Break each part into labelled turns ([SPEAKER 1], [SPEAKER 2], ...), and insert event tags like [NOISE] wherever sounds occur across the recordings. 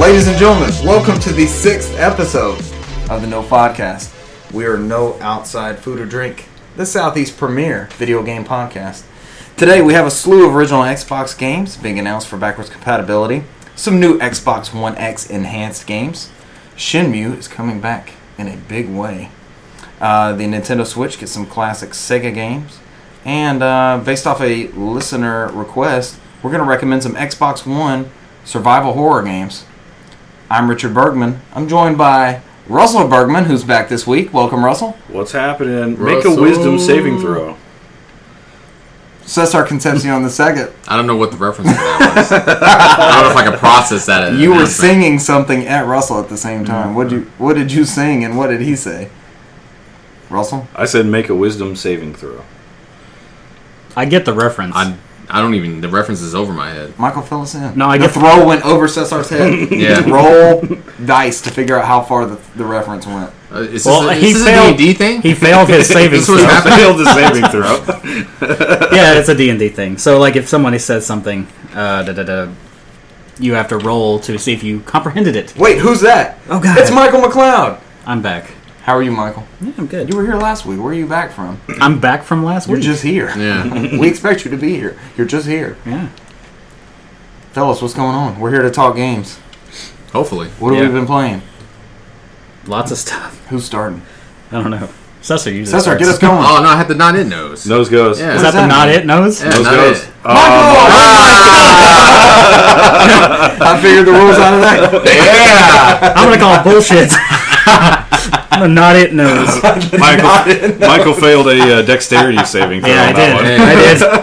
[SPEAKER 1] Ladies and gentlemen, welcome to the sixth episode of the No Podcast. We are no outside food or drink, the Southeast premier video game podcast. Today we have a slew of original Xbox games being announced for backwards compatibility, some new Xbox One X enhanced games. Shenmue is coming back in a big way. Uh, the Nintendo Switch gets some classic Sega games. And uh, based off a listener request, we're going to recommend some Xbox One survival horror games. I'm Richard Bergman. I'm joined by Russell Bergman, who's back this week. Welcome, Russell.
[SPEAKER 2] What's happening? Make a wisdom saving throw.
[SPEAKER 1] Cesar Concepcion the second.
[SPEAKER 3] I don't know what the reference to that was. I don't know if I could process that.
[SPEAKER 1] You were
[SPEAKER 3] announcement.
[SPEAKER 1] singing something at Russell at the same time. What you What did you sing, and what did he say? Russell,
[SPEAKER 2] I said make a wisdom saving throw.
[SPEAKER 4] I get the reference.
[SPEAKER 3] I, I don't even. The reference is over my head.
[SPEAKER 1] Michael, fill us in.
[SPEAKER 4] No, I
[SPEAKER 1] the
[SPEAKER 4] get-
[SPEAKER 1] throw went over Cesar's head.
[SPEAKER 3] Yeah.
[SPEAKER 1] roll dice to figure out how far the, the reference went.
[SPEAKER 3] Uh, is
[SPEAKER 4] Well,
[SPEAKER 3] this a,
[SPEAKER 4] he
[SPEAKER 3] is this
[SPEAKER 4] failed-
[SPEAKER 3] a D&D thing? [LAUGHS]
[SPEAKER 4] he
[SPEAKER 1] [LAUGHS]
[SPEAKER 4] failed his saving
[SPEAKER 3] This was
[SPEAKER 4] throw.
[SPEAKER 3] happening.
[SPEAKER 2] Failed the
[SPEAKER 3] [LAUGHS]
[SPEAKER 2] saving throw.
[SPEAKER 4] yeah, it's a D&D thing. So like if somebody says something uh da, da, da, you have to roll to see if you comprehended it.
[SPEAKER 1] Wait, who's that?
[SPEAKER 4] Oh, God.
[SPEAKER 1] it's Michael McLeod.
[SPEAKER 4] I'm back.
[SPEAKER 1] How are you, Michael?
[SPEAKER 4] Yeah, I'm
[SPEAKER 1] You
[SPEAKER 4] good.
[SPEAKER 1] were here last week. Where are you back
[SPEAKER 4] [CLEARS THROAT]
[SPEAKER 1] from?
[SPEAKER 4] I'm back from last
[SPEAKER 1] You're
[SPEAKER 4] week.
[SPEAKER 1] just here.
[SPEAKER 3] yeah.
[SPEAKER 1] [LAUGHS] we expect you to be here. You're just here.
[SPEAKER 4] yeah.
[SPEAKER 1] Tell us what's going on. We're here to talk games.
[SPEAKER 3] Hopefully.
[SPEAKER 1] What have
[SPEAKER 4] Yeah.
[SPEAKER 1] we been playing?
[SPEAKER 4] Lots of stuff. [LAUGHS]
[SPEAKER 1] Who's starting?
[SPEAKER 4] I don't know. Cesar usually
[SPEAKER 1] Cesar,
[SPEAKER 4] starts.
[SPEAKER 1] get us going.
[SPEAKER 3] Oh no, I had the not it nose.
[SPEAKER 2] Nose goes.
[SPEAKER 3] Yeah.
[SPEAKER 4] Is
[SPEAKER 1] What
[SPEAKER 4] that
[SPEAKER 1] does that
[SPEAKER 4] the not
[SPEAKER 1] mean?
[SPEAKER 4] it nose?
[SPEAKER 3] Yeah,
[SPEAKER 2] Nose
[SPEAKER 3] not
[SPEAKER 2] goes.
[SPEAKER 3] it.
[SPEAKER 2] Um,
[SPEAKER 1] I figured the rules out of that.
[SPEAKER 3] [LAUGHS] Yeah.
[SPEAKER 4] I'm gonna call
[SPEAKER 1] [LAUGHS]
[SPEAKER 4] bullshit. [LAUGHS] the not it nose.
[SPEAKER 2] Michael, Michael failed a uh, dexterity saving throw.
[SPEAKER 4] Yeah, I
[SPEAKER 2] on that
[SPEAKER 4] did.
[SPEAKER 2] one.
[SPEAKER 4] I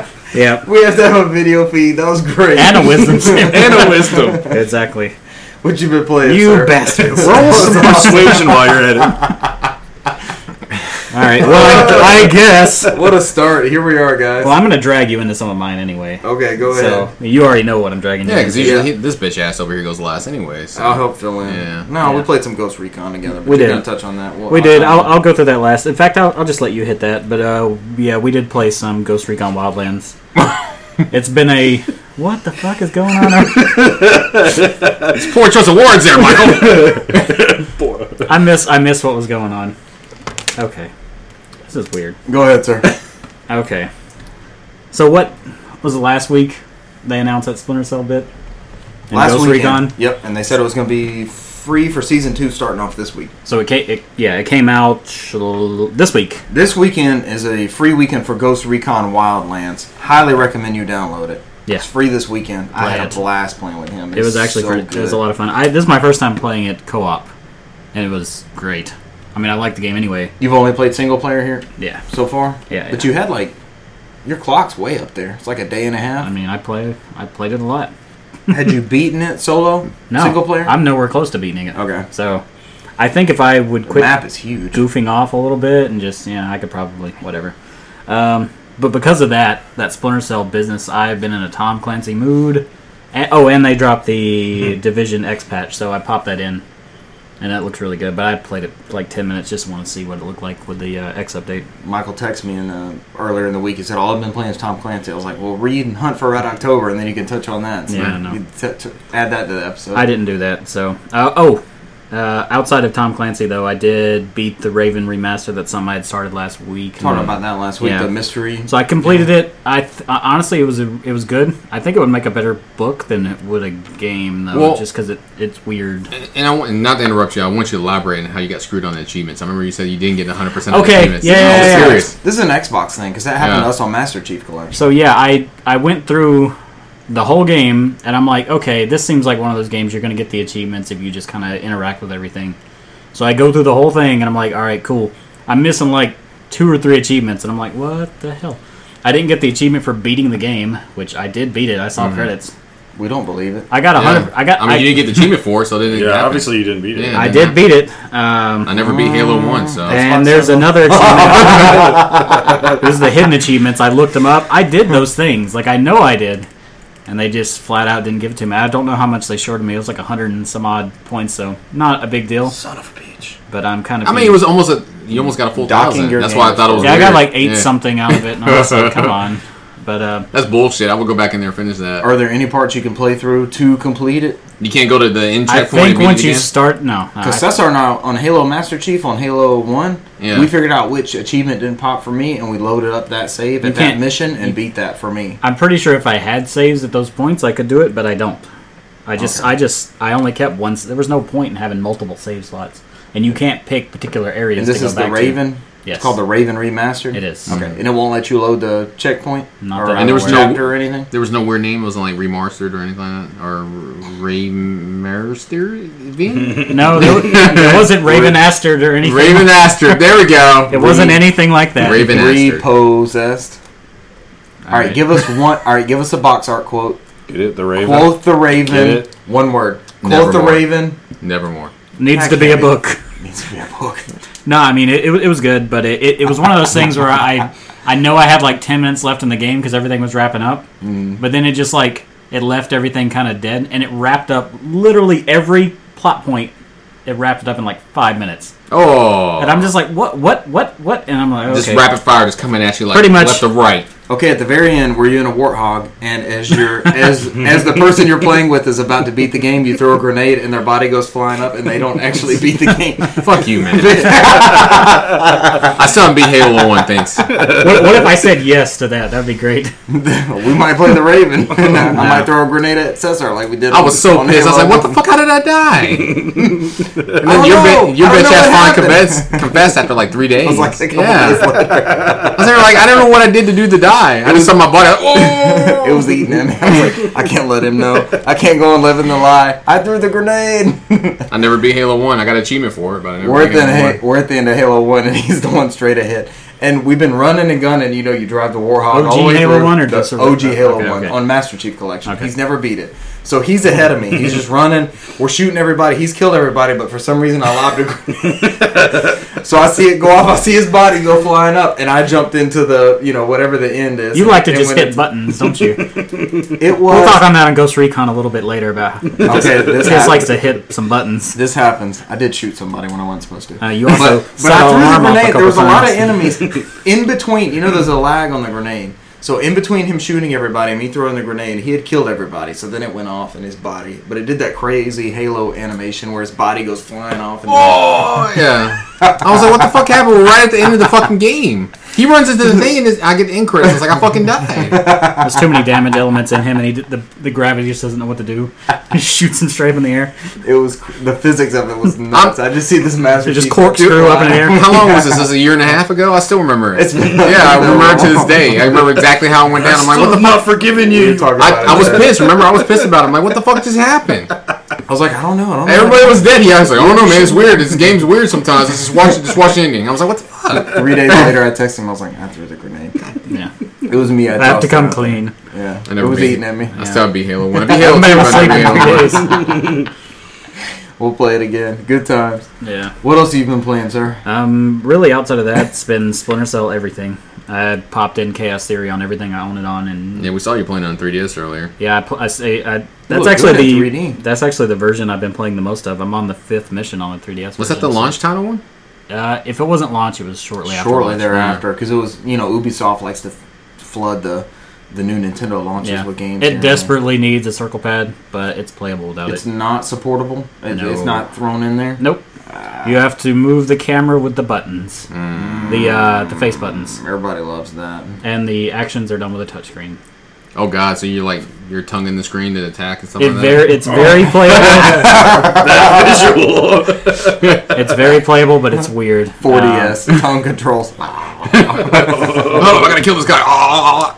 [SPEAKER 4] [LAUGHS] did. Yeah.
[SPEAKER 1] [LAUGHS] We have to have a video feed. That was great.
[SPEAKER 4] And a wisdom saving.
[SPEAKER 2] And a wisdom.
[SPEAKER 4] Exactly.
[SPEAKER 1] [LAUGHS] What you been playing,
[SPEAKER 4] You
[SPEAKER 1] sir?
[SPEAKER 4] bastards. [LAUGHS]
[SPEAKER 1] Roll some
[SPEAKER 2] Persuasion while you're at it.
[SPEAKER 4] All right. Well, I, I guess.
[SPEAKER 1] What a start. Here we are, guys.
[SPEAKER 4] Well, I'm gonna drag you into some of mine anyway.
[SPEAKER 1] Okay, Oh, go
[SPEAKER 4] So
[SPEAKER 1] ahead.
[SPEAKER 4] you already know what I'm dragging.
[SPEAKER 3] Yeah,
[SPEAKER 4] you
[SPEAKER 3] because
[SPEAKER 4] into.
[SPEAKER 3] usually he- this bitch ass over here goes last, anyway. So.
[SPEAKER 1] I'll help fill in.
[SPEAKER 3] Yeah.
[SPEAKER 1] No, we
[SPEAKER 4] Yeah.
[SPEAKER 1] played some Ghost Recon together. But
[SPEAKER 4] We
[SPEAKER 1] you're
[SPEAKER 4] did.
[SPEAKER 1] gonna touch on that. Well,
[SPEAKER 4] we did.
[SPEAKER 1] I'll-
[SPEAKER 4] I'll, I'll go through that last. In fact, I'll, I'll just let you hit that. But uh, yeah, we did play some Ghost Recon
[SPEAKER 1] [LAUGHS]
[SPEAKER 4] Wildlands. it's been a what the fuck is going on?
[SPEAKER 3] It's poor choice of words there, Michael.
[SPEAKER 4] I miss I miss what was going on. Okay, this is weird.
[SPEAKER 1] Go ahead, sir.
[SPEAKER 4] Okay, so what was it last week? They announced that Splinter Cell bit. And Ghost
[SPEAKER 1] weekend.
[SPEAKER 4] Recon.
[SPEAKER 1] Yep, and they said it was going to be free for season two starting off this week.
[SPEAKER 4] So it, came, it yeah it came out this week.
[SPEAKER 1] This weekend is a free weekend for Ghost Recon Wildlands. Highly recommend you download it.
[SPEAKER 4] Yeah.
[SPEAKER 1] It's free this weekend. I
[SPEAKER 4] Play
[SPEAKER 1] had a
[SPEAKER 4] it.
[SPEAKER 1] blast playing with him.
[SPEAKER 4] It
[SPEAKER 1] It's
[SPEAKER 4] was actually
[SPEAKER 1] so
[SPEAKER 4] pretty,
[SPEAKER 1] good.
[SPEAKER 4] it was a lot of fun. I, this is my first time playing it co-op, and it was great. I mean, I like the game anyway.
[SPEAKER 1] You've only played single player here
[SPEAKER 4] Yeah.
[SPEAKER 1] so far?
[SPEAKER 4] Yeah,
[SPEAKER 1] But
[SPEAKER 4] yeah.
[SPEAKER 1] you had like your clock's way up there. It's like a day and a half.
[SPEAKER 4] I mean, I play I played it a lot.
[SPEAKER 1] had you beaten it solo?
[SPEAKER 4] No,
[SPEAKER 1] Single player?
[SPEAKER 4] I'm nowhere close to beating it.
[SPEAKER 1] Okay.
[SPEAKER 4] So, I think if I would
[SPEAKER 1] the
[SPEAKER 4] quit
[SPEAKER 1] map is huge.
[SPEAKER 4] goofing off a little bit and just yeah, I could probably whatever. Um, but because of that that Splinter Cell business, I've been in a Tom Clancy mood. And, oh, and they dropped the Division X patch, so I popped that in, and that looked really good. But I played it for like ten minutes, just want to see what it looked like with the uh, X update.
[SPEAKER 1] Michael texted me in uh earlier in the week. He said, "All I've been playing is Tom Clancy." I was like, "Well, read and Hunt for Red October, and then you can touch on that." So
[SPEAKER 4] Yeah, I know.
[SPEAKER 1] you t- t- add that to the episode.
[SPEAKER 4] I didn't do that. So, uh, oh, uh, outside of Tom Clancy though, I did beat the Raven remaster that some I had started last week.
[SPEAKER 1] talked about that last week.
[SPEAKER 4] Yeah.
[SPEAKER 1] The mystery.
[SPEAKER 4] So I completed it. I th- uh, honestly, it was a, it was good. I think it would make a better book than it would a game though,
[SPEAKER 3] Well-
[SPEAKER 4] just because it it's weird.
[SPEAKER 3] and I want, not to interrupt you. I want you to elaborate on how you got screwed on the achievements. I remember you said you didn't get 100 percent of the
[SPEAKER 4] Okay,
[SPEAKER 3] achievements.
[SPEAKER 4] yeah,
[SPEAKER 3] I'm
[SPEAKER 4] yeah, yeah.
[SPEAKER 3] serious.
[SPEAKER 1] This is an Xbox thing because that happened
[SPEAKER 3] Yeah.
[SPEAKER 1] to us on Master Chief Collection.
[SPEAKER 4] So yeah, I I went through the whole game and I'm like, okay, this seems like one of those games you're going to get the achievements if you just kind of interact with everything. So I go through the whole thing and I'm like, all right, cool. I'm missing like two or three achievements and I'm like, what the hell? I didn't get the achievement for beating the game, which I did beat it. I saw credits.
[SPEAKER 1] We don't believe it.
[SPEAKER 4] I got a
[SPEAKER 3] Mm-hmm. Yeah.
[SPEAKER 4] hundred. I got.
[SPEAKER 3] I mean,
[SPEAKER 4] I,
[SPEAKER 3] you didn't get the achievement for it, so it didn't.
[SPEAKER 2] Yeah,
[SPEAKER 3] happen.
[SPEAKER 2] obviously you didn't beat it.
[SPEAKER 3] Yeah.
[SPEAKER 4] I did beat it. Um,
[SPEAKER 3] I never beat Halo One, so
[SPEAKER 4] and there's
[SPEAKER 1] several.
[SPEAKER 4] another achievement. this is the hidden achievements. I looked them up. I did those things. Like I know I did, and they just flat out didn't give it to me. I don't know how much they shorted me. It was like hundred and some odd points, so not a big deal.
[SPEAKER 2] Son of a bitch.
[SPEAKER 4] But I'm kind of.
[SPEAKER 3] I mean, it was almost a you almost got a full
[SPEAKER 1] Docking
[SPEAKER 3] thousand.
[SPEAKER 1] your
[SPEAKER 3] That's why I
[SPEAKER 1] game.
[SPEAKER 3] thought it was.
[SPEAKER 4] Yeah, I
[SPEAKER 3] weird.
[SPEAKER 4] got like eight
[SPEAKER 3] Yeah.
[SPEAKER 4] something out of it, and I was like,
[SPEAKER 3] [LAUGHS]
[SPEAKER 4] "Come on!" But uh,
[SPEAKER 3] That's bullshit. I will go back in there and finish that.
[SPEAKER 1] Are there any parts you can play through to complete it?
[SPEAKER 3] You can't go to the end
[SPEAKER 4] I
[SPEAKER 3] checkpoint. and
[SPEAKER 4] think
[SPEAKER 3] beat it
[SPEAKER 4] once you
[SPEAKER 3] again?
[SPEAKER 4] start, no, I-
[SPEAKER 1] Because that's our now on Halo Master Chief on Halo One.
[SPEAKER 3] Yeah.
[SPEAKER 1] We figured out which achievement didn't pop for me, and we loaded up that save
[SPEAKER 4] You
[SPEAKER 1] at that
[SPEAKER 4] can't-
[SPEAKER 1] mission and beat that for me.
[SPEAKER 4] I'm pretty sure if I had saves at those points, I could do it, but I don't. I just, I just, I only kept one. s- There was no point in having multiple save slots, and you can't pick particular areas.
[SPEAKER 1] And this
[SPEAKER 4] to go
[SPEAKER 1] is the
[SPEAKER 4] back to.
[SPEAKER 1] Raven.
[SPEAKER 4] Yes.
[SPEAKER 1] It's called the Raven Remastered.
[SPEAKER 4] It is.
[SPEAKER 1] Okay, and it won't let you load the checkpoint
[SPEAKER 4] Not
[SPEAKER 1] or
[SPEAKER 4] that I'm
[SPEAKER 1] and there was
[SPEAKER 4] aware
[SPEAKER 3] of.
[SPEAKER 1] chapter or anything.
[SPEAKER 3] There was no weird name. It wasn't like remastered or anything like that. Or
[SPEAKER 4] [LAUGHS]
[SPEAKER 3] remastered?
[SPEAKER 4] No, there, it wasn't Raven Astrid or anything.
[SPEAKER 3] Raven Aster. There we go.
[SPEAKER 4] It wasn't
[SPEAKER 3] Re-
[SPEAKER 4] anything like that.
[SPEAKER 3] Raven Remastered.
[SPEAKER 1] Repossessed. All right, give us one. All right, give us a box art quote.
[SPEAKER 2] Get it? The Raven. [LAUGHS]
[SPEAKER 1] Quoth the
[SPEAKER 2] Get
[SPEAKER 1] Raven.
[SPEAKER 2] it?
[SPEAKER 1] One word. Quoth the
[SPEAKER 3] Nevermore.
[SPEAKER 1] Raven.
[SPEAKER 3] Nevermore.
[SPEAKER 4] Needs to be a book.
[SPEAKER 1] Needs to be a book.
[SPEAKER 4] No, I mean it, it, it was good, but it, it, it was one of those things where I I know I had like ten minutes left in the game because everything was wrapping up,
[SPEAKER 1] Mm.
[SPEAKER 4] but then it just like it left everything kind of dead, and it wrapped up literally every plot point. It wrapped it up in like five minutes,
[SPEAKER 3] Oh.
[SPEAKER 4] and I'm just like, what, what, what, what? And I'm like, okay.
[SPEAKER 3] Just rapid fire just coming at you like
[SPEAKER 4] Pretty much.
[SPEAKER 3] left to right.
[SPEAKER 1] Okay, at the very end, were you in a warthog, and as you're as as the person you're playing with is about to beat the game, you throw a grenade, and their body goes flying up, and they don't actually beat the game.
[SPEAKER 3] Fuck you,
[SPEAKER 4] [LAUGHS]
[SPEAKER 3] man. I still haven't beat Halo 1, thanks.
[SPEAKER 4] what, what if I said yes to that? That'd be
[SPEAKER 1] [LAUGHS]
[SPEAKER 4] great.
[SPEAKER 1] we might play the
[SPEAKER 3] [LAUGHS]
[SPEAKER 1] Raven. [LAUGHS] I might throw a grenade at Cesar like we did.
[SPEAKER 3] Oh, I
[SPEAKER 1] on-
[SPEAKER 3] was so
[SPEAKER 1] on
[SPEAKER 3] pissed. I was
[SPEAKER 1] Halo.
[SPEAKER 3] like, what the fuck? How did I die? And then
[SPEAKER 1] don't
[SPEAKER 3] your,
[SPEAKER 1] know.
[SPEAKER 3] bi- your
[SPEAKER 1] I don't
[SPEAKER 3] bitch
[SPEAKER 1] know what
[SPEAKER 3] ass finally
[SPEAKER 1] happened.
[SPEAKER 3] confessed, confessed after
[SPEAKER 1] [LAUGHS]
[SPEAKER 3] like three days.
[SPEAKER 1] It was like a couple days
[SPEAKER 3] yeah.
[SPEAKER 1] later.
[SPEAKER 3] [LAUGHS] I was there like, I don't know what I did to do to die. I just saw my
[SPEAKER 1] [LAUGHS]
[SPEAKER 3] body. Like, oh!
[SPEAKER 1] [LAUGHS] It was eating him. [LAUGHS] I was like, I can't let him know. I can't go on living the lie. I threw the grenade. [LAUGHS]
[SPEAKER 3] I never beat Halo 1. I got an achievement for it, but I never
[SPEAKER 1] We're at,
[SPEAKER 3] beat
[SPEAKER 1] the,
[SPEAKER 3] Halo
[SPEAKER 1] ha-
[SPEAKER 3] 1.
[SPEAKER 1] we're at the end of Halo 1, and [LAUGHS] he's the one straight ahead. And we've been running and gunning. You know, you drive the Warhawk
[SPEAKER 4] OG
[SPEAKER 1] all the way
[SPEAKER 4] Halo
[SPEAKER 1] through
[SPEAKER 4] 1 or
[SPEAKER 1] the
[SPEAKER 4] just a-
[SPEAKER 1] OG Halo
[SPEAKER 4] okay,
[SPEAKER 1] 1
[SPEAKER 4] okay.
[SPEAKER 1] on Master Chief Collection.
[SPEAKER 4] Okay.
[SPEAKER 1] He's never beat it. So he's ahead of me. He's
[SPEAKER 4] [LAUGHS]
[SPEAKER 1] just running. We're shooting everybody. He's killed everybody, but for some reason I lobbed a grenade. [LAUGHS] so I see it go off. I see his body go flying up, and I jumped into the, you know, whatever the end is.
[SPEAKER 4] You like to
[SPEAKER 1] And
[SPEAKER 4] just
[SPEAKER 1] when
[SPEAKER 4] hit buttons, don't
[SPEAKER 1] [LAUGHS]
[SPEAKER 4] you? We'll
[SPEAKER 1] It, it was.
[SPEAKER 4] talk on that on Ghost Recon a little bit later
[SPEAKER 1] [LAUGHS]
[SPEAKER 4] about he [LAUGHS]
[SPEAKER 1] okay, this
[SPEAKER 4] just
[SPEAKER 1] happens.
[SPEAKER 4] likes to hit some buttons.
[SPEAKER 1] This happens. I did shoot somebody when I wasn't supposed to.
[SPEAKER 4] Uh, you also
[SPEAKER 1] But, but
[SPEAKER 4] set the
[SPEAKER 1] I threw
[SPEAKER 4] alarm
[SPEAKER 1] the
[SPEAKER 4] off a
[SPEAKER 1] grenade.
[SPEAKER 4] couple
[SPEAKER 1] There was a lot of
[SPEAKER 4] times.
[SPEAKER 1] enemies in between. You know, there's a lag on the grenade. So in between him shooting everybody and me throwing the grenade, he had killed everybody. So then it went off in his body. But it did that crazy Halo animation where his body goes flying off. And
[SPEAKER 3] Oh, yeah. I was like, what the fuck happened? We're right at the end of the fucking game. He
[SPEAKER 1] [LAUGHS]
[SPEAKER 3] runs into the thing and it's- I get the end credits. I was like, I fucking died.
[SPEAKER 4] There's too many damage elements in him, and he did, the the gravity just doesn't know what to do. [LAUGHS] He shoots him straight up in the air.
[SPEAKER 1] It was the physics of it was nuts. i just see this master
[SPEAKER 4] They just
[SPEAKER 1] Chief
[SPEAKER 4] corkscrew up in the air.
[SPEAKER 3] How long was this? This is a year and a half ago? I still remember
[SPEAKER 1] [LAUGHS]
[SPEAKER 3] it.
[SPEAKER 1] It's been-
[SPEAKER 3] yeah, I remember it to this day. I remember exactly how it went down. I'm like, what
[SPEAKER 2] [LAUGHS]
[SPEAKER 3] the
[SPEAKER 2] I'm not forgiving
[SPEAKER 1] You're
[SPEAKER 2] you.
[SPEAKER 1] talking about
[SPEAKER 3] I,
[SPEAKER 1] it.
[SPEAKER 3] I was pissed. Remember, I was pissed about it. I'm like, what the fuck just happened?
[SPEAKER 1] I was like, I don't know. I don't know.
[SPEAKER 3] Everybody was dead. He I was like, oh no, man, it's weird. This game's weird sometimes. Let's Just watch, just watch the ending. I was like, what the fuck?
[SPEAKER 1] Three days later, I texted him. I was like, I threw the grenade.
[SPEAKER 4] Yeah,
[SPEAKER 1] It was me. I,
[SPEAKER 4] I have to
[SPEAKER 1] tossed
[SPEAKER 4] come
[SPEAKER 1] it.
[SPEAKER 4] clean.
[SPEAKER 1] Yeah,
[SPEAKER 3] I
[SPEAKER 1] it
[SPEAKER 3] never
[SPEAKER 1] was
[SPEAKER 3] beat it.
[SPEAKER 1] eating at me.
[SPEAKER 3] I still beat Halo
[SPEAKER 4] [LAUGHS]
[SPEAKER 3] One. I beat Halo Two.
[SPEAKER 4] Man was
[SPEAKER 3] but I never beat Halo
[SPEAKER 4] sleeping
[SPEAKER 3] 1.
[SPEAKER 4] for days.
[SPEAKER 1] We'll play it again. Good times.
[SPEAKER 2] [LAUGHS]
[SPEAKER 4] Yeah.
[SPEAKER 1] What else have you been playing, sir?
[SPEAKER 4] Um. Really, outside of that, it's been Splinter Cell everything. I popped in Chaos Theory on everything I own it on, and
[SPEAKER 3] Yeah, we saw you playing on 3DS earlier.
[SPEAKER 4] yeah, I, pl- I say I, that's
[SPEAKER 1] look
[SPEAKER 4] actually
[SPEAKER 1] good at
[SPEAKER 4] the
[SPEAKER 1] 3D.
[SPEAKER 4] that's actually the version I've been playing the most of. I'm on the fifth mission on the 3DS.
[SPEAKER 3] Was
[SPEAKER 4] version,
[SPEAKER 3] that the
[SPEAKER 4] so-
[SPEAKER 3] launch title one?
[SPEAKER 4] Uh, if it wasn't launch, it was shortly, after.
[SPEAKER 1] shortly
[SPEAKER 4] launch.
[SPEAKER 1] thereafter because it was you know Ubisoft likes to f- flood the the new Nintendo launches
[SPEAKER 4] Yeah.
[SPEAKER 1] with games.
[SPEAKER 4] It
[SPEAKER 1] and
[SPEAKER 4] desperately needs a circle pad, but it's playable without
[SPEAKER 1] It's
[SPEAKER 4] it.
[SPEAKER 1] not supportable. It,
[SPEAKER 4] No.
[SPEAKER 1] It's not thrown in there.
[SPEAKER 4] Nope. You have to move the camera with the buttons, the uh,
[SPEAKER 1] Mm.
[SPEAKER 4] the face buttons,
[SPEAKER 1] Everybody loves that.
[SPEAKER 4] and the actions are done with a touchscreen.
[SPEAKER 3] Oh god, so you're like your tongue in the screen to attack and stuff
[SPEAKER 4] It
[SPEAKER 3] like
[SPEAKER 4] ver-
[SPEAKER 3] that.
[SPEAKER 4] it's very
[SPEAKER 1] Oh.
[SPEAKER 4] playable.
[SPEAKER 1] [LAUGHS]
[SPEAKER 2] That visual.
[SPEAKER 4] it's very playable, but it's
[SPEAKER 1] [LAUGHS]
[SPEAKER 4] weird. Uh, [LAUGHS]
[SPEAKER 1] 4DS tongue controls.
[SPEAKER 3] Oh, I gotta kill this guy. Oh.
[SPEAKER 4] Uh,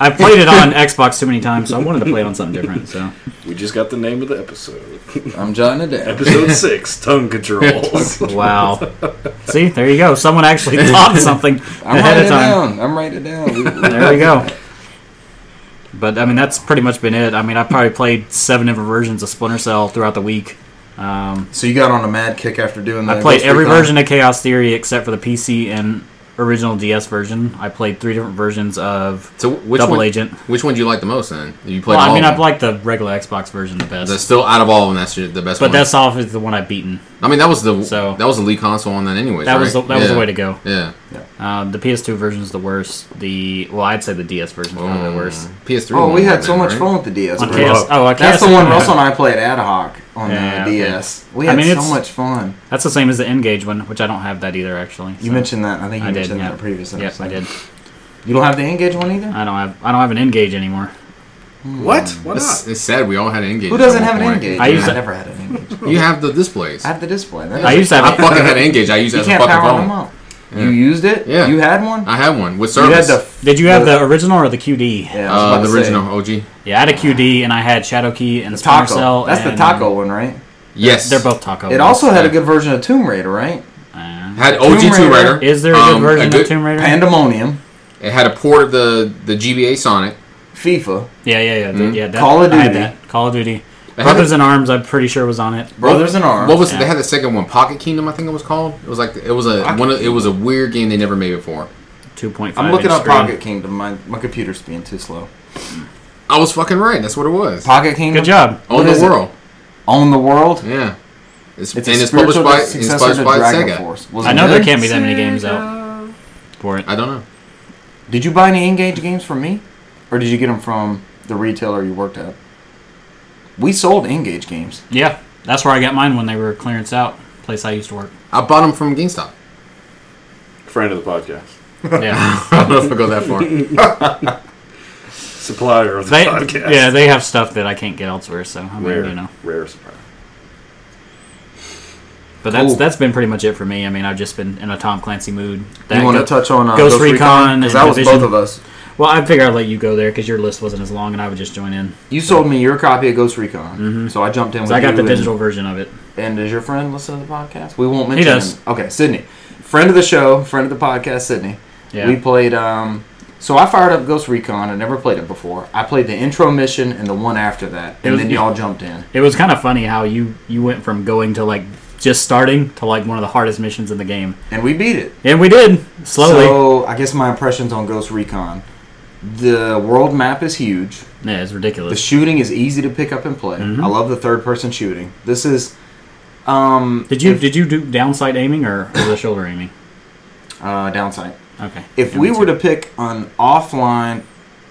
[SPEAKER 4] I've played it on Xbox too many times, so I wanted to play it on something
[SPEAKER 1] [LAUGHS]
[SPEAKER 4] different. So
[SPEAKER 2] We just got the name of the episode.
[SPEAKER 1] I'm jotting it
[SPEAKER 4] [LAUGHS]
[SPEAKER 1] down.
[SPEAKER 2] Episode six, tongue controls.
[SPEAKER 4] wow. See, there you go.
[SPEAKER 1] [LAUGHS]
[SPEAKER 4] Someone actually thought something
[SPEAKER 1] I'm
[SPEAKER 4] ahead
[SPEAKER 1] writing
[SPEAKER 4] of
[SPEAKER 1] it
[SPEAKER 4] time.
[SPEAKER 1] down. I'm writing it down. We-
[SPEAKER 4] [LAUGHS]
[SPEAKER 1] we-
[SPEAKER 4] There we go. But I mean, that's pretty much been it. I mean, I probably played seven different versions of Splinter Cell throughout the week. Um,
[SPEAKER 1] so you got on a mad kick after doing that.
[SPEAKER 4] I played every version of Chaos Theory except for the PC and original DS version. I played three different versions of
[SPEAKER 3] So which
[SPEAKER 4] Double
[SPEAKER 3] one,
[SPEAKER 4] Agent.
[SPEAKER 3] Which one do you like the most? Then you played.
[SPEAKER 4] Well,
[SPEAKER 3] all
[SPEAKER 4] I mean,
[SPEAKER 3] of
[SPEAKER 4] I
[SPEAKER 3] them.
[SPEAKER 4] like the regular Xbox version the best,
[SPEAKER 3] That's still out of all of them. That's your, the best.
[SPEAKER 4] but
[SPEAKER 3] one.
[SPEAKER 4] that's off is the one I've beaten.
[SPEAKER 3] I mean that was the
[SPEAKER 4] So-
[SPEAKER 3] that was the lead console on that anyways.
[SPEAKER 4] That was the,
[SPEAKER 3] right?
[SPEAKER 4] that was the
[SPEAKER 3] Yeah.
[SPEAKER 4] way to go.
[SPEAKER 3] Yeah.
[SPEAKER 4] Um, the PS2 version is the worst. The well, I'd say the DS version is probably the worst.
[SPEAKER 3] Um, PS3.
[SPEAKER 1] Oh,
[SPEAKER 3] one
[SPEAKER 1] we
[SPEAKER 3] would
[SPEAKER 1] had
[SPEAKER 3] have
[SPEAKER 1] so
[SPEAKER 3] been,
[SPEAKER 1] much
[SPEAKER 3] right?
[SPEAKER 1] fun with the DS.
[SPEAKER 4] On
[SPEAKER 1] bro.
[SPEAKER 4] KS, oh, on
[SPEAKER 1] That's
[SPEAKER 4] KS1,
[SPEAKER 1] the one
[SPEAKER 4] yeah.
[SPEAKER 1] Russell and I played ad hoc on
[SPEAKER 4] Yeah,
[SPEAKER 1] the
[SPEAKER 4] okay.
[SPEAKER 1] DS. We
[SPEAKER 4] I
[SPEAKER 1] had
[SPEAKER 4] mean,
[SPEAKER 1] so
[SPEAKER 4] it's-
[SPEAKER 1] much fun.
[SPEAKER 4] That's the same as the N gauge one, which I don't have that either. Actually,
[SPEAKER 1] You
[SPEAKER 4] So-
[SPEAKER 1] mentioned that. I think you
[SPEAKER 4] I did.
[SPEAKER 1] mentioned that
[SPEAKER 4] Yeah,
[SPEAKER 1] in a previous
[SPEAKER 4] Yep,
[SPEAKER 1] episode.
[SPEAKER 4] I did.
[SPEAKER 1] You don't have the Engage one either?
[SPEAKER 4] I don't have I don't have an N gauge anymore.
[SPEAKER 2] What? Why
[SPEAKER 3] It's,
[SPEAKER 2] not?
[SPEAKER 3] it's sad we all had an N gauge.
[SPEAKER 1] Who
[SPEAKER 3] at
[SPEAKER 1] doesn't
[SPEAKER 3] one
[SPEAKER 1] have an
[SPEAKER 3] point.
[SPEAKER 1] Engage?
[SPEAKER 4] I used to-
[SPEAKER 1] never had an Engage.
[SPEAKER 3] You have the displays.
[SPEAKER 1] I
[SPEAKER 3] I,
[SPEAKER 1] have the display. That
[SPEAKER 4] I
[SPEAKER 1] is-
[SPEAKER 4] used to have.
[SPEAKER 3] fucking had an N gauge. I used it
[SPEAKER 1] you
[SPEAKER 3] as a
[SPEAKER 1] can't
[SPEAKER 3] fucking
[SPEAKER 1] power them
[SPEAKER 3] phone.
[SPEAKER 1] up. You used it?
[SPEAKER 3] Yeah.
[SPEAKER 1] You had one?
[SPEAKER 3] I have one with
[SPEAKER 1] you had
[SPEAKER 3] service.
[SPEAKER 1] the. f-
[SPEAKER 4] Did you have the original or the QD?
[SPEAKER 1] Yeah, I was
[SPEAKER 3] uh,
[SPEAKER 1] about
[SPEAKER 3] the
[SPEAKER 1] to say.
[SPEAKER 3] original OG.
[SPEAKER 4] Yeah, I had a QD and I had Shadow Key and Splinter
[SPEAKER 1] Taco.
[SPEAKER 4] Cell.
[SPEAKER 1] That's the
[SPEAKER 4] and- um,
[SPEAKER 1] taco one, right?
[SPEAKER 3] Yes.
[SPEAKER 4] They're both
[SPEAKER 3] Oh,
[SPEAKER 4] taco.
[SPEAKER 1] It
[SPEAKER 4] ones.
[SPEAKER 1] also had a good version of Tomb Raider, right?
[SPEAKER 4] Uh,
[SPEAKER 3] had OG Tomb
[SPEAKER 1] Raider.
[SPEAKER 3] Raider.
[SPEAKER 4] is there a good
[SPEAKER 3] um,
[SPEAKER 4] version
[SPEAKER 3] good-
[SPEAKER 4] of Tomb Raider?
[SPEAKER 1] Pandemonium,
[SPEAKER 3] It had a port of the the GBA Sonic.
[SPEAKER 1] FIFA,
[SPEAKER 4] yeah, yeah, yeah, th- yeah. That,
[SPEAKER 1] Call of
[SPEAKER 4] I had
[SPEAKER 1] Duty.
[SPEAKER 4] that. Call of
[SPEAKER 3] Hmm?
[SPEAKER 4] Duty.
[SPEAKER 3] had
[SPEAKER 4] Brothers
[SPEAKER 3] it-
[SPEAKER 4] in Arms. I'm pretty sure was on it.
[SPEAKER 1] Brothers in Arms.
[SPEAKER 3] What was it?
[SPEAKER 4] Yeah.
[SPEAKER 3] They had the second one, Pocket Kingdom, I think it was called. It was like it was a
[SPEAKER 1] Pocket
[SPEAKER 3] one. Of, it was a weird game they never made before.
[SPEAKER 4] Two point five.
[SPEAKER 1] I'm looking
[SPEAKER 4] inch
[SPEAKER 1] up
[SPEAKER 4] screen.
[SPEAKER 1] Pocket Kingdom. My, my computer's being too slow.
[SPEAKER 3] I was fucking right. That's what it was.
[SPEAKER 1] Pocket Kingdom.
[SPEAKER 4] Good job.
[SPEAKER 1] what
[SPEAKER 3] On the
[SPEAKER 1] is it?
[SPEAKER 3] world.
[SPEAKER 1] Own the world.
[SPEAKER 3] Yeah. It's,
[SPEAKER 1] It's
[SPEAKER 3] Mm.
[SPEAKER 1] a
[SPEAKER 3] and it's
[SPEAKER 1] spiritual
[SPEAKER 3] published by, it's
[SPEAKER 1] successor to
[SPEAKER 3] published by
[SPEAKER 1] Dragon
[SPEAKER 3] Sega.
[SPEAKER 1] Force. Was
[SPEAKER 4] I
[SPEAKER 1] it
[SPEAKER 4] know
[SPEAKER 1] good?
[SPEAKER 4] there can't be that many games out for it.
[SPEAKER 3] I don't know.
[SPEAKER 1] Did you buy any Engage games from me, or did you get them from the retailer you worked at? We sold Engage games.
[SPEAKER 4] Yeah, that's where I got mine when they were clearance out. Place I used to work.
[SPEAKER 1] [LAUGHS]
[SPEAKER 3] I bought them from GameStop.
[SPEAKER 2] Friend of the podcast.
[SPEAKER 4] Yeah,
[SPEAKER 3] I don't know if I go that [LAUGHS] far.
[SPEAKER 2] Supplier of the
[SPEAKER 4] they,
[SPEAKER 2] podcast.
[SPEAKER 4] yeah, they have stuff that I can't get elsewhere. So I mean,
[SPEAKER 2] rare,
[SPEAKER 4] you know.
[SPEAKER 2] rare supplier.
[SPEAKER 4] But that's
[SPEAKER 1] Cool.
[SPEAKER 4] that's been pretty much it for me. I mean, I've just been in a Tom Clancy mood. That
[SPEAKER 1] you want to
[SPEAKER 4] go-
[SPEAKER 1] touch on uh,
[SPEAKER 4] Ghost Recon
[SPEAKER 1] Because
[SPEAKER 4] and
[SPEAKER 1] that was
[SPEAKER 4] Division.
[SPEAKER 1] both of us.
[SPEAKER 4] Well, I figure I'd let you go there because your list wasn't as long, and I would just join in.
[SPEAKER 1] You sold me your copy of Ghost Recon, so I jumped in. with
[SPEAKER 4] Mm-hmm. So I got
[SPEAKER 1] you
[SPEAKER 4] the
[SPEAKER 1] and-
[SPEAKER 4] digital version of it.
[SPEAKER 1] And does your friend listen to the podcast? We won't mention
[SPEAKER 4] does.
[SPEAKER 1] him. Okay, Sydney, friend of the show, friend of the podcast, Sydney.
[SPEAKER 4] Yeah.
[SPEAKER 1] We played. um So I fired up Ghost Recon. I never played it before. I played the intro mission and the one after that, and
[SPEAKER 4] was-
[SPEAKER 1] then y'all jumped in.
[SPEAKER 4] It was kind of funny how you you went from going to like just starting to like one of the hardest missions in the game,
[SPEAKER 1] And we beat it.
[SPEAKER 4] and we did slowly.
[SPEAKER 1] So I guess my impressions on Ghost Recon. The world map is huge.
[SPEAKER 4] yeah, it's
[SPEAKER 1] The
[SPEAKER 4] ridiculous.
[SPEAKER 1] shooting is easy to pick up and play.
[SPEAKER 4] Mm-hmm.
[SPEAKER 1] I love the third person shooting. This is um
[SPEAKER 4] Did you did you do downsight aiming or over the shoulder aiming?
[SPEAKER 1] uh downside.
[SPEAKER 4] Okay.
[SPEAKER 1] If
[SPEAKER 4] Yeah,
[SPEAKER 1] we
[SPEAKER 4] me
[SPEAKER 1] were
[SPEAKER 4] too.
[SPEAKER 1] to pick an offline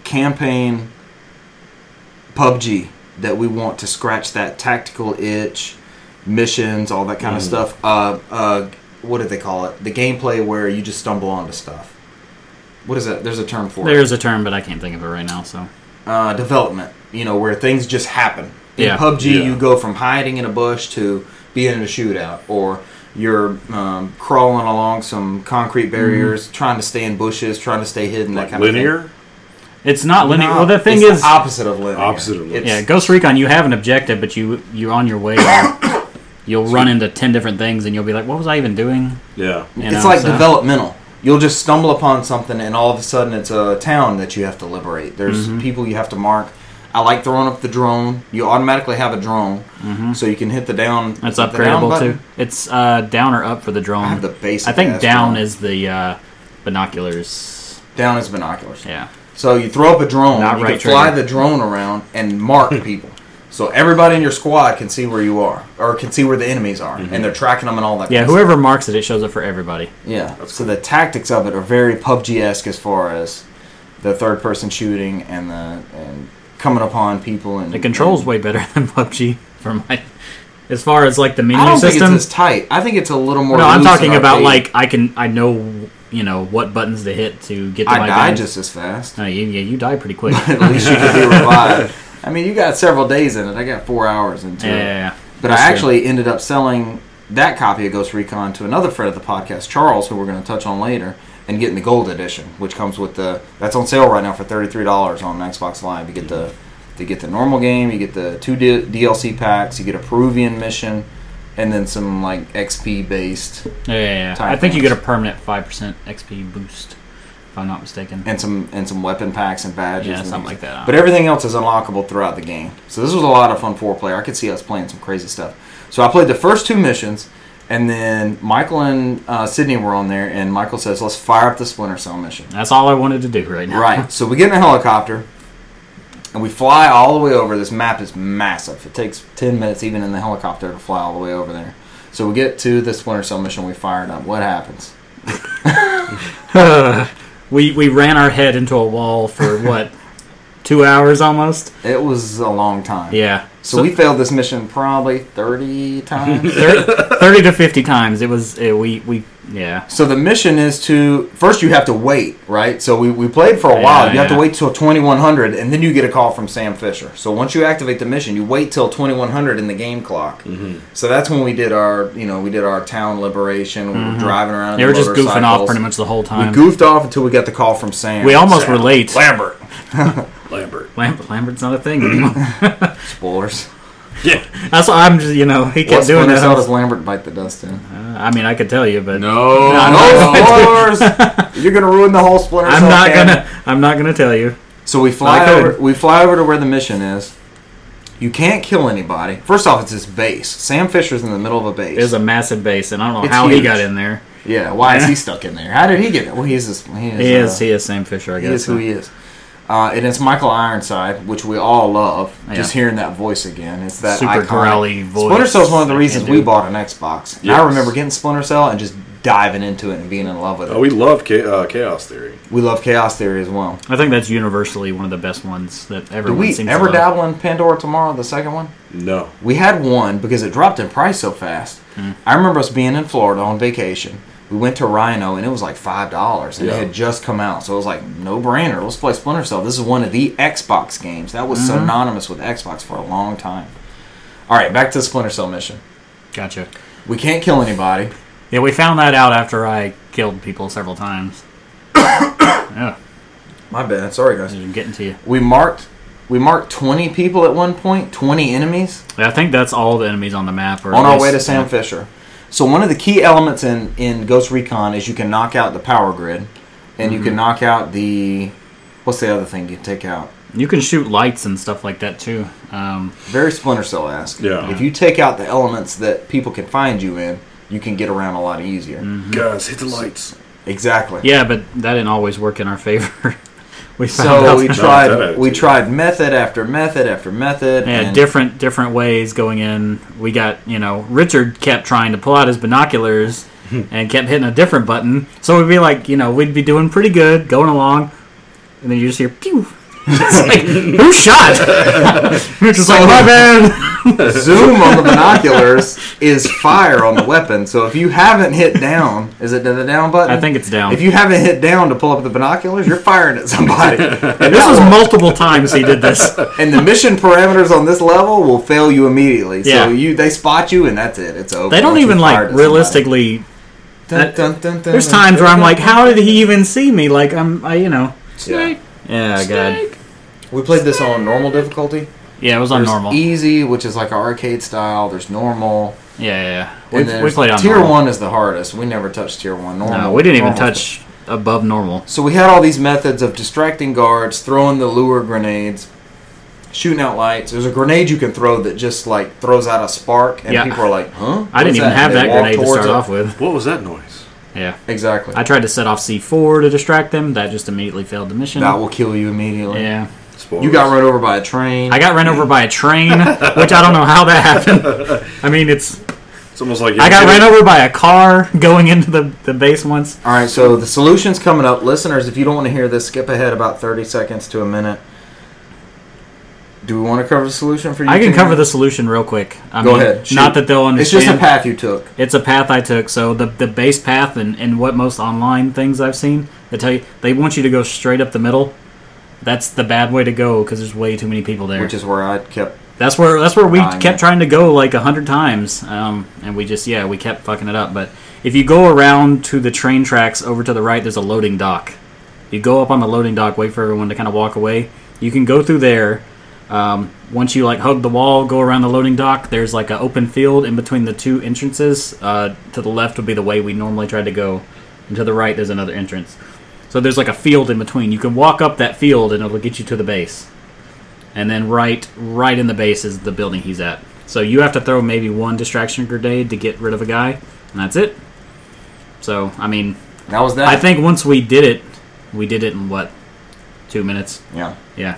[SPEAKER 1] campaign PUBG that we want to scratch that tactical itch, missions, all that kind of
[SPEAKER 4] Mm-hmm.
[SPEAKER 1] stuff, uh uh what do they call it? The gameplay where you just stumble onto stuff. What is that? There's a term for it.
[SPEAKER 4] there is a term, but I can't think of it right now. So
[SPEAKER 1] uh, development. You know, where things just happen. In
[SPEAKER 4] Yeah.
[SPEAKER 1] PUBG,
[SPEAKER 2] Yeah.
[SPEAKER 1] you go from hiding in a bush to being in a shootout, or you're um, crawling along some concrete
[SPEAKER 4] Mm-hmm.
[SPEAKER 1] barriers, trying to stay in bushes, trying to stay hidden. that
[SPEAKER 2] Like
[SPEAKER 1] kind
[SPEAKER 2] linear?
[SPEAKER 1] of thing.
[SPEAKER 4] it's not linear.
[SPEAKER 1] No,
[SPEAKER 4] well, the thing
[SPEAKER 1] it's
[SPEAKER 4] is,
[SPEAKER 1] opposite of linear.
[SPEAKER 2] Opposite of linear.
[SPEAKER 1] It's-
[SPEAKER 4] yeah, Ghost Recon, you have an objective, but you you're on your way. [COUGHS] there. You'll run into ten different things, and you'll be like, "What was I even doing?"
[SPEAKER 2] Yeah.
[SPEAKER 4] You
[SPEAKER 1] it's
[SPEAKER 4] know,
[SPEAKER 1] like
[SPEAKER 4] so-
[SPEAKER 1] developmental. You'll just stumble upon something, and all of a sudden, it's a town that you have to liberate. There's
[SPEAKER 4] Mm-hmm.
[SPEAKER 1] people you have to mark. I like throwing up the drone. You automatically have a drone, so you can hit the down.
[SPEAKER 4] Mm-hmm. That's
[SPEAKER 1] the down
[SPEAKER 4] upgradable
[SPEAKER 1] button.
[SPEAKER 4] too. It's uh, down or up for the drone.
[SPEAKER 1] I have the basic
[SPEAKER 4] I think
[SPEAKER 1] ass
[SPEAKER 4] down
[SPEAKER 1] drone.
[SPEAKER 4] is the uh, binoculars.
[SPEAKER 1] Down is binoculars.
[SPEAKER 4] Yeah.
[SPEAKER 1] So you throw up a drone,
[SPEAKER 4] Not
[SPEAKER 1] you
[SPEAKER 4] right
[SPEAKER 1] can fly
[SPEAKER 4] trigger.
[SPEAKER 1] the drone around and
[SPEAKER 4] [CLEARS THROAT]
[SPEAKER 1] mark people. So everybody in your squad can see where you are, or can see where the enemies are,
[SPEAKER 4] Mm-hmm.
[SPEAKER 1] and they're tracking them and all that.
[SPEAKER 4] Yeah,
[SPEAKER 1] kind of
[SPEAKER 4] whoever marks it, it shows up for everybody.
[SPEAKER 1] stuff. Yeah. So the tactics of it are very PUBG esque as far as the third person shooting and the and coming upon people and
[SPEAKER 4] The controls way better [LAUGHS] than PUBG for my. As far as like the
[SPEAKER 1] I
[SPEAKER 4] menu
[SPEAKER 1] don't
[SPEAKER 4] system,
[SPEAKER 1] think it's as tight. I think it's a little more.
[SPEAKER 4] no, I'm
[SPEAKER 1] loose and
[SPEAKER 4] talking about
[SPEAKER 1] arcade.
[SPEAKER 4] like I can I know you know what buttons to hit to get to
[SPEAKER 1] I
[SPEAKER 4] oh my
[SPEAKER 1] die
[SPEAKER 4] guns.
[SPEAKER 1] just as fast. [LAUGHS]
[SPEAKER 4] No, you, yeah, you die pretty quick. yeah,
[SPEAKER 1] At least you can be revived. I mean, you got several days in it. I got four hours into
[SPEAKER 4] yeah,
[SPEAKER 1] it.
[SPEAKER 4] yeah.
[SPEAKER 1] But
[SPEAKER 4] That's
[SPEAKER 1] I
[SPEAKER 4] true.
[SPEAKER 1] actually ended up selling that copy of Ghost Recon to another friend of the podcast, Charles, who we're going to touch on later, and getting the gold edition, which comes with the that's on sale right now for thirty three dollars on Xbox Live. You get the you get the normal game, you get the two D- DLC packs, you get a Peruvian mission, and then some like XP based
[SPEAKER 4] Yeah, yeah, yeah.
[SPEAKER 1] Time
[SPEAKER 4] I think you
[SPEAKER 1] frames.
[SPEAKER 4] get a permanent five percent XP boost, if I'm not mistaken.
[SPEAKER 1] and some and some weapon packs and badges,
[SPEAKER 4] Yeah,
[SPEAKER 1] and
[SPEAKER 4] something
[SPEAKER 1] things.
[SPEAKER 4] like that.
[SPEAKER 1] But everything else is unlockable throughout the game. So this was a lot of fun four player. I could see us playing some crazy stuff. So I played the first two missions, And then Michael and uh, Sydney were on there, and Michael says, "Let's fire up the Splinter Cell mission."
[SPEAKER 4] That's all I wanted to do right now.
[SPEAKER 1] Right. So we get in a helicopter and we fly all the way over. This map is massive. It takes 10 minutes, even in the helicopter, to fly all the way over there. So we get to the Splinter Cell mission. We fire it up. What happens?
[SPEAKER 4] [LAUGHS] We we ran our head into a
[SPEAKER 1] [LAUGHS]
[SPEAKER 4] wall for what two hours almost.
[SPEAKER 1] It was a long time.
[SPEAKER 4] Yeah.
[SPEAKER 1] So, we failed this mission probably 30
[SPEAKER 4] [LAUGHS]
[SPEAKER 1] times. [LAUGHS]
[SPEAKER 4] thir- thirty to fifty times. It was uh, we we yeah.
[SPEAKER 1] so the mission is to first you have to wait, right? So we, we played for a
[SPEAKER 4] Yeah,
[SPEAKER 1] while. You have to
[SPEAKER 4] yeah.
[SPEAKER 1] wait till 2100, and then you get a call from Sam Fisher. So once you activate the mission, you wait till 2100 in the game clock.
[SPEAKER 4] Mm-hmm.
[SPEAKER 1] So that's when we did our, you know, we did our town liberation. We were driving around. in
[SPEAKER 4] Mm-hmm. They were just goofing off
[SPEAKER 1] motorcycles.
[SPEAKER 4] pretty much the whole
[SPEAKER 1] We
[SPEAKER 4] time.
[SPEAKER 1] goofed off until we got the call from Sam.
[SPEAKER 4] We almost
[SPEAKER 1] Sam.
[SPEAKER 4] were late.
[SPEAKER 2] Lambert. [LAUGHS] Lambert.
[SPEAKER 4] Lam- Lambert's not
[SPEAKER 1] [LAUGHS]
[SPEAKER 4] a thing anymore.
[SPEAKER 1] spoilers.
[SPEAKER 2] Yeah.
[SPEAKER 4] That's why I'm just you know [LAUGHS] he kept
[SPEAKER 1] What
[SPEAKER 4] doing
[SPEAKER 1] Splinter
[SPEAKER 4] that.
[SPEAKER 1] Cell does Lambert bite the dust in?
[SPEAKER 4] Uh, I mean I could tell you, but
[SPEAKER 3] No.
[SPEAKER 1] No spoilers. You're gonna ruin the whole Splinter Cell.
[SPEAKER 4] I'm not
[SPEAKER 1] canon.
[SPEAKER 4] gonna I'm not gonna tell you.
[SPEAKER 1] So we fly
[SPEAKER 4] I could.
[SPEAKER 1] over. We fly over to where the mission is. You can't kill anybody. First off, it's his base. Sam Fisher's in the middle of a base.
[SPEAKER 4] It was a massive base, and I don't know
[SPEAKER 1] It's
[SPEAKER 4] how
[SPEAKER 1] huge.
[SPEAKER 4] he got in there.
[SPEAKER 1] yeah. Why
[SPEAKER 4] [LAUGHS]
[SPEAKER 1] is he stuck in there? How did he get there? Well, he is. This, he is.
[SPEAKER 4] He
[SPEAKER 1] uh,
[SPEAKER 4] is he is Sam Fisher, I
[SPEAKER 1] He
[SPEAKER 4] guess.
[SPEAKER 1] is who he is. Uh, and it's Michael Ironside, which we all love.
[SPEAKER 4] Yeah.
[SPEAKER 1] Just hearing that voice again, it's that
[SPEAKER 4] Super
[SPEAKER 1] iconic-
[SPEAKER 4] growly voice.
[SPEAKER 1] Splinter Cell is one of the
[SPEAKER 4] I
[SPEAKER 1] reasons
[SPEAKER 4] can't do
[SPEAKER 1] we
[SPEAKER 4] it.
[SPEAKER 1] bought an Xbox. And I
[SPEAKER 2] Yes.
[SPEAKER 1] remember getting Splinter Cell and just diving into it and being in love with it.
[SPEAKER 2] Oh, we love cha- uh, Chaos Theory.
[SPEAKER 1] we love Chaos Theory as well.
[SPEAKER 4] I think that's universally one of the best ones that
[SPEAKER 1] Did
[SPEAKER 4] everyone
[SPEAKER 1] we
[SPEAKER 4] seems
[SPEAKER 1] ever
[SPEAKER 4] to love.
[SPEAKER 1] dabble in Pandora Tomorrow, the second one?
[SPEAKER 2] No.
[SPEAKER 1] We had one because it dropped in price so fast. I remember us being in Florida on vacation. We went to Rhino and it was like five dollars, and
[SPEAKER 2] Yeah.
[SPEAKER 1] it had just come out, so it was like no brainer. Let's play Splinter Cell. This is one of the Xbox games that was synonymous with Xbox for a long time. All right, back to the Splinter Cell mission.
[SPEAKER 4] Gotcha.
[SPEAKER 1] We can't kill anybody.
[SPEAKER 4] Yeah, we found that out after I killed people several times. yeah,
[SPEAKER 1] My bad. Sorry, guys.
[SPEAKER 4] I'm getting to you.
[SPEAKER 1] We marked we marked twenty people at one point, twenty enemies.
[SPEAKER 4] Yeah, I think that's all the enemies on the map. Or
[SPEAKER 1] on
[SPEAKER 4] at
[SPEAKER 1] our
[SPEAKER 4] least-
[SPEAKER 1] way to Sam Fisher. So one of the key elements in in Ghost Recon is you can knock out the power grid, and you can knock out the what's the other thing you take out?
[SPEAKER 4] You can shoot lights and stuff like that too. Um,
[SPEAKER 1] Very Splinter Cell esque.
[SPEAKER 2] Yeah.
[SPEAKER 1] If you take out the elements that people can find you in, you can get around a lot easier.
[SPEAKER 2] Guys, hit the lights.
[SPEAKER 1] Exactly.
[SPEAKER 4] yeah, but that didn't always work in our favor. [LAUGHS] we found
[SPEAKER 1] So
[SPEAKER 4] out
[SPEAKER 1] we
[SPEAKER 4] [LAUGHS]
[SPEAKER 2] No, that
[SPEAKER 4] some-
[SPEAKER 1] tried we
[SPEAKER 2] attitude.
[SPEAKER 1] tried method after method after method.
[SPEAKER 4] yeah,
[SPEAKER 1] and
[SPEAKER 4] [LAUGHS] different different ways going in. We got you know Richard kept trying to pull out his
[SPEAKER 1] [LAUGHS]
[SPEAKER 4] binoculars and kept hitting a different button. So we'd be like, you know, we'd be doing pretty good going along, and then you just hear pew. [LAUGHS] it's like who shot? [LAUGHS] You're just like
[SPEAKER 1] [LAUGHS]
[SPEAKER 4] my bad.
[SPEAKER 1] zoom on the binoculars is fire on the weapon. So if you haven't hit down, is it to the down button?
[SPEAKER 4] I think it's down.
[SPEAKER 1] If you haven't hit down to pull up the binoculars, you're firing at
[SPEAKER 4] [LAUGHS]
[SPEAKER 1] somebody. and,
[SPEAKER 4] this
[SPEAKER 1] that
[SPEAKER 4] was
[SPEAKER 1] will-
[SPEAKER 4] multiple times he did this.
[SPEAKER 1] and the mission parameters on this level will fail you immediately.
[SPEAKER 4] Yeah.
[SPEAKER 1] So you they spot you and that's it. It's over.
[SPEAKER 4] They don't
[SPEAKER 1] Once you
[SPEAKER 4] even
[SPEAKER 1] fired
[SPEAKER 4] like
[SPEAKER 1] at somebody.
[SPEAKER 4] realistically.
[SPEAKER 1] Dun, dun, dun, dun,
[SPEAKER 4] There's
[SPEAKER 1] dun,
[SPEAKER 4] times
[SPEAKER 1] dun,
[SPEAKER 4] where I'm
[SPEAKER 1] dun.
[SPEAKER 4] like, how did he even see me? Like I'm, I, you know.
[SPEAKER 1] Yeah.
[SPEAKER 4] Yeah, God.
[SPEAKER 1] We played this on normal difficulty.
[SPEAKER 4] Yeah, it was on
[SPEAKER 1] There's E
[SPEAKER 4] normal.
[SPEAKER 1] easy, which is like arcade style. There's normal.
[SPEAKER 4] yeah, yeah, yeah.
[SPEAKER 1] and
[SPEAKER 4] We, we
[SPEAKER 1] there's-
[SPEAKER 4] played on
[SPEAKER 1] tier
[SPEAKER 4] normal.
[SPEAKER 1] one is the hardest. We never touched tier one. Normal.
[SPEAKER 4] No, Oh, we didn't even
[SPEAKER 1] Normal's
[SPEAKER 4] touch above normal.
[SPEAKER 1] So we had all these methods of distracting guards, throwing the lure grenades, shooting out lights. There's a grenade you can throw that just like throws out a spark, and
[SPEAKER 4] Yeah.
[SPEAKER 1] people are like, "Huh?"
[SPEAKER 4] I
[SPEAKER 1] What's
[SPEAKER 4] didn't even have
[SPEAKER 1] And they
[SPEAKER 4] that
[SPEAKER 1] walk
[SPEAKER 4] grenade to
[SPEAKER 1] towards
[SPEAKER 4] start
[SPEAKER 1] it.
[SPEAKER 4] off with.
[SPEAKER 2] What was that noise?
[SPEAKER 4] Yeah,
[SPEAKER 1] Exactly.
[SPEAKER 4] I tried to set off C4 to distract them. That just immediately failed the mission.
[SPEAKER 1] that will kill you immediately.
[SPEAKER 4] yeah,
[SPEAKER 2] Spoilers.
[SPEAKER 1] You got run over by a train.
[SPEAKER 4] I got ran over by a train, which I don't know how
[SPEAKER 1] [LAUGHS]
[SPEAKER 4] that happened. I mean, it's
[SPEAKER 2] It's almost like you
[SPEAKER 4] I got
[SPEAKER 2] hit
[SPEAKER 4] ran
[SPEAKER 2] it-
[SPEAKER 4] over by a car going into the the base once.
[SPEAKER 1] all right, so the solution's coming up, listeners. If you don't want to hear this, skip ahead about thirty seconds to a minute. Do we want to cover the solution for you?
[SPEAKER 4] I can
[SPEAKER 1] Tanner?
[SPEAKER 4] cover the solution real quick. I
[SPEAKER 1] Go
[SPEAKER 4] mean,
[SPEAKER 1] ahead. shoot.
[SPEAKER 4] Not that they'll understand.
[SPEAKER 1] It's just a path you took.
[SPEAKER 4] It's a path I took. So the the base path and, and what most online things I've seen, they tell you they want you to go straight up the middle. That's the bad way to go because there's way too many people there.
[SPEAKER 1] Which is where I kept.
[SPEAKER 4] that's where that's where we
[SPEAKER 1] Dying.
[SPEAKER 4] kept trying to go like a hundred times, um, and we just yeah we kept fucking it up. But if you go around to the train tracks over to the right, there's a loading dock. You go up on the loading dock, wait for everyone to kind of walk away. You can go through there. Um, once you like hug the wall, go around the loading dock. There's like an open field in between the two entrances. Uh, to the left would be the way we normally tried to go, and to the right there's another entrance. So there's like a field in between. You can walk up that field, and it'll get you to the base. And then right, right in the base is the building he's at. So you have to throw maybe one distraction grenade to get rid of a guy, and that's it. So I mean,
[SPEAKER 1] That was that.
[SPEAKER 4] I think once we did it, we did it in what two minutes?
[SPEAKER 1] Yeah.
[SPEAKER 4] Yeah.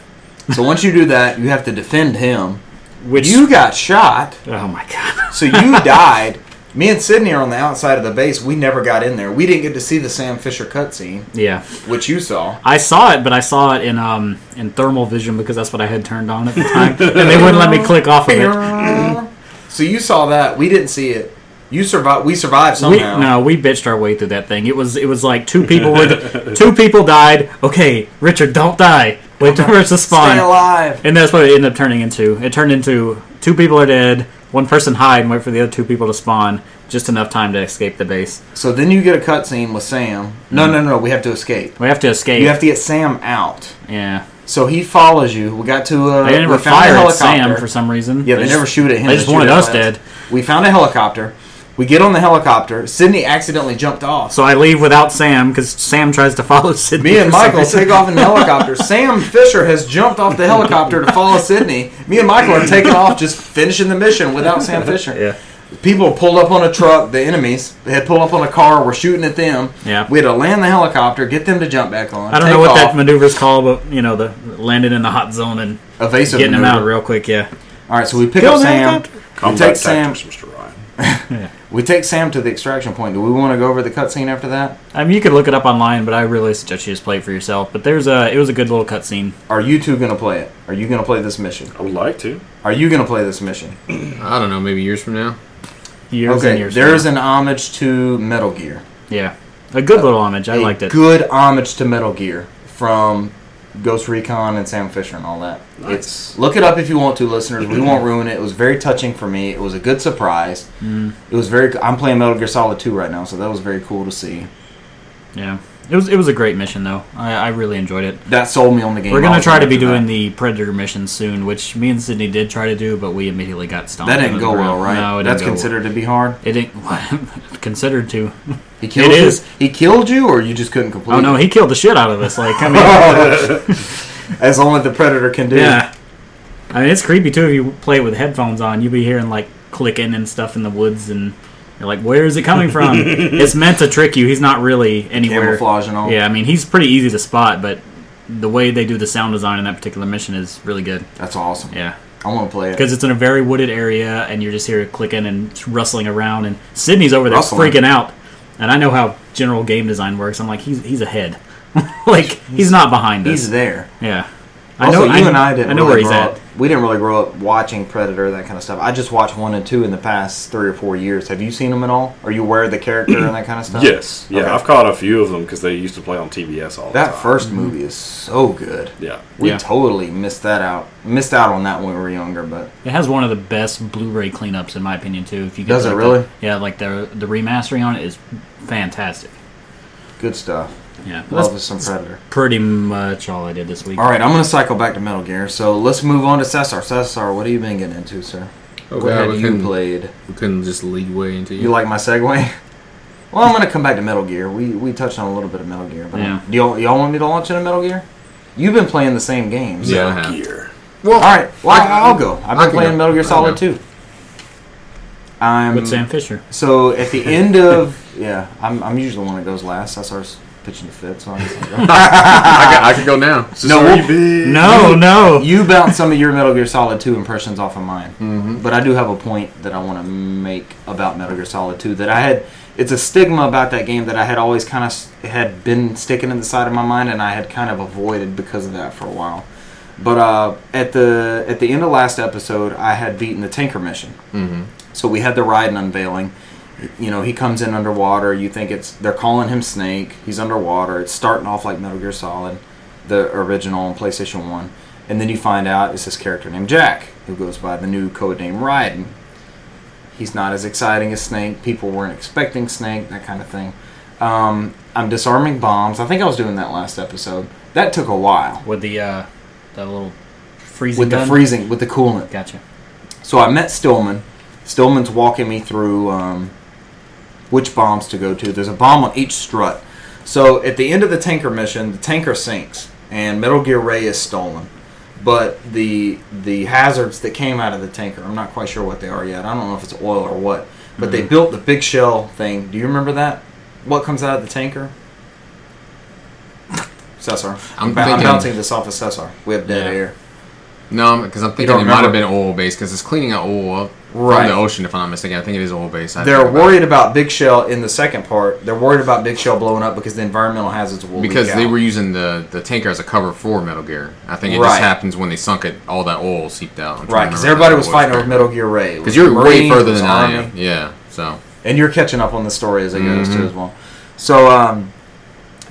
[SPEAKER 1] So once you do that, you have to defend him.
[SPEAKER 4] Which
[SPEAKER 1] You got shot,
[SPEAKER 4] oh my god, [LAUGHS]
[SPEAKER 1] so you died. Me and Sydney are on the outside of the base. We never got in there. We didn't get to see the Sam Fisher cutscene,
[SPEAKER 4] yeah.
[SPEAKER 1] which you saw.
[SPEAKER 4] I saw it, but I saw it in um in thermal vision because that's what I had turned on at the time, and they wouldn't let me click off of it.
[SPEAKER 1] [CLEARS THROAT] so you saw that. We didn't see it. You survived. We survived
[SPEAKER 4] We,
[SPEAKER 1] somehow.
[SPEAKER 4] no, we bitched our way through that thing. It was it was like two people were two people died. Okay, Richard, don't die. Wait till Richard
[SPEAKER 1] Stay
[SPEAKER 4] spawn.
[SPEAKER 1] alive.
[SPEAKER 4] And that's what it ended up turning into. It turned into two people are dead, one person hide and wait for the other two people to spawn, just enough time to escape the base.
[SPEAKER 1] So then you get a cutscene with Sam. No,
[SPEAKER 4] Mm.
[SPEAKER 1] no, no. We have to escape.
[SPEAKER 4] We have to escape.
[SPEAKER 1] You have to get Sam out.
[SPEAKER 4] yeah.
[SPEAKER 1] So he follows you. We got to. Uh,
[SPEAKER 4] They
[SPEAKER 1] we
[SPEAKER 4] never
[SPEAKER 1] found a
[SPEAKER 4] fired at
[SPEAKER 1] helicopter.
[SPEAKER 4] Sam for some reason.
[SPEAKER 1] Yeah, they,
[SPEAKER 4] just-
[SPEAKER 1] never shoot at him.
[SPEAKER 4] They just
[SPEAKER 1] shoot
[SPEAKER 4] wanted
[SPEAKER 1] at
[SPEAKER 4] us
[SPEAKER 1] us.
[SPEAKER 4] dead.
[SPEAKER 1] We found a helicopter. We get on the helicopter. Sydney accidentally jumped off.
[SPEAKER 4] So I leave without Sam because Sam tries to follow [LAUGHS] Sydney.
[SPEAKER 1] Me and
[SPEAKER 4] for some
[SPEAKER 1] Michael
[SPEAKER 4] reason.
[SPEAKER 1] take off in the helicopter. Sam Fisher has jumped off the helicopter to follow Sydney. Me and Michael are taking off, just finishing the mission without Sam Fisher.
[SPEAKER 4] Yeah.
[SPEAKER 1] People pulled up on a truck. The enemies they had pulled up on a car. We're shooting at them.
[SPEAKER 4] Yeah.
[SPEAKER 1] We had to land the helicopter, get them to jump back on.
[SPEAKER 4] I don't
[SPEAKER 1] take
[SPEAKER 4] know what that
[SPEAKER 1] off,
[SPEAKER 4] maneuver's called, but you know, the landing in the hot zone and
[SPEAKER 1] evasive
[SPEAKER 4] getting him
[SPEAKER 1] maneuver.
[SPEAKER 4] out real quick. Yeah.
[SPEAKER 1] All right, so we pick
[SPEAKER 4] Kill
[SPEAKER 1] up
[SPEAKER 4] the
[SPEAKER 1] Sam.
[SPEAKER 4] helicopter.
[SPEAKER 1] we
[SPEAKER 2] Combat
[SPEAKER 1] take Sam.
[SPEAKER 2] tactics, Mr. Ryan.
[SPEAKER 1] We take Sam to the extraction point. Do we want to go over the cutscene after that?
[SPEAKER 4] I mean, you could look it up online, but I really suggest you just play it for yourself. But there's a, it was a good little cutscene.
[SPEAKER 1] Are you two gonna play it? Are you gonna play this mission?
[SPEAKER 2] I would like to.
[SPEAKER 1] Are you gonna play this mission?
[SPEAKER 3] I don't know, maybe years from now.
[SPEAKER 4] Years and
[SPEAKER 1] Okay,
[SPEAKER 4] years.
[SPEAKER 1] there is
[SPEAKER 4] ago.
[SPEAKER 1] an homage to Metal Gear.
[SPEAKER 4] yeah, a good little homage. I
[SPEAKER 1] A
[SPEAKER 4] liked it.
[SPEAKER 1] Good homage to Metal Gear from Ghost Recon and Sam Fisher and all that. It's look it up if you want to, listeners. We
[SPEAKER 4] [CLEARS THROAT]
[SPEAKER 1] won't ruin it. It was very touching for me. It was a good surprise.
[SPEAKER 4] Mm.
[SPEAKER 1] It was very. I'm playing Metal Gear Solid 2 right now, so that was very cool to see.
[SPEAKER 4] Yeah, it was, it was a great mission though. I, I really enjoyed it.
[SPEAKER 1] That sold me on the game.
[SPEAKER 4] We're
[SPEAKER 1] I
[SPEAKER 4] gonna
[SPEAKER 1] was
[SPEAKER 4] try to
[SPEAKER 1] into
[SPEAKER 4] be
[SPEAKER 1] that.
[SPEAKER 4] doing the Predator mission soon, which me and Sydney did try to do, but we immediately got stomped.
[SPEAKER 1] That
[SPEAKER 4] into
[SPEAKER 1] didn't
[SPEAKER 4] the
[SPEAKER 1] go well,
[SPEAKER 4] ground.
[SPEAKER 1] right?
[SPEAKER 4] No, it
[SPEAKER 1] That's
[SPEAKER 4] didn't go
[SPEAKER 1] considered to be hard.
[SPEAKER 4] Well. It didn't [LAUGHS] considered to.
[SPEAKER 1] He killed
[SPEAKER 4] It
[SPEAKER 1] you.
[SPEAKER 4] is.
[SPEAKER 1] He killed you, or you just couldn't complete.
[SPEAKER 4] Oh no,
[SPEAKER 1] it?
[SPEAKER 4] he killed the shit out of us. Like I
[SPEAKER 1] [LAUGHS]
[SPEAKER 4] mean,
[SPEAKER 1] As only the predator can do.
[SPEAKER 4] yeah. I mean, it's creepy too. If you play with headphones on, you'll be hearing like clicking and stuff in the woods, and you're like, "Where is it coming
[SPEAKER 1] [LAUGHS]
[SPEAKER 4] from?" it's meant to trick you. He's not really anywhere.
[SPEAKER 1] Camouflage and all.
[SPEAKER 4] Yeah, I mean, he's pretty easy to spot, but the way they do the sound design in that particular mission is really good.
[SPEAKER 1] That's awesome.
[SPEAKER 4] Yeah.
[SPEAKER 1] I want to play it.
[SPEAKER 4] Because it's in a very wooded area, and you're just here clicking and rustling around, and Sydney's over there
[SPEAKER 1] Rustling.
[SPEAKER 4] freaking out. And I know how general game design works. I'm like, he's he's ahead, [LAUGHS] like he's not behind us.
[SPEAKER 1] He's there.
[SPEAKER 4] Yeah, I
[SPEAKER 1] Also,
[SPEAKER 4] know.
[SPEAKER 1] you and I didn't.
[SPEAKER 4] I know
[SPEAKER 1] really
[SPEAKER 4] where he's
[SPEAKER 1] grow
[SPEAKER 4] at.
[SPEAKER 1] Up, we didn't really grow up watching Predator that kind of stuff. I just watched one and two in the past three or four years. Have you seen them at all? Are you aware of the character and that kind of stuff?
[SPEAKER 2] Yes. Yeah,
[SPEAKER 1] Okay.
[SPEAKER 2] I've caught a few of them because they used to play on TBS all the
[SPEAKER 1] That
[SPEAKER 2] time.
[SPEAKER 1] first movie is so good.
[SPEAKER 2] Yeah.
[SPEAKER 1] We
[SPEAKER 4] Yeah.
[SPEAKER 1] totally missed that out. Missed out on that when we were younger, but
[SPEAKER 4] It has one of the best Blu-ray cleanups, in my opinion, too. If you get
[SPEAKER 1] Does it
[SPEAKER 4] like,
[SPEAKER 1] really?
[SPEAKER 4] The, yeah, like the the remastering on it is fantastic.
[SPEAKER 1] good stuff.
[SPEAKER 4] Yeah, but
[SPEAKER 1] Love
[SPEAKER 4] that's
[SPEAKER 1] us some Predator.
[SPEAKER 4] pretty much all I did this week.
[SPEAKER 1] All right, I'm gonna cycle back to Metal Gear. So let's move on to Cesar. Cesar, what have you been getting into, sir?
[SPEAKER 3] Oh,
[SPEAKER 1] what
[SPEAKER 3] God,
[SPEAKER 1] have
[SPEAKER 3] we,
[SPEAKER 1] you
[SPEAKER 3] couldn't,
[SPEAKER 1] played?
[SPEAKER 3] we couldn't just lead way into
[SPEAKER 1] You
[SPEAKER 3] you.
[SPEAKER 1] like my segue? [LAUGHS] Well, I'm gonna come back to Metal Gear. We we touched on a little bit of Metal Gear, but um,
[SPEAKER 4] Yeah.
[SPEAKER 1] do y'all, y'all want me to launch into Metal Gear? You've been playing the same games.
[SPEAKER 3] yeah, I have.
[SPEAKER 2] Gear.
[SPEAKER 1] All right. Well,
[SPEAKER 3] I-
[SPEAKER 1] I, will go. I've
[SPEAKER 3] I
[SPEAKER 1] been
[SPEAKER 3] can
[SPEAKER 1] playing
[SPEAKER 3] go.
[SPEAKER 1] Metal Gear
[SPEAKER 3] I
[SPEAKER 1] Solid
[SPEAKER 3] know.
[SPEAKER 1] 2. I'm
[SPEAKER 4] with Sam Fisher.
[SPEAKER 1] so at the end of yeah. I'm, I'm usually the one that goes last. That's our pitching the fit. So I'm just gonna go.
[SPEAKER 3] I, can, I can go now.
[SPEAKER 1] Ah. No,
[SPEAKER 2] Sorry,
[SPEAKER 1] we'll-
[SPEAKER 2] big.
[SPEAKER 4] No, no.
[SPEAKER 1] [LAUGHS] you bounce some of your Metal Gear Solid 2 impressions off of mine. Mm-hmm. But I do have a point that I want to make about Metal Gear Solid 2 that I had. It's a stigma about that game that I had always kind of had been sticking in the side of my mind, and I had kind of avoided because of that for a while. But uh, at the at the end of last episode, I had beaten the Tinker mission.
[SPEAKER 3] Mm-hmm.
[SPEAKER 1] So we had the ride and unveiling. You know, he comes in underwater. You think it's they're calling him Snake. He's underwater. It's starting off like Metal Gear Solid, the original on PlayStation One, and then you find out it's this character named Jack who goes by the new codename Raiden. He's not as exciting as Snake. People weren't expecting Snake, that kind of thing. Um, I'm disarming bombs. I think I was doing that last episode. That took a while
[SPEAKER 4] With the uh, that little freezing
[SPEAKER 1] with the
[SPEAKER 4] gun.
[SPEAKER 1] freezing, with the coolant.
[SPEAKER 4] Gotcha.
[SPEAKER 1] So I met Stillman. Stillman's walking me through um, which bombs to go to. There's a bomb on each strut. So at the end of the tanker mission, the tanker sinks and Metal Gear Ray is stolen. But the the hazards that came out of the tanker, I'm not quite sure what they are yet. I don't know if it's oil or what. But
[SPEAKER 3] Mm-hmm.
[SPEAKER 1] they built the big shell thing. Do you remember that? What comes out of the
[SPEAKER 3] [LAUGHS]
[SPEAKER 1] tanker? Cesar. I'm,
[SPEAKER 3] I'm
[SPEAKER 1] bou- I'm
[SPEAKER 3] thinking-
[SPEAKER 1] bouncing this off of Cesar. We have dead
[SPEAKER 4] Yeah.
[SPEAKER 1] air.
[SPEAKER 3] No, because I'm thinking
[SPEAKER 1] don't
[SPEAKER 3] it might have
[SPEAKER 1] remember?
[SPEAKER 3] been oil based because it's cleaning out oil
[SPEAKER 1] Right.
[SPEAKER 3] from the ocean. If I'm not mistaken, I think it is oil based.
[SPEAKER 1] They're worried about Big Shell in the second part. They're worried about Big Shell blowing up because the environmental hazards will leak
[SPEAKER 3] because they
[SPEAKER 1] out.
[SPEAKER 3] were using the, the tanker as a cover for Metal Gear. I think it
[SPEAKER 1] Right.
[SPEAKER 3] just happens when they sunk it, all that oil seeped out. I'm trying to
[SPEAKER 1] right because
[SPEAKER 3] remember
[SPEAKER 1] everybody
[SPEAKER 3] what
[SPEAKER 1] was
[SPEAKER 3] it
[SPEAKER 1] fighting over Metal Gear Ray.
[SPEAKER 3] Because you're way further than I am. Mm-hmm. Yeah. So
[SPEAKER 1] and you're catching up on the story as it goes too as well. So um,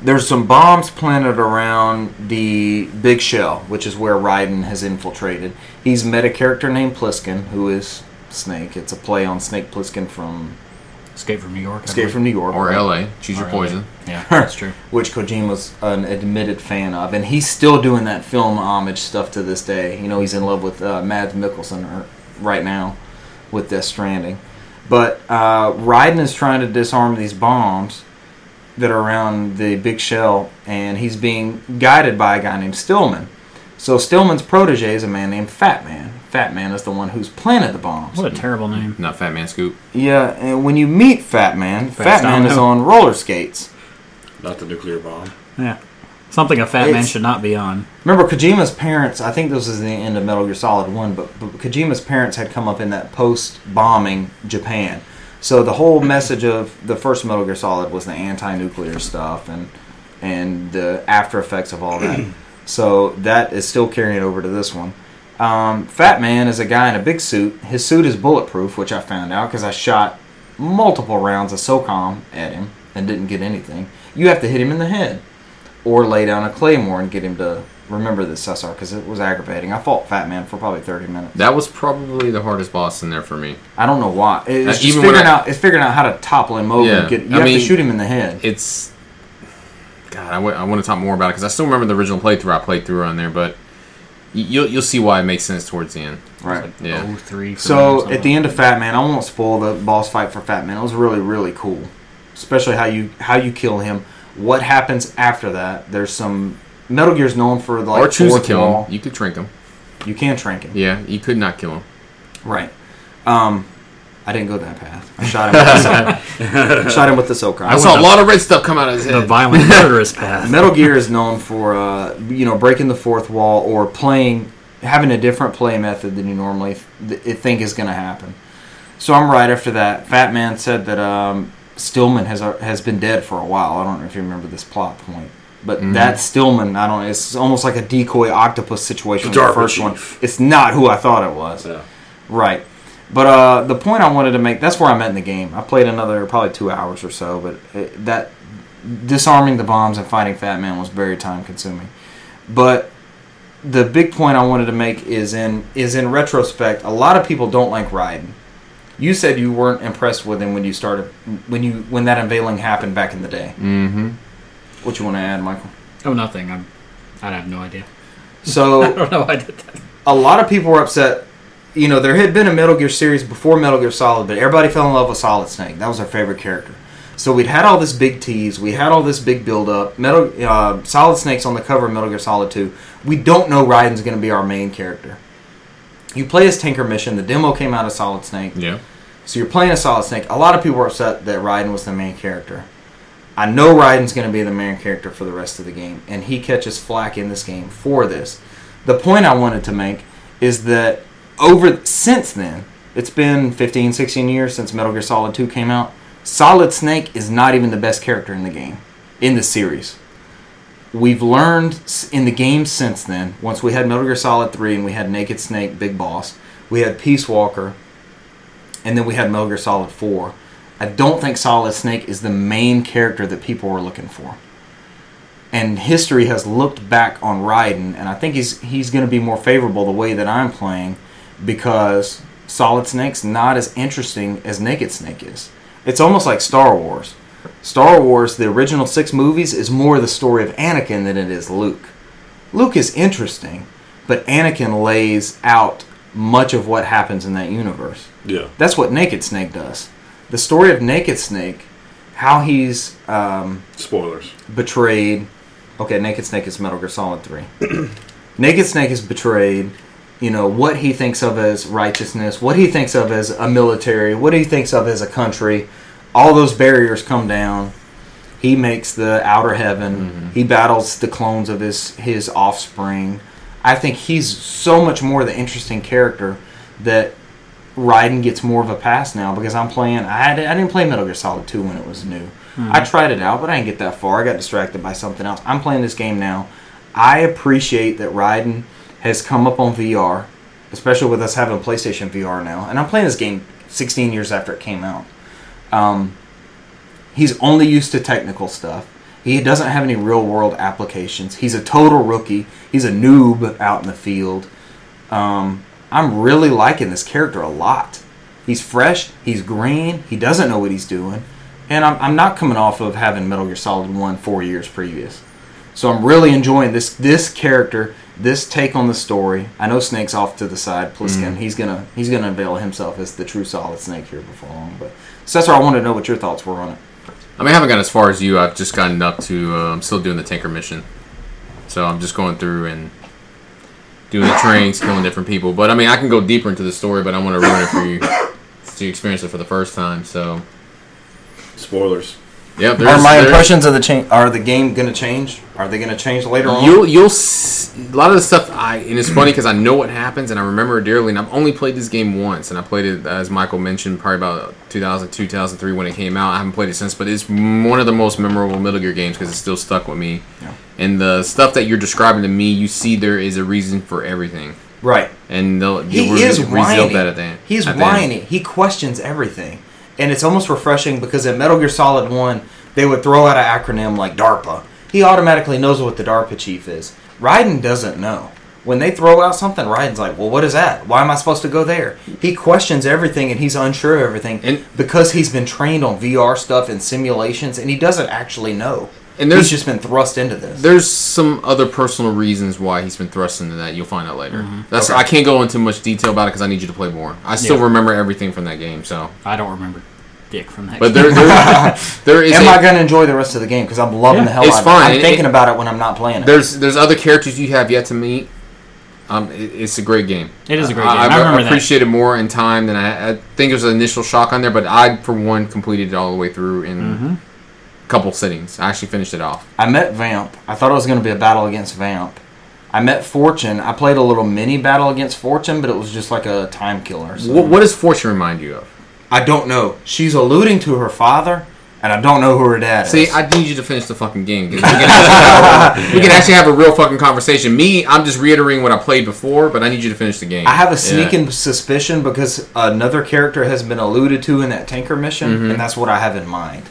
[SPEAKER 1] there's some bombs planted around the Big Shell, which is where Raiden has infiltrated. He's met a character named Pliskin, who is Snake. It's a play on Snake Pliskin from
[SPEAKER 4] Escape from New York. I
[SPEAKER 1] Escape
[SPEAKER 4] believe.
[SPEAKER 1] from New York,
[SPEAKER 3] or LA, choose
[SPEAKER 4] Or
[SPEAKER 3] your
[SPEAKER 4] LA.
[SPEAKER 3] poison.
[SPEAKER 4] Yeah, that's true.
[SPEAKER 1] which Kojima's an admitted fan of, and he's still doing that film homage stuff to this day. You know, he's in love with uh, Mads Mikkelsen er- right now with Death Stranding. But uh, Raiden is trying to disarm these bombs that are around the big shell, and he's being guided by a guy named Stillman. So Stillman's protege is a man named Fat Man. Fat Man is the one who's planted the bombs.
[SPEAKER 4] What a terrible name.
[SPEAKER 3] Not Fat Man Scoop.
[SPEAKER 1] Yeah, and when you meet Fat Man, Fat Man is
[SPEAKER 4] Domino.
[SPEAKER 1] on roller skates.
[SPEAKER 2] Not the nuclear bomb.
[SPEAKER 4] Yeah, something a fat man
[SPEAKER 1] It's-
[SPEAKER 4] should not be on.
[SPEAKER 1] Remember Kojima's parents? I think this was the end of Metal Gear Solid One, but, but Kojima's parents had come up in that post-bombing Japan, so the whole message of the first Metal Gear Solid was the anti-nuclear stuff and and the after effects of all that. so that is still carrying over to this one. Um, Fat Man is a guy in a big suit. His suit is bulletproof, which I found out because I shot multiple rounds of SOCOM at him and didn't get anything. You have to hit him in the head or lay down a claymore and get him to remember this Cesar because it was aggravating. I fought Fat Man for probably thirty minutes.
[SPEAKER 3] That was probably the hardest boss in there for me.
[SPEAKER 1] I don't know why. It- It's
[SPEAKER 3] Uh,
[SPEAKER 1] just
[SPEAKER 3] even when
[SPEAKER 1] figuring
[SPEAKER 3] I-
[SPEAKER 1] out. It's figuring out how to topple him over. and
[SPEAKER 3] Yeah,
[SPEAKER 1] get, you
[SPEAKER 3] I
[SPEAKER 1] have
[SPEAKER 3] mean-
[SPEAKER 1] to shoot him in the head.
[SPEAKER 3] It's God. I want to talk more about it because I still remember the original playthrough I played through on there, but y- you'll you'll see why it makes sense towards the end.
[SPEAKER 1] right.
[SPEAKER 3] Yeah.
[SPEAKER 4] Oh, three.
[SPEAKER 1] So at the end of Fat Man, I won't spoil the boss fight for Fat Man. It was really really cool, especially how you how you kill him. What happens after that? There's some Metal Gear's known for the like
[SPEAKER 3] or choose to
[SPEAKER 1] fourth
[SPEAKER 3] kill
[SPEAKER 1] wall.
[SPEAKER 3] him. You could drink him.
[SPEAKER 1] You can trank him.
[SPEAKER 3] Yeah, you could not kill him.
[SPEAKER 1] Right. Um, I didn't go that path. I shot him.
[SPEAKER 3] [LAUGHS]
[SPEAKER 1] With the, I shot him with the SOCOM.
[SPEAKER 3] I saw a lot of red stuff come out of his
[SPEAKER 4] the
[SPEAKER 3] head.
[SPEAKER 4] [LAUGHS] violent murderous
[SPEAKER 1] [LAUGHS]
[SPEAKER 4] path.
[SPEAKER 1] Metal Gear is known for uh, you know breaking the fourth wall or playing having a different play method than you normally th- th- think is going to happen. So I'm right after that. Fat Man said that um, Stillman has uh, has been dead for a while. I don't know if you remember this plot point, but that Stillman, I don't. It's almost like a decoy octopus situation. with the
[SPEAKER 2] DARPA
[SPEAKER 1] first
[SPEAKER 2] chief.
[SPEAKER 1] one, it's not who I thought it was.
[SPEAKER 2] Yeah.
[SPEAKER 1] Right. But uh, the point I wanted to make, that's where I'm at in the game. I played another probably two hours or so, but it, that disarming the bombs and fighting Fat Man was very time consuming. But the big point I wanted to make is in is in retrospect, a lot of people don't like Raiden. You said you weren't impressed with him when you started when you when that unveiling happened back in the day.
[SPEAKER 3] Mm-hmm.
[SPEAKER 1] What you want to add, Michael?
[SPEAKER 4] Oh, nothing. I'm. I have no idea. [LAUGHS] I
[SPEAKER 1] So
[SPEAKER 4] don't know. why I did that.
[SPEAKER 1] a lot of people were upset. You know, there had been a Metal Gear series before Metal Gear Solid, but everybody fell in love with Solid Snake. That was our favorite character. So we'd had all this big tease, we had all this big build up. Metal uh, Solid Snake's on the cover of Metal Gear Solid 2. We don't know Raiden's going to be our main character. You play as Tinker Mission. The demo came out of Solid Snake.
[SPEAKER 3] Yeah.
[SPEAKER 1] So you're playing a Solid Snake. A lot of people were upset that Raiden was the main character. I know Raiden's going to be the main character for the rest of the game, and he catches flack in this game for this. The point I wanted to make is that over since then, it's been 15, 16 years since Metal Gear Solid 2 came out. Solid Snake is not even the best character in the game, in the series we've learned s- in the game since then. Once we had Metal Gear Solid Three, and we had Naked Snake, Big Boss, we had Peace Walker, and then we had Metal Gear Solid Four. I don't think Solid Snake is the main character that people were looking for. And history has looked back on Raiden, and I think he's he's going to be more favorable the way that I'm playing because Solid Snake's not as interesting as Naked Snake is. It's almost like Star Wars. Star Wars, the original six movies, is more the story of Anakin than it is Luke. Luke is interesting, but Anakin lays out much of what happens in that universe.
[SPEAKER 2] Yeah.
[SPEAKER 1] That's what Naked Snake does. The story of Naked Snake, how he's um,
[SPEAKER 2] Spoilers.
[SPEAKER 1] [CLEARS THROAT] betrayed. Okay, Naked Snake is Metal Gear Solid 3. Naked Snake is betrayed. you know what he thinks of as righteousness, what he thinks of as a military, what he thinks of as a country. All those barriers come down. He makes the outer heaven. He battles the clones of his his offspring. I think he's so much more the interesting character that Raiden gets more of a pass now because I'm playing. I, had, I didn't play Metal Gear Solid 2 when it was new. I tried it out, but I didn't get that far. I got distracted by something else. I'm playing this game now. I appreciate that Raiden has come up on VR, especially with us having PlayStation VR now. And I'm playing this game 16 years after it came out. Um, he's only used to technical stuff. He doesn't have any real world applications. He's a total rookie. He's a noob out in the field. Um, I'm really liking this character a lot. He's fresh, he's green, he doesn't know what he's doing, and I'm, I'm not coming off of having Metal Gear Solid 1 four years previous. So I'm really enjoying this this character, this take on the story. I know Snake's off to the side, Pliskin. He's gonna he's gonna unveil himself as the true Solid Snake here before long. But Cesar, I wanted to know what your thoughts were on it.
[SPEAKER 3] I mean, I haven't gotten as far as you. I've just gotten up to. Uh, I'm still doing the tanker mission, so I'm just going through and doing the trains, killing different people. But I mean, I can go deeper into the story, but I want to ruin it for you to experience it for the first time. So,
[SPEAKER 2] Spoilers.
[SPEAKER 3] yeah, there's,
[SPEAKER 1] Are my
[SPEAKER 3] there's-
[SPEAKER 1] impressions of the change? Are the game gonna change? Are they gonna change later on?
[SPEAKER 3] You'll you'll s- a lot of the stuff. I and it's funny because I know what happens and I remember it dearly. And I've only played this game once, and I played it as Michael mentioned, probably about 2000, 2003 when it came out. I haven't played it since, but it's m- one of the most memorable Metal Gear games because it's still stuck with me. And the stuff that you're describing to me, you see there is a reason for everything,
[SPEAKER 1] right.
[SPEAKER 3] and they'll
[SPEAKER 1] He
[SPEAKER 3] you will
[SPEAKER 1] is
[SPEAKER 3] reveal
[SPEAKER 1] whiny.
[SPEAKER 3] that at the end.
[SPEAKER 1] He's
[SPEAKER 3] at the end.
[SPEAKER 1] whiny. He questions everything, and it's almost refreshing because in Metal Gear Solid One, they would throw out an acronym like DARPA. He automatically knows what the DARPA chief is. Raiden doesn't know. When they throw out something, Raiden's like, "Well, what is that? Why am I supposed to go there?" He questions everything, and he's unsure of everything
[SPEAKER 3] And-
[SPEAKER 1] because he's been trained on VR stuff and simulations, and he doesn't actually know.
[SPEAKER 3] And
[SPEAKER 1] And
[SPEAKER 3] there's-
[SPEAKER 1] he's just been thrust into this.
[SPEAKER 3] There's some other personal reasons why he's been thrust into that. You'll find out later.
[SPEAKER 4] Mm-hmm.
[SPEAKER 3] That's I can't go into much detail about it because I need you to play more. I still
[SPEAKER 4] Yeah.
[SPEAKER 3] remember everything from that game. So,
[SPEAKER 4] I don't remember dick from that.
[SPEAKER 3] but there,
[SPEAKER 4] [LAUGHS]
[SPEAKER 3] there, there is
[SPEAKER 1] Am
[SPEAKER 3] a-
[SPEAKER 1] I going to enjoy the rest of the game? Because I'm loving
[SPEAKER 4] Yeah,
[SPEAKER 1] the hell
[SPEAKER 3] it's
[SPEAKER 1] out of
[SPEAKER 3] fine.
[SPEAKER 1] it. I'm
[SPEAKER 3] It-
[SPEAKER 1] thinking
[SPEAKER 3] it-
[SPEAKER 1] about it when I'm not playing it.
[SPEAKER 3] there's there's other characters you have yet to meet. Um, it, it's a great game.
[SPEAKER 4] It is a great
[SPEAKER 3] I,
[SPEAKER 4] game. I remember that.
[SPEAKER 3] appreciated more in time than I, I think it was an initial shock on there, but I for one completed it all the way through in
[SPEAKER 4] Mm-hmm.
[SPEAKER 3] a couple sittings. I actually finished it off.
[SPEAKER 1] I met Vamp. I thought it was going to be a battle against Vamp. I met Fortune. I played a little mini battle against Fortune, but it was just like a time killer. So.
[SPEAKER 3] What, what does Fortune remind you of?
[SPEAKER 1] I don't know. She's alluding to her father, and I don't know who her dad
[SPEAKER 3] See,
[SPEAKER 1] is.
[SPEAKER 3] I need you to finish the fucking game. 'cause We can, actually
[SPEAKER 1] [LAUGHS]
[SPEAKER 3] have, we can actually have a real fucking conversation. Me, I'm just reiterating what I played before, but I need you to finish the game.
[SPEAKER 1] I have
[SPEAKER 3] Yeah.
[SPEAKER 1] a sneaking suspicion because another character has been alluded to in that tanker mission, and that's what I have in mind.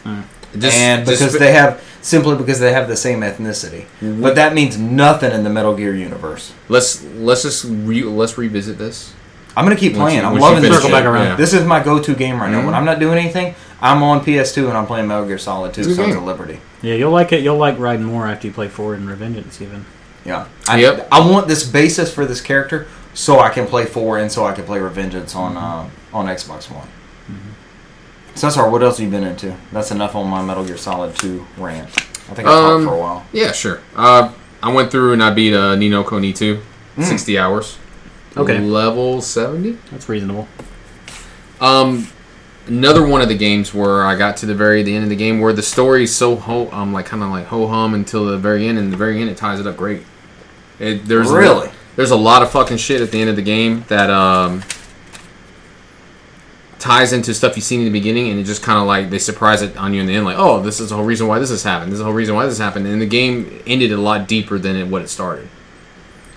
[SPEAKER 3] Just-
[SPEAKER 1] and
[SPEAKER 3] just
[SPEAKER 1] because they have simply because they have the same ethnicity, but that means nothing in the Metal Gear universe.
[SPEAKER 3] let's let's just re, let's revisit this.
[SPEAKER 1] I'm gonna keep
[SPEAKER 3] Once
[SPEAKER 1] playing.
[SPEAKER 3] you-
[SPEAKER 1] I'm
[SPEAKER 3] once you
[SPEAKER 1] loving this.
[SPEAKER 3] finish
[SPEAKER 4] Circle
[SPEAKER 1] shit.
[SPEAKER 4] back around.
[SPEAKER 3] yeah.
[SPEAKER 1] This is my go-to game right now. When I'm not doing anything, I'm on PS2 and I'm playing Metal Gear Solid 2:
[SPEAKER 3] good
[SPEAKER 1] Sons
[SPEAKER 3] game.
[SPEAKER 1] of Liberty.
[SPEAKER 4] yeah, you'll like it. You'll like riding more after you play four and Revengeance even.
[SPEAKER 1] Yeah. I,
[SPEAKER 3] Yep.
[SPEAKER 1] I want this basis for this character so I can play four and so I can play Revengeance on uh, on Xbox One. Mm-hmm. Cesar, what else have you been into? That's enough on my Metal Gear Solid 2 rant. I think I
[SPEAKER 3] Um,
[SPEAKER 1] talked for a while.
[SPEAKER 3] Yeah, sure. Uh, I went through and I beat uh, Nino Koni 2,
[SPEAKER 1] Hmm.
[SPEAKER 3] 60 hours.
[SPEAKER 4] Okay.
[SPEAKER 3] Level 70?
[SPEAKER 4] That's reasonable.
[SPEAKER 3] Um, another one of the games where I got to the very the end of the game where the story is so ho um like kind of like ho hum until the very end, and the very end it ties it up great. It, there's a-
[SPEAKER 1] Really?
[SPEAKER 3] there's a lot of fucking shit at the end of the game that um ties into stuff you seen in the beginning, and it just kind of like they surprise it on you in the end, like oh this is the whole reason why this has happened, this is the whole reason why this happened, and the game ended a lot deeper than it, what it started.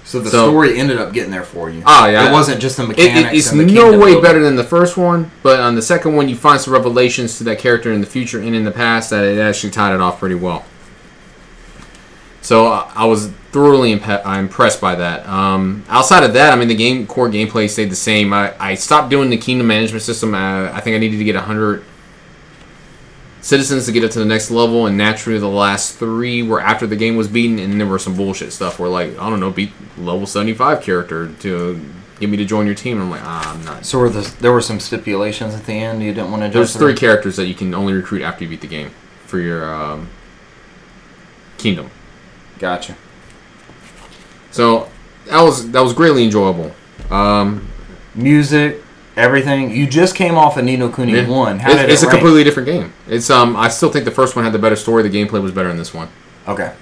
[SPEAKER 1] So the
[SPEAKER 3] so-
[SPEAKER 1] story ended up getting there for you.
[SPEAKER 3] Ah, yeah.
[SPEAKER 1] It wasn't just the
[SPEAKER 3] It-
[SPEAKER 1] mechanics.
[SPEAKER 3] it- it's
[SPEAKER 1] and the
[SPEAKER 3] no
[SPEAKER 1] kingdom
[SPEAKER 3] way
[SPEAKER 1] building.
[SPEAKER 3] better than the first one, but on the second one, you find some revelations to that character in the future and in the past that it actually tied it off pretty well. So I, I was thoroughly impe- uh, impressed by that. Um, outside of that, I mean, the game core gameplay stayed the same. I, I stopped doing the kingdom management system. I, I think I needed to get 100 citizens to get up to the next level, and naturally, the last three were after the game was beaten, and there were some bullshit stuff where, like, I don't know, beat level 75 character to get me to join your team. And I'm like, ah, I'm not.
[SPEAKER 1] So were the, there were some stipulations at the end you didn't want to
[SPEAKER 3] There's
[SPEAKER 1] adjust.
[SPEAKER 3] three
[SPEAKER 1] to?
[SPEAKER 3] characters that you can only recruit after you beat the game for your um, kingdom.
[SPEAKER 1] Gotcha.
[SPEAKER 3] So that was that was greatly enjoyable. Um,
[SPEAKER 1] music, everything. You just came off of Nino Kuni
[SPEAKER 3] yeah.
[SPEAKER 1] one. How
[SPEAKER 3] it's
[SPEAKER 1] did it
[SPEAKER 3] it's a
[SPEAKER 1] rank?
[SPEAKER 3] completely different game. It's um, I still think the first one had the better story. The gameplay was better in this one.
[SPEAKER 1] okay,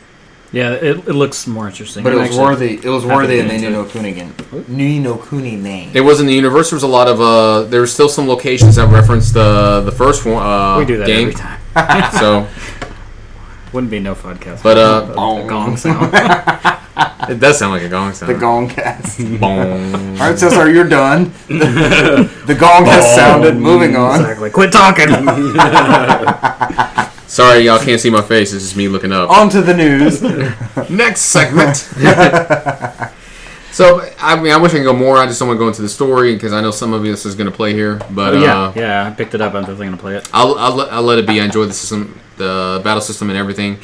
[SPEAKER 4] Yeah, it, it looks more interesting.
[SPEAKER 1] but it was
[SPEAKER 4] Actually,
[SPEAKER 1] worthy. It was
[SPEAKER 4] haven't
[SPEAKER 1] worthy of
[SPEAKER 4] been
[SPEAKER 1] the
[SPEAKER 4] into
[SPEAKER 1] Nino Kuni game. Nino Kuni name.
[SPEAKER 3] It was in the universe. There was a lot of uh, there was still some locations that referenced uh, the first one. Uh,
[SPEAKER 4] We do that
[SPEAKER 3] game.
[SPEAKER 4] every time.
[SPEAKER 3] [LAUGHS] so
[SPEAKER 4] Wouldn't be no podcast.
[SPEAKER 3] But, uh,
[SPEAKER 1] [LAUGHS]
[SPEAKER 4] without
[SPEAKER 1] Bong.
[SPEAKER 4] the gong
[SPEAKER 3] [LAUGHS]
[SPEAKER 4] sound.
[SPEAKER 3] it does sound like a gong sound.
[SPEAKER 1] The Gong
[SPEAKER 3] [LAUGHS]
[SPEAKER 1] Cast. All [LAUGHS]
[SPEAKER 3] Bong.
[SPEAKER 1] right, Cesar, you're
[SPEAKER 3] [LAUGHS]
[SPEAKER 1] done. the Gong has sounded. Moving on.
[SPEAKER 4] Mm, exactly.
[SPEAKER 3] [LAUGHS]
[SPEAKER 4] Quit talking. [LAUGHS]
[SPEAKER 3] Sorry, y'all can't see my face. It's just me looking up.
[SPEAKER 1] On to the
[SPEAKER 3] [LAUGHS]
[SPEAKER 1] news.
[SPEAKER 3] Next
[SPEAKER 4] [LAUGHS]
[SPEAKER 3] segment. so, I mean, I wish I could go more. I just don't want to go into the story because I know some of this is going to play here. But
[SPEAKER 4] Oh, yeah,
[SPEAKER 3] uh,
[SPEAKER 4] yeah. I picked it up. I'm definitely gonna play it.
[SPEAKER 3] I'll, I'll, let, I'll let it be. I enjoy the system, the battle system, and everything.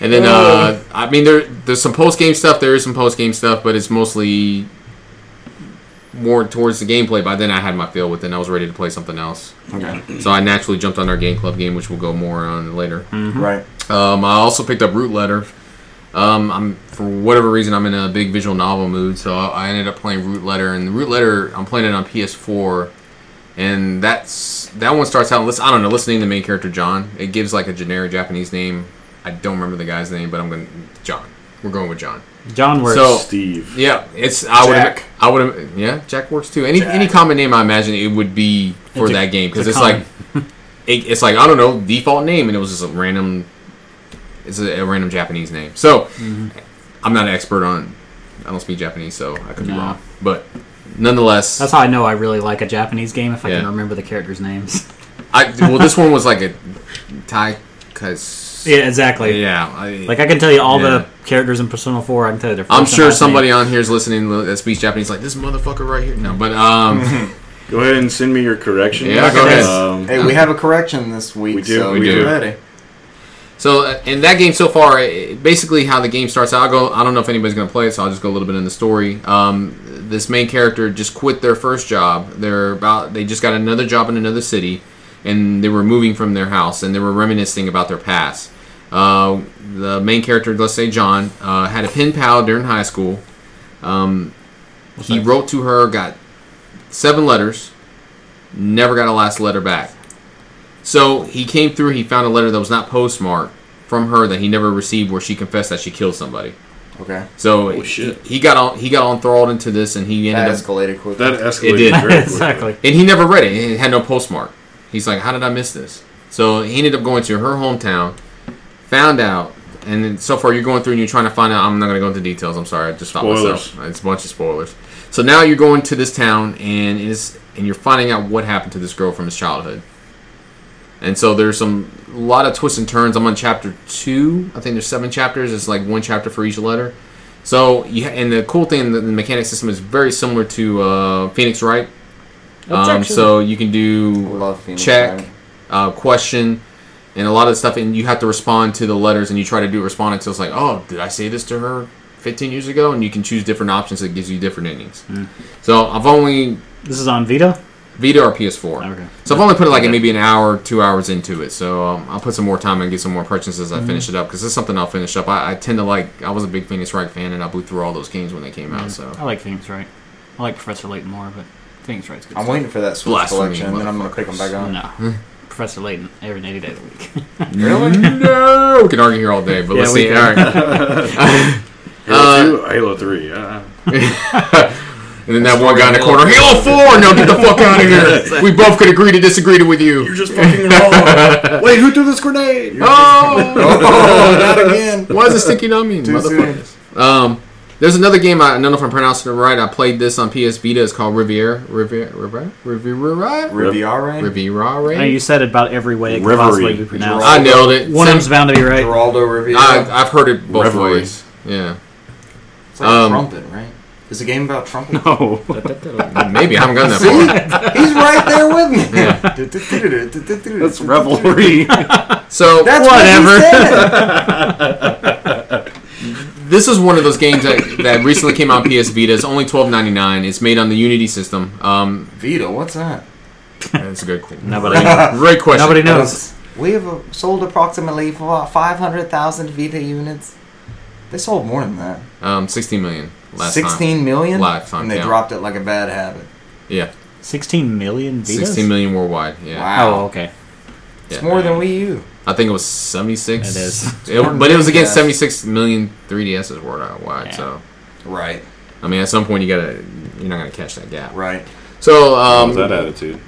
[SPEAKER 3] And then, uh,
[SPEAKER 4] Oh.
[SPEAKER 3] I mean, there there's some post game stuff. There is some post game stuff, but it's mostly more towards the gameplay. By then, I had my feel with it. and I was ready to play something else.
[SPEAKER 1] okay.
[SPEAKER 3] So I naturally jumped on our game club game, which we'll go more on later.
[SPEAKER 1] Right.
[SPEAKER 3] Um, I also picked up Root Letter. Um, I'm for whatever reason I'm in a big visual novel mood, so I I ended up playing Root Letter. And Root Letter, I'm playing it on PS4, and that's that one starts out. lis- I don't know, listening to the main character John. It gives like a generic Japanese name. I don't remember the guy's name, but I'm going to John. We're going with John.
[SPEAKER 4] John works.
[SPEAKER 3] So-
[SPEAKER 2] Steve.
[SPEAKER 3] Yeah, it's I would
[SPEAKER 1] Jack.
[SPEAKER 3] I would yeah Jack works too. Any any common name I imagine it would be for
[SPEAKER 4] It's a-
[SPEAKER 3] that game because it's,
[SPEAKER 4] it's a
[SPEAKER 3] like it, it's like I don't know default name and it was just a random it's a, a random Japanese name. So
[SPEAKER 4] Mm-hmm.
[SPEAKER 3] I'm not an expert on I don't speak Japanese so I could be
[SPEAKER 4] No.
[SPEAKER 3] wrong, but nonetheless
[SPEAKER 4] that's how I know I really like a Japanese game if I can
[SPEAKER 3] Yeah.
[SPEAKER 4] remember the characters' names. [LAUGHS]
[SPEAKER 3] I well this one was like a Thai because
[SPEAKER 4] yeah, exactly.
[SPEAKER 3] yeah I-
[SPEAKER 4] Like I can tell you all
[SPEAKER 3] Yeah.
[SPEAKER 4] the characters in Persona Four. I can tell you their.
[SPEAKER 3] I'm
[SPEAKER 4] first and
[SPEAKER 3] sure
[SPEAKER 4] last name.
[SPEAKER 3] somebody
[SPEAKER 4] [LAUGHS]
[SPEAKER 3] on here is listening that speaks Japanese like this motherfucker right here. No, but
[SPEAKER 4] [LAUGHS]
[SPEAKER 3] um
[SPEAKER 2] Go ahead and send me your correction.
[SPEAKER 3] Yeah, go ahead.
[SPEAKER 2] Um,
[SPEAKER 1] Hey, we have a correction this week,
[SPEAKER 2] We do,
[SPEAKER 1] so
[SPEAKER 2] we
[SPEAKER 1] you're
[SPEAKER 3] do.
[SPEAKER 1] ready.
[SPEAKER 3] So uh, in that game so far, it, basically how the game starts out. I'll go. I don't know if anybody's gonna play it, so I'll just go a little bit in the story. Um, this main character just quit their first job. They're about. They just got another job in another city, and they were moving from their house, and they were reminiscing about their past. Uh, the main character, let's say John, uh, had a pen pal during high school. Um, he wrote to her, got seven letters, never got a last letter back. So he came through. He found a letter that was not postmarked from her that he never received, where she confessed that she killed somebody.
[SPEAKER 1] Okay.
[SPEAKER 3] So
[SPEAKER 2] Oh, shit.
[SPEAKER 3] He, he got on. He got enthralled into this, and he ended
[SPEAKER 1] That
[SPEAKER 3] up.
[SPEAKER 1] escalated quickly.
[SPEAKER 2] that escalated
[SPEAKER 3] It did.
[SPEAKER 4] [LAUGHS]
[SPEAKER 2] very quickly.
[SPEAKER 4] exactly.
[SPEAKER 3] And he never read it. It had no postmark. He's like, how did I miss this? So he ended up going to her hometown, found out, and then so far you're going through and you're trying to find out. I'm not going to go into details. I'm sorry. I just stopped myself.
[SPEAKER 2] Spoilers.
[SPEAKER 3] It's a bunch of spoilers. So now you're going to this town and it's and you're finding out what happened to this girl from his childhood. And so there's some a lot of twists and turns. I'm on chapter two. I think there's seven chapters. It's like one chapter for each letter. So you ha- and the cool thing, the, the mechanic system is very similar to uh, Phoenix Wright. Um,
[SPEAKER 4] Objection.
[SPEAKER 3] so you can do
[SPEAKER 1] Love Phoenix
[SPEAKER 3] check,
[SPEAKER 1] Wright.
[SPEAKER 3] uh, question, and a lot of the stuff, and you have to respond to the letters, and you try to do respond until it's like, oh, did I say this to her 15 years ago? And you can choose different options that gives you different endings.
[SPEAKER 1] Hmm.
[SPEAKER 3] So I've only
[SPEAKER 4] This is on Vita.
[SPEAKER 3] Vita or PS4.
[SPEAKER 4] Okay.
[SPEAKER 3] So I've only put like maybe an hour, two hours into it. So um, I'll put some more time and get some more purchases as I
[SPEAKER 4] Mm-hmm.
[SPEAKER 3] finish it up because this is something I'll finish up. I, I tend to like. I was a big Phoenix Wright fan, and I blew through all those games when they came out. Oh, So
[SPEAKER 4] I like Phoenix Wright. I like Professor Layton more, but Phoenix Wright's good.
[SPEAKER 1] I'm
[SPEAKER 4] stuff.
[SPEAKER 1] waiting for that Switch
[SPEAKER 3] Blasphemy,
[SPEAKER 1] collection, and then I'm going to pick them back on.
[SPEAKER 3] Hmm.
[SPEAKER 4] No. Professor Layton every day, day of the week. [LAUGHS]
[SPEAKER 3] Mm-hmm.
[SPEAKER 1] Really? [LAUGHS]
[SPEAKER 3] [LAUGHS] no, we can argue here all day, but
[SPEAKER 4] Yeah,
[SPEAKER 3] let's
[SPEAKER 4] we
[SPEAKER 3] see.
[SPEAKER 4] can.
[SPEAKER 3] All right.
[SPEAKER 2] Halo 2, Halo 3. Uh,
[SPEAKER 3] And then that one guy in the corner, Halo 4! No, get the fuck out
[SPEAKER 4] [LAUGHS]
[SPEAKER 3] of here! We both could agree to disagree with
[SPEAKER 2] you're
[SPEAKER 3] you.
[SPEAKER 2] just fucking [LAUGHS] wrong. Wait, who threw this grenade?
[SPEAKER 3] Oh!
[SPEAKER 1] oh, not again.
[SPEAKER 3] Why is it sticking on me?
[SPEAKER 1] Too soon.
[SPEAKER 3] Motherfuckers. Um, there's another game, I I don't know if I'm pronouncing it right. I played this on PS Vita. It's called Riviera. Riviera? Riviera? Riviera?
[SPEAKER 1] Riviera.
[SPEAKER 4] I know
[SPEAKER 3] Riviera?
[SPEAKER 4] you said it about every way it could
[SPEAKER 2] Reverie.
[SPEAKER 4] possibly be pronounced.
[SPEAKER 3] I nailed it.
[SPEAKER 4] One of them's
[SPEAKER 3] Same-
[SPEAKER 4] bound to be right.
[SPEAKER 1] Geraldo Riviera.
[SPEAKER 3] I, I've heard it both
[SPEAKER 2] Reverie.
[SPEAKER 3] ways. Yeah.
[SPEAKER 1] it's like
[SPEAKER 3] um,
[SPEAKER 1] trumpet, right? Is the game about trumpet?
[SPEAKER 4] Oh,
[SPEAKER 3] Maybe. I haven't [LAUGHS] gotten that
[SPEAKER 1] See?
[SPEAKER 3] far.
[SPEAKER 4] [LAUGHS]
[SPEAKER 1] He's right there with me. [LAUGHS] That's
[SPEAKER 2] [LAUGHS] revelry.
[SPEAKER 3] So,
[SPEAKER 4] [LAUGHS]
[SPEAKER 1] That's
[SPEAKER 4] Whatever.
[SPEAKER 1] whatever.
[SPEAKER 3] [LAUGHS] this is one of those games that, that recently came out on PS Vita. It's only $12.99. It's made on the Unity system. Um,
[SPEAKER 1] Vita, what's that?
[SPEAKER 3] that's
[SPEAKER 4] [LAUGHS]
[SPEAKER 3] a good
[SPEAKER 4] Nobody
[SPEAKER 3] Great question.
[SPEAKER 4] nobody knows.
[SPEAKER 1] We have uh, sold approximately 500,000 Vita units. They sold more than that.
[SPEAKER 3] Um, 16 million. last time.
[SPEAKER 1] Sixteen million,
[SPEAKER 3] Lifetime,
[SPEAKER 1] and they
[SPEAKER 3] yeah.
[SPEAKER 1] dropped it like a bad habit.
[SPEAKER 3] Yeah,
[SPEAKER 4] 16 million Vitas?
[SPEAKER 3] 16 million worldwide. Yeah,
[SPEAKER 1] Wow,
[SPEAKER 4] Oh, okay.
[SPEAKER 1] it's
[SPEAKER 3] Yeah.
[SPEAKER 1] more than Wii U.
[SPEAKER 3] I think it was 76.
[SPEAKER 4] It is.
[SPEAKER 3] It- but it was against
[SPEAKER 1] Yeah.
[SPEAKER 3] 76 million 3DSs worldwide.
[SPEAKER 4] Yeah.
[SPEAKER 3] So,
[SPEAKER 1] Right,
[SPEAKER 3] I mean, at some point you gotta, you're not gonna catch that gap.
[SPEAKER 1] right. [LAUGHS]
[SPEAKER 3] So, um,
[SPEAKER 2] How's that attitude?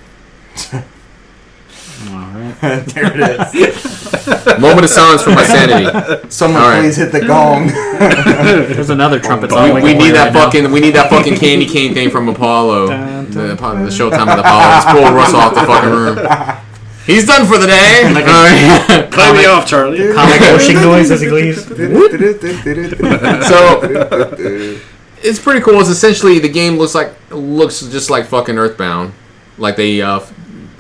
[SPEAKER 4] All right.
[SPEAKER 1] there it is.
[SPEAKER 3] [LAUGHS] moment of silence for my
[SPEAKER 4] [LAUGHS]
[SPEAKER 3] sanity.
[SPEAKER 1] Someone
[SPEAKER 3] All right.
[SPEAKER 1] please hit the gong.
[SPEAKER 3] [LAUGHS]
[SPEAKER 4] There's another trumpet
[SPEAKER 1] We-
[SPEAKER 4] song.
[SPEAKER 3] we,
[SPEAKER 4] can
[SPEAKER 3] we
[SPEAKER 4] play
[SPEAKER 3] need that
[SPEAKER 4] right now.
[SPEAKER 3] fucking we need that fucking candy cane thing from Apollo. the, Apollo- the Showtime of the Apollo. Let's pull Russ off the fucking room.
[SPEAKER 4] [LAUGHS]
[SPEAKER 3] He's done for the day. [LAUGHS] All right.
[SPEAKER 2] Play me off, Charlie.
[SPEAKER 4] Comic pushing noise as he leaves.
[SPEAKER 3] so it's pretty cool. It's essentially the game looks like looks just like fucking Earthbound, like they uh, f-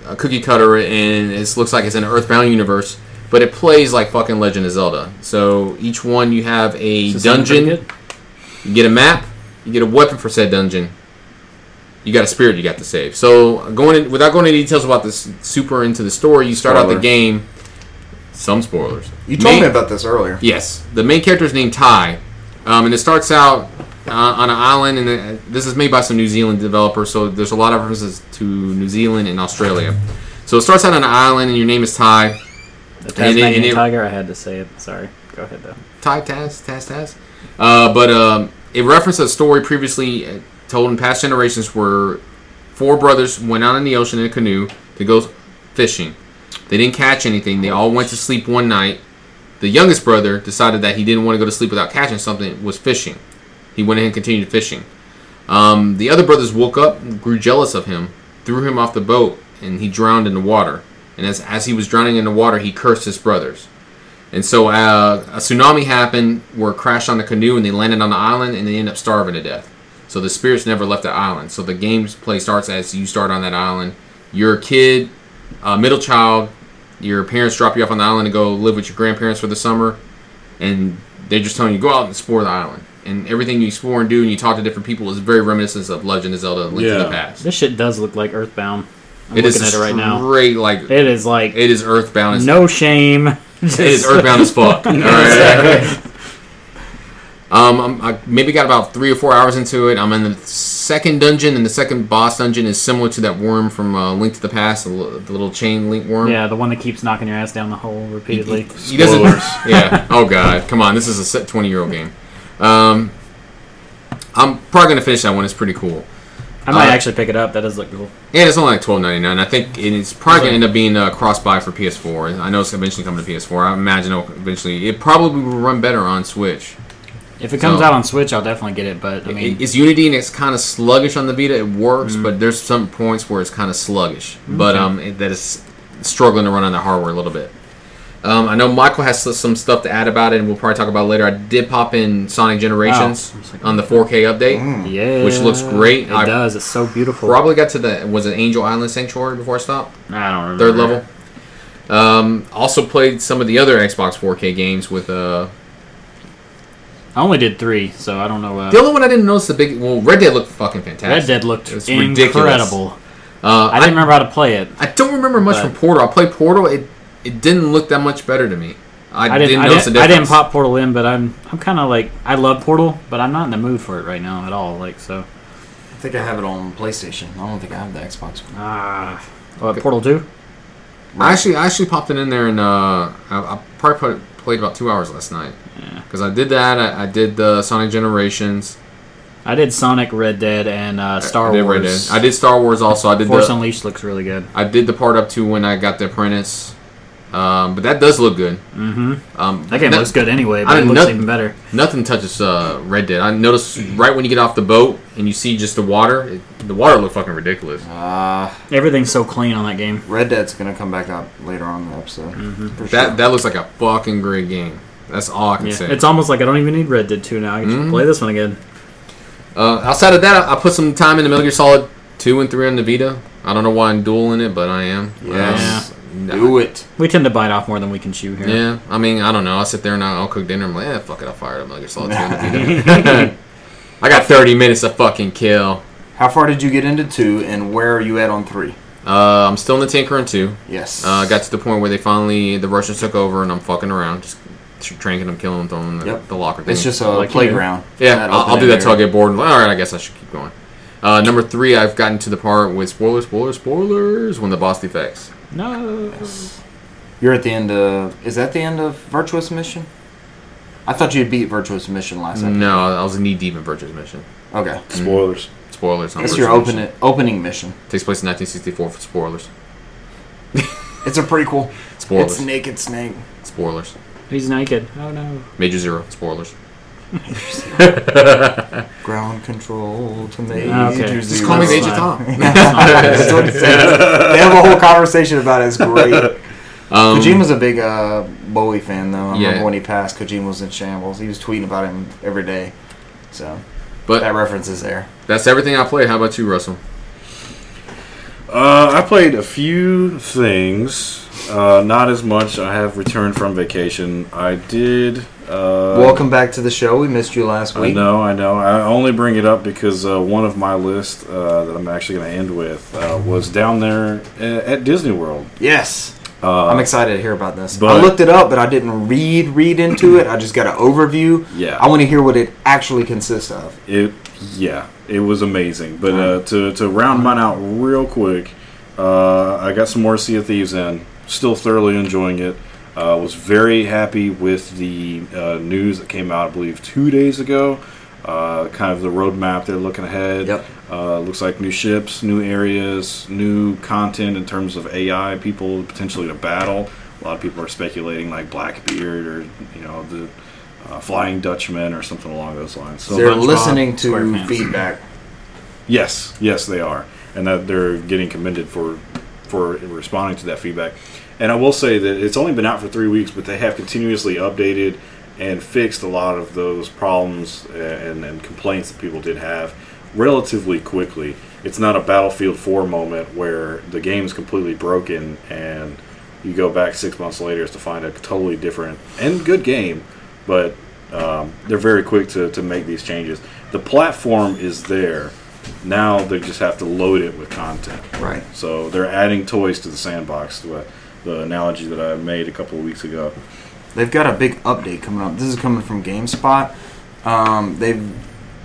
[SPEAKER 3] uh, cookie cutter it, and it looks like it's an Earthbound universe, but it plays like fucking Legend of Zelda. So each one you have a
[SPEAKER 4] Does it sound pretty
[SPEAKER 3] dungeon.
[SPEAKER 4] good?
[SPEAKER 3] You get a map. You get a weapon for said dungeon. You got a spirit you got to save. So going in, without going into details about this super into the story, you start out
[SPEAKER 2] Spoiler.
[SPEAKER 3] the game. Some spoilers.
[SPEAKER 1] you told
[SPEAKER 3] Main-
[SPEAKER 1] me about this earlier.
[SPEAKER 3] Yes, the main character is named Ty, um, and it starts out uh, on an island, and uh, this is made by some New Zealand developers, so there's a lot of references to New Zealand and Australia. So it starts out on an island, and your name is Ty.
[SPEAKER 4] The
[SPEAKER 3] And it- and
[SPEAKER 4] Tasmanian
[SPEAKER 3] it-
[SPEAKER 4] Tiger, I had to say it. Sorry. Go ahead, though.
[SPEAKER 3] Ty Taz Taz Taz. Uh, but um, it referenced a story previously uh, told in past generations where four brothers went out in the ocean in a canoe to go fishing. They didn't catch anything. They all went to sleep one night. The youngest brother decided that he didn't want to go to sleep without catching something. Was fishing. He went ahead and continued fishing. Um, the other brothers woke up, grew jealous of him, threw him off the boat, and he drowned in the water. And as, as he was drowning in the water, he cursed his brothers. And so uh, a tsunami happened where it crashed on the canoe and they landed on the island and they ended up starving to death. So the spirits never left the island. So the game's play starts as you start on that island. You're a kid, uh, middle child. Your parents drop you off on the island to go live with your grandparents for the summer. And they're just telling you, go out and explore the island. And everything you explore and do and you talk to different people is very reminiscent of Legend of Zelda and Link to
[SPEAKER 2] Yeah.
[SPEAKER 3] the Past.
[SPEAKER 4] This shit does look like Earthbound. I'm
[SPEAKER 3] It is
[SPEAKER 4] looking at it right now.
[SPEAKER 3] Great, like,
[SPEAKER 4] It is like
[SPEAKER 3] it is Earthbound as
[SPEAKER 4] no shame. Just,
[SPEAKER 3] it is earthbound as fuck. All right. Um, I'm, I maybe got about three or four hours into it. I'm in the second dungeon, and the second boss dungeon is similar to that worm from uh, Link to the Past, the, li- the little chain link worm.
[SPEAKER 4] Yeah, the one that keeps knocking your ass down the hole repeatedly.
[SPEAKER 3] He doesn't.
[SPEAKER 2] Spoilers.
[SPEAKER 3] yeah. Oh god, come on. This is a twenty-year-old game. Um, I'm probably gonna finish that one. It's pretty cool.
[SPEAKER 4] I might
[SPEAKER 3] Uh,
[SPEAKER 4] actually pick it up. That does look cool.
[SPEAKER 3] Yeah, it's only like twelve ninety nine. I think and it's probably gonna end up being uh, cross buy for PS4. I know it's eventually coming to PS4. I imagine it'll eventually. It probably will run better on Switch.
[SPEAKER 4] If it comes
[SPEAKER 3] So-
[SPEAKER 4] out on Switch, I'll definitely get it. But I mean, Mm-hmm.
[SPEAKER 3] It- it's Unity and it's kind of sluggish on the Vita. It works, but there's some points where it's kind of sluggish. But um, it, that is struggling to run on the hardware a little bit. Um, I know Michael has s- some stuff to add about it, and we'll probably talk about it later. I did pop in Sonic Generations
[SPEAKER 4] Oh, I'm sorry. Mm-hmm.
[SPEAKER 3] on the 4K update.
[SPEAKER 4] yeah,
[SPEAKER 3] which looks great.
[SPEAKER 4] It
[SPEAKER 3] I-
[SPEAKER 4] does. It's so beautiful.
[SPEAKER 3] Probably got to the was it Angel Island Sanctuary before I stopped
[SPEAKER 4] I don't remember.
[SPEAKER 3] third level. Um, also played some of the other Xbox 4K games with
[SPEAKER 4] Uh-huh.
[SPEAKER 3] uh,
[SPEAKER 4] I only did three, so I don't know. Uh,
[SPEAKER 3] the only one I didn't notice the big well Red Dead looked fucking fantastic.
[SPEAKER 4] Red Dead looked
[SPEAKER 3] It's
[SPEAKER 4] incredible.
[SPEAKER 3] ridiculous. Uh,
[SPEAKER 4] I didn't remember how to play it.
[SPEAKER 3] I don't remember much
[SPEAKER 4] But-
[SPEAKER 3] from Portal. I played Portal. It it didn't look that much better to me. I,
[SPEAKER 4] I
[SPEAKER 3] didn't,
[SPEAKER 4] didn't. I
[SPEAKER 3] notice
[SPEAKER 4] didn't,
[SPEAKER 3] the
[SPEAKER 4] I didn't
[SPEAKER 3] difference.
[SPEAKER 4] pop Portal in, but I'm. I'm kind of like I love Portal, but I'm not in the mood for it right now at all. Like so.
[SPEAKER 1] I think I have it on PlayStation. I don't think I have the Xbox one.
[SPEAKER 4] Ah, what Portal Two?
[SPEAKER 3] I actually I actually popped it in there and uh, I, I probably put, played about two hours last night because I did that. I, I did the Sonic Generations.
[SPEAKER 4] I did Sonic, Red Dead, and uh, Star
[SPEAKER 3] I did Red
[SPEAKER 4] Wars.
[SPEAKER 3] Dead. I did Star Wars also. I did
[SPEAKER 4] Force
[SPEAKER 3] the
[SPEAKER 4] Unleashed looks really good.
[SPEAKER 3] I did the part up to when I got the Apprentice. Um, but that does look good.
[SPEAKER 4] hmm
[SPEAKER 3] Um,
[SPEAKER 4] That game
[SPEAKER 3] no-
[SPEAKER 4] looks good anyway,
[SPEAKER 3] I
[SPEAKER 4] but it
[SPEAKER 3] didn't
[SPEAKER 4] looks
[SPEAKER 3] know-
[SPEAKER 4] even better.
[SPEAKER 3] Nothing touches uh, Red Dead. I noticed right when you get off the boat and you see just the water. It, the water looked fucking ridiculous.
[SPEAKER 4] Oh,
[SPEAKER 1] Uh,
[SPEAKER 4] Everything's so clean on that game.
[SPEAKER 1] Red Dead's gonna come back up later on in the episode. For sure.
[SPEAKER 3] Mm-hmm. That that looks like a fucking great game. That's all I can
[SPEAKER 4] Yeah.
[SPEAKER 3] say.
[SPEAKER 4] It's almost like I don't even need Red Dead 2 now. I can just
[SPEAKER 3] Mhm.
[SPEAKER 4] play this one again.
[SPEAKER 3] uh, outside of that, I, I put some time into Metal Gear Solid two and three on the Vita. I don't know why I'm dueling it, but I am.
[SPEAKER 1] Yes.
[SPEAKER 3] Um,
[SPEAKER 1] do it.
[SPEAKER 4] We tend to bite off more than we can chew here.
[SPEAKER 3] Yeah, I mean, I don't know. I sit there and I- I'll cook dinner. I'm like, eh, fuck it. I'll fire up Metal Gear Solid two on the Vita. I got 30 minutes to fucking kill.
[SPEAKER 1] [LAUGHS] How far did you get into two, and where are you at on three?
[SPEAKER 3] Uh, I'm still in the Tinker and two.
[SPEAKER 1] Yes.
[SPEAKER 3] Uh, got to the point where they finally the Russians took over and I'm fucking around, just drinking them, killing them, throwing them in the,
[SPEAKER 1] Yep.
[SPEAKER 3] the locker. Thing.
[SPEAKER 1] It's just a
[SPEAKER 4] Like, yeah.
[SPEAKER 1] playground.
[SPEAKER 3] yeah. I'll, I'll do that till I
[SPEAKER 1] target.
[SPEAKER 3] get bored. and, All right, I guess I should keep going. Uh, number three, I've gotten to the part with spoilers, spoilers, spoilers when the boss defects.
[SPEAKER 4] No.
[SPEAKER 1] You're at the end of. Is that the end of Virtuous Mission? I thought you had beat Virtuous Mission last time.
[SPEAKER 3] No, I was knee deep in Virtue's mission.
[SPEAKER 1] Okay.
[SPEAKER 2] Spoilers.
[SPEAKER 3] Spoilers. on
[SPEAKER 1] It's
[SPEAKER 3] Virtue's
[SPEAKER 1] your
[SPEAKER 3] Mission.
[SPEAKER 1] opening opening mission.
[SPEAKER 3] Takes place in 1964 for spoilers.
[SPEAKER 1] It's a prequel.
[SPEAKER 3] Spoilers.
[SPEAKER 1] It's Naked Snake.
[SPEAKER 3] spoilers.
[SPEAKER 4] He's naked. Oh no.
[SPEAKER 3] Major Zero.
[SPEAKER 1] [LAUGHS]
[SPEAKER 3] Spoilers.
[SPEAKER 1] Ground control to Major
[SPEAKER 4] Okay.
[SPEAKER 1] Zero.
[SPEAKER 4] Just
[SPEAKER 3] Ah, Just call me
[SPEAKER 4] Zero.
[SPEAKER 3] Major Tom.
[SPEAKER 1] That's
[SPEAKER 3] [LAUGHS]
[SPEAKER 1] what it says. They have a whole conversation about it. It's great.
[SPEAKER 3] Um,
[SPEAKER 1] Kojima's a big uh, Bowie fan, though. I
[SPEAKER 3] Yeah.
[SPEAKER 1] remember when he passed, Kojima was in shambles. He was tweeting about him every day. So that
[SPEAKER 3] But
[SPEAKER 1] reference is there.
[SPEAKER 3] that's everything I played. How about you, Russell?
[SPEAKER 2] Uh, I played a few things. Uh, not as much. I have returned from vacation. I did. Uh,
[SPEAKER 1] Welcome back to the show. We missed you last
[SPEAKER 2] I
[SPEAKER 1] week.
[SPEAKER 2] know, I know. I only bring it up because uh, one of my list uh, that I'm actually going to end with uh, was down there a- at Disney World.
[SPEAKER 1] Yes.
[SPEAKER 2] Uh,
[SPEAKER 1] I'm excited to hear about this. I
[SPEAKER 2] but-
[SPEAKER 1] looked it up, but I didn't read read into it. I just got an overview.
[SPEAKER 2] Yeah.
[SPEAKER 1] I want to hear what it actually consists of.
[SPEAKER 2] It, yeah, it was amazing. But uh, to to round mine out real quick, uh, I got some more Sea of Thieves in. Still thoroughly enjoying it. Uh, was very happy with the uh, news that came out. I believe two days ago. Uh, kind of the roadmap they're looking ahead.
[SPEAKER 1] Yep.
[SPEAKER 2] Uh, looks like new ships, new areas, new content in terms of AI, people potentially to battle. A lot of people are speculating like Blackbeard or you know the uh, Flying Dutchman or something along those lines. So
[SPEAKER 1] They're
[SPEAKER 4] SpongeBob
[SPEAKER 1] listening to
[SPEAKER 4] SquarePants.
[SPEAKER 1] feedback.
[SPEAKER 2] Yes, yes, they are, and that they're getting commended for for responding to that feedback. And I will say that it's only been out for three weeks, but they have continuously updated and fixed a lot of those problems and, and complaints that people did have relatively quickly. It's not a Battlefield 4 moment where the game is completely broken and you go back six months later to find a totally different and good game, but um, they're very quick to, to make these changes. The platform is there. Now they just have to load it with content.
[SPEAKER 1] Right.
[SPEAKER 2] So they're adding toys to the sandbox, the, the analogy that I made a couple of weeks ago.
[SPEAKER 1] They've got a big update coming up. This is coming from GameSpot. Um, they've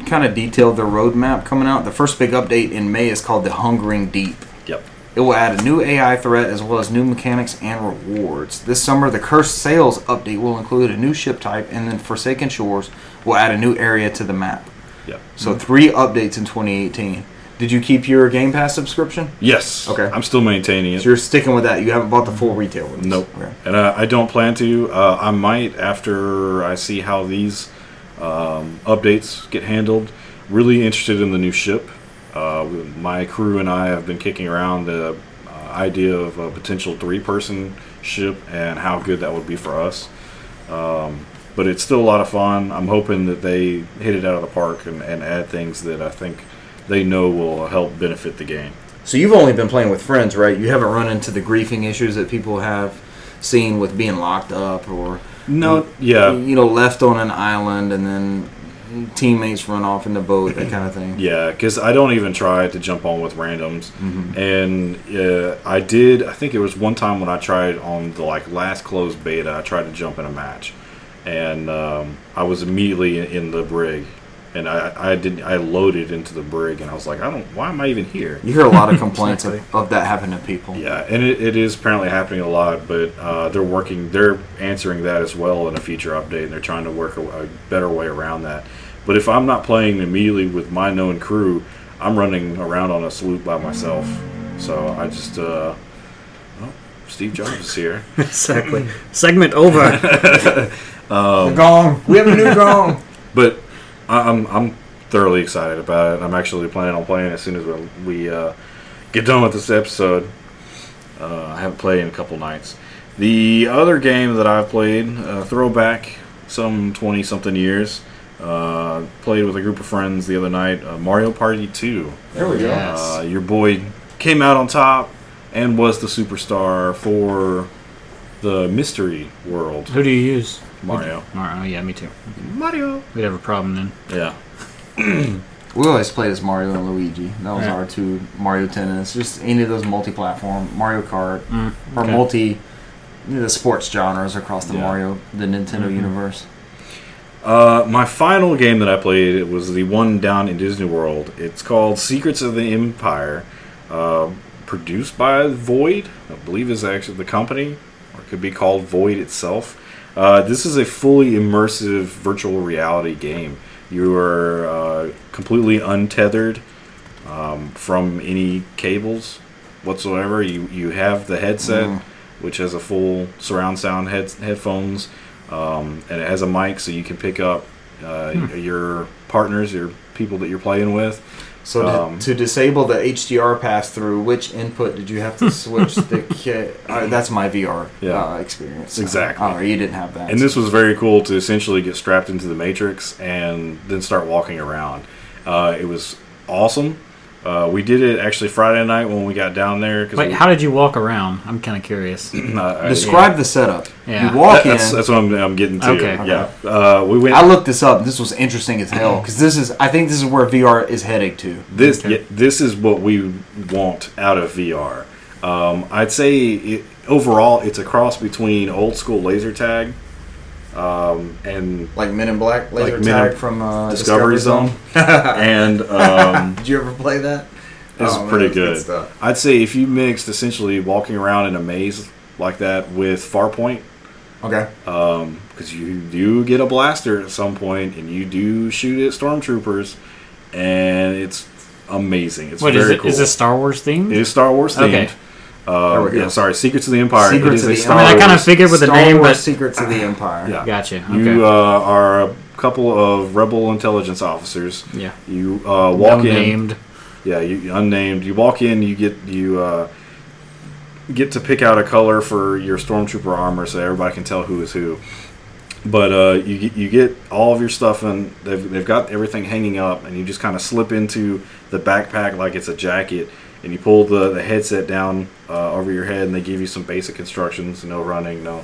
[SPEAKER 1] kind of detailed their roadmap coming out. The first big update in May is called The Hungering Deep.
[SPEAKER 2] Yep.
[SPEAKER 1] It will add a new AI threat as well as new mechanics and rewards. This summer, the Cursed Sails update will include a new ship type, and then Forsaken Shores will add a new area to the map.
[SPEAKER 2] Yep.
[SPEAKER 1] So, three updates in 2018. Did you keep your Game Pass subscription?
[SPEAKER 2] Yes.
[SPEAKER 1] Okay.
[SPEAKER 2] I'm still maintaining it.
[SPEAKER 1] So, you're sticking with that. You haven't bought the full retail release.
[SPEAKER 2] Nope.
[SPEAKER 1] Okay.
[SPEAKER 2] And uh, I, I don't plan to. Uh, I might after I see how these um, updates get handled. Really interested in the new ship. Uh, my crew and I have been kicking around the uh, idea of a potential three-person ship and how good that would be for us. Um, but it's still a lot of fun. I'm hoping that they hit it out of the park and, and add things that I think they know will help benefit the game.
[SPEAKER 1] So you've only been playing with friends, right? You haven't run into the griefing issues that people have seen with being locked up or
[SPEAKER 2] No, yeah,
[SPEAKER 1] you know left on an island and then teammates run off in the boat, that kind of thing.
[SPEAKER 2] Yeah, because I don't even try to jump on with randoms, and uh, I did. I think it was one time when I tried on the like last closed beta. I tried to jump in a match, and um, I was immediately in- in the brig, and I I did I loaded into the brig, and I was like, I don't. Why am I even here?
[SPEAKER 1] You hear a
[SPEAKER 2] [LAUGHS]
[SPEAKER 1] lot of complaints of, of that happening to people.
[SPEAKER 2] Yeah, and it, it is apparently happening a lot, but uh, they're working, they're answering that as well in a future update, and they're trying to work a, a better way around that. But if I'm not playing immediately with my known crew, I'm running around on a salute by myself. So I just, uh, well, Steve Jobs is here.
[SPEAKER 4] Exactly.
[SPEAKER 2] [LAUGHS]
[SPEAKER 4] Segment over.
[SPEAKER 1] The gong. We have a new gong.
[SPEAKER 2] but I- I'm I'm thoroughly excited about it. I'm actually planning on playing as soon as we, we uh, get done with this episode. Uh, I haven't played in a couple nights. The other game that I've played, uh, throwback, some twenty something years. Uh, played with a group of friends the other night. Uh, Mario Party Two.
[SPEAKER 1] [LAUGHS] There we go.
[SPEAKER 2] Uh, your boy came out on top and was the superstar for the mystery world.
[SPEAKER 4] Who do you use?
[SPEAKER 2] Mario.
[SPEAKER 4] Mario. Yeah, me too.
[SPEAKER 2] Mario.
[SPEAKER 4] We'd have a problem then.
[SPEAKER 2] Yeah.
[SPEAKER 1] We always played as Mario and Luigi. That was
[SPEAKER 4] Yeah.
[SPEAKER 1] our two Mario Tennis. Just any of those multi-platform Mario Kart
[SPEAKER 4] Mm,
[SPEAKER 1] or
[SPEAKER 4] okay.
[SPEAKER 1] multi the sports genres across the
[SPEAKER 2] Yeah. Mm-hmm.
[SPEAKER 1] Mario, the Nintendo universe.
[SPEAKER 2] Uh, my final game that I played it was the one down in Disney World. It's called Secrets of the Empire, uh, produced by Void. I believe is actually the company, or it could be called Void itself. Uh, this is a fully immersive virtual reality game. You are uh, completely untethered um, from any cables whatsoever. You you have the headset, which has a full surround sound head, headphones, um, and it has a mic, so you can pick up uh,
[SPEAKER 4] Hmm.
[SPEAKER 2] your partners, your people that you're playing with.
[SPEAKER 1] So to,
[SPEAKER 2] Um,
[SPEAKER 1] to disable the HDR pass through, which input did you have to switch
[SPEAKER 2] [LAUGHS]
[SPEAKER 1] the? Ca- uh, that's my VR
[SPEAKER 2] Yeah.
[SPEAKER 1] uh, experience.
[SPEAKER 2] Exactly.
[SPEAKER 1] Oh, you didn't have that.
[SPEAKER 2] And this was very cool to essentially get strapped into the Matrix and then start walking around. Uh, it was awesome. Uh, we did it actually Friday night when we got down there. Cause
[SPEAKER 4] Wait,
[SPEAKER 2] we-
[SPEAKER 4] how did you walk around? I'm kind of curious.
[SPEAKER 2] I- I-
[SPEAKER 1] Describe the setup.
[SPEAKER 4] Yeah.
[SPEAKER 1] You walk
[SPEAKER 2] uh, That- that's,
[SPEAKER 1] in.
[SPEAKER 2] that's what I'm, I'm getting to.
[SPEAKER 4] Okay.
[SPEAKER 2] Yeah. Uh, we went.
[SPEAKER 1] I looked this up. This was interesting as hell because this is. I think this is where VR is heading to.
[SPEAKER 2] this
[SPEAKER 4] Okay.
[SPEAKER 2] yeah, this is what we want out of VR. Um, I'd say it, overall, it's a cross between old school laser tag um, and
[SPEAKER 1] Like Men in Black, laser
[SPEAKER 2] Men in-
[SPEAKER 1] tag from uh,
[SPEAKER 2] Discovery, Zone,
[SPEAKER 1] [LAUGHS]
[SPEAKER 2] and um,
[SPEAKER 1] Did you ever play that?
[SPEAKER 2] it's
[SPEAKER 1] Oh, man,
[SPEAKER 2] pretty
[SPEAKER 1] that's good
[SPEAKER 2] good.
[SPEAKER 1] stuff.
[SPEAKER 2] I'd say if you mixed essentially walking around in a maze like that with Farpoint,
[SPEAKER 1] Okay.
[SPEAKER 2] because you do get a blaster at some point and you do shoot at stormtroopers, and it's amazing. It's
[SPEAKER 4] What is
[SPEAKER 2] very
[SPEAKER 4] it? Is
[SPEAKER 2] cool.
[SPEAKER 4] this Star Wars themed?
[SPEAKER 2] It is Star Wars themed.
[SPEAKER 4] Okay.
[SPEAKER 2] Uh,
[SPEAKER 1] There we go.
[SPEAKER 2] yeah, sorry, Secrets of the Empire.
[SPEAKER 1] Secrets
[SPEAKER 2] it
[SPEAKER 1] of
[SPEAKER 2] is
[SPEAKER 1] the
[SPEAKER 2] a
[SPEAKER 1] Empire.
[SPEAKER 2] Star
[SPEAKER 4] I mean, I kind of
[SPEAKER 2] Wars-
[SPEAKER 4] figured with the
[SPEAKER 1] Star
[SPEAKER 4] name,
[SPEAKER 1] Wars
[SPEAKER 4] but
[SPEAKER 1] Secrets of the Empire.
[SPEAKER 2] Yeah.
[SPEAKER 4] gotcha. Okay.
[SPEAKER 2] You uh, are a couple of rebel intelligence officers.
[SPEAKER 4] yeah.
[SPEAKER 2] You uh, walk in.
[SPEAKER 4] named.
[SPEAKER 2] Yeah, you unnamed. You walk in. You get you uh, get to pick out a color for your stormtrooper armor, so everybody can tell who is who. But uh, you get- you get all of your stuff, and they've they've got everything hanging up, and you just kind of slip into the backpack like it's a jacket, and you pull the, the headset down uh, over your head, and they give you some basic instructions: no running, no,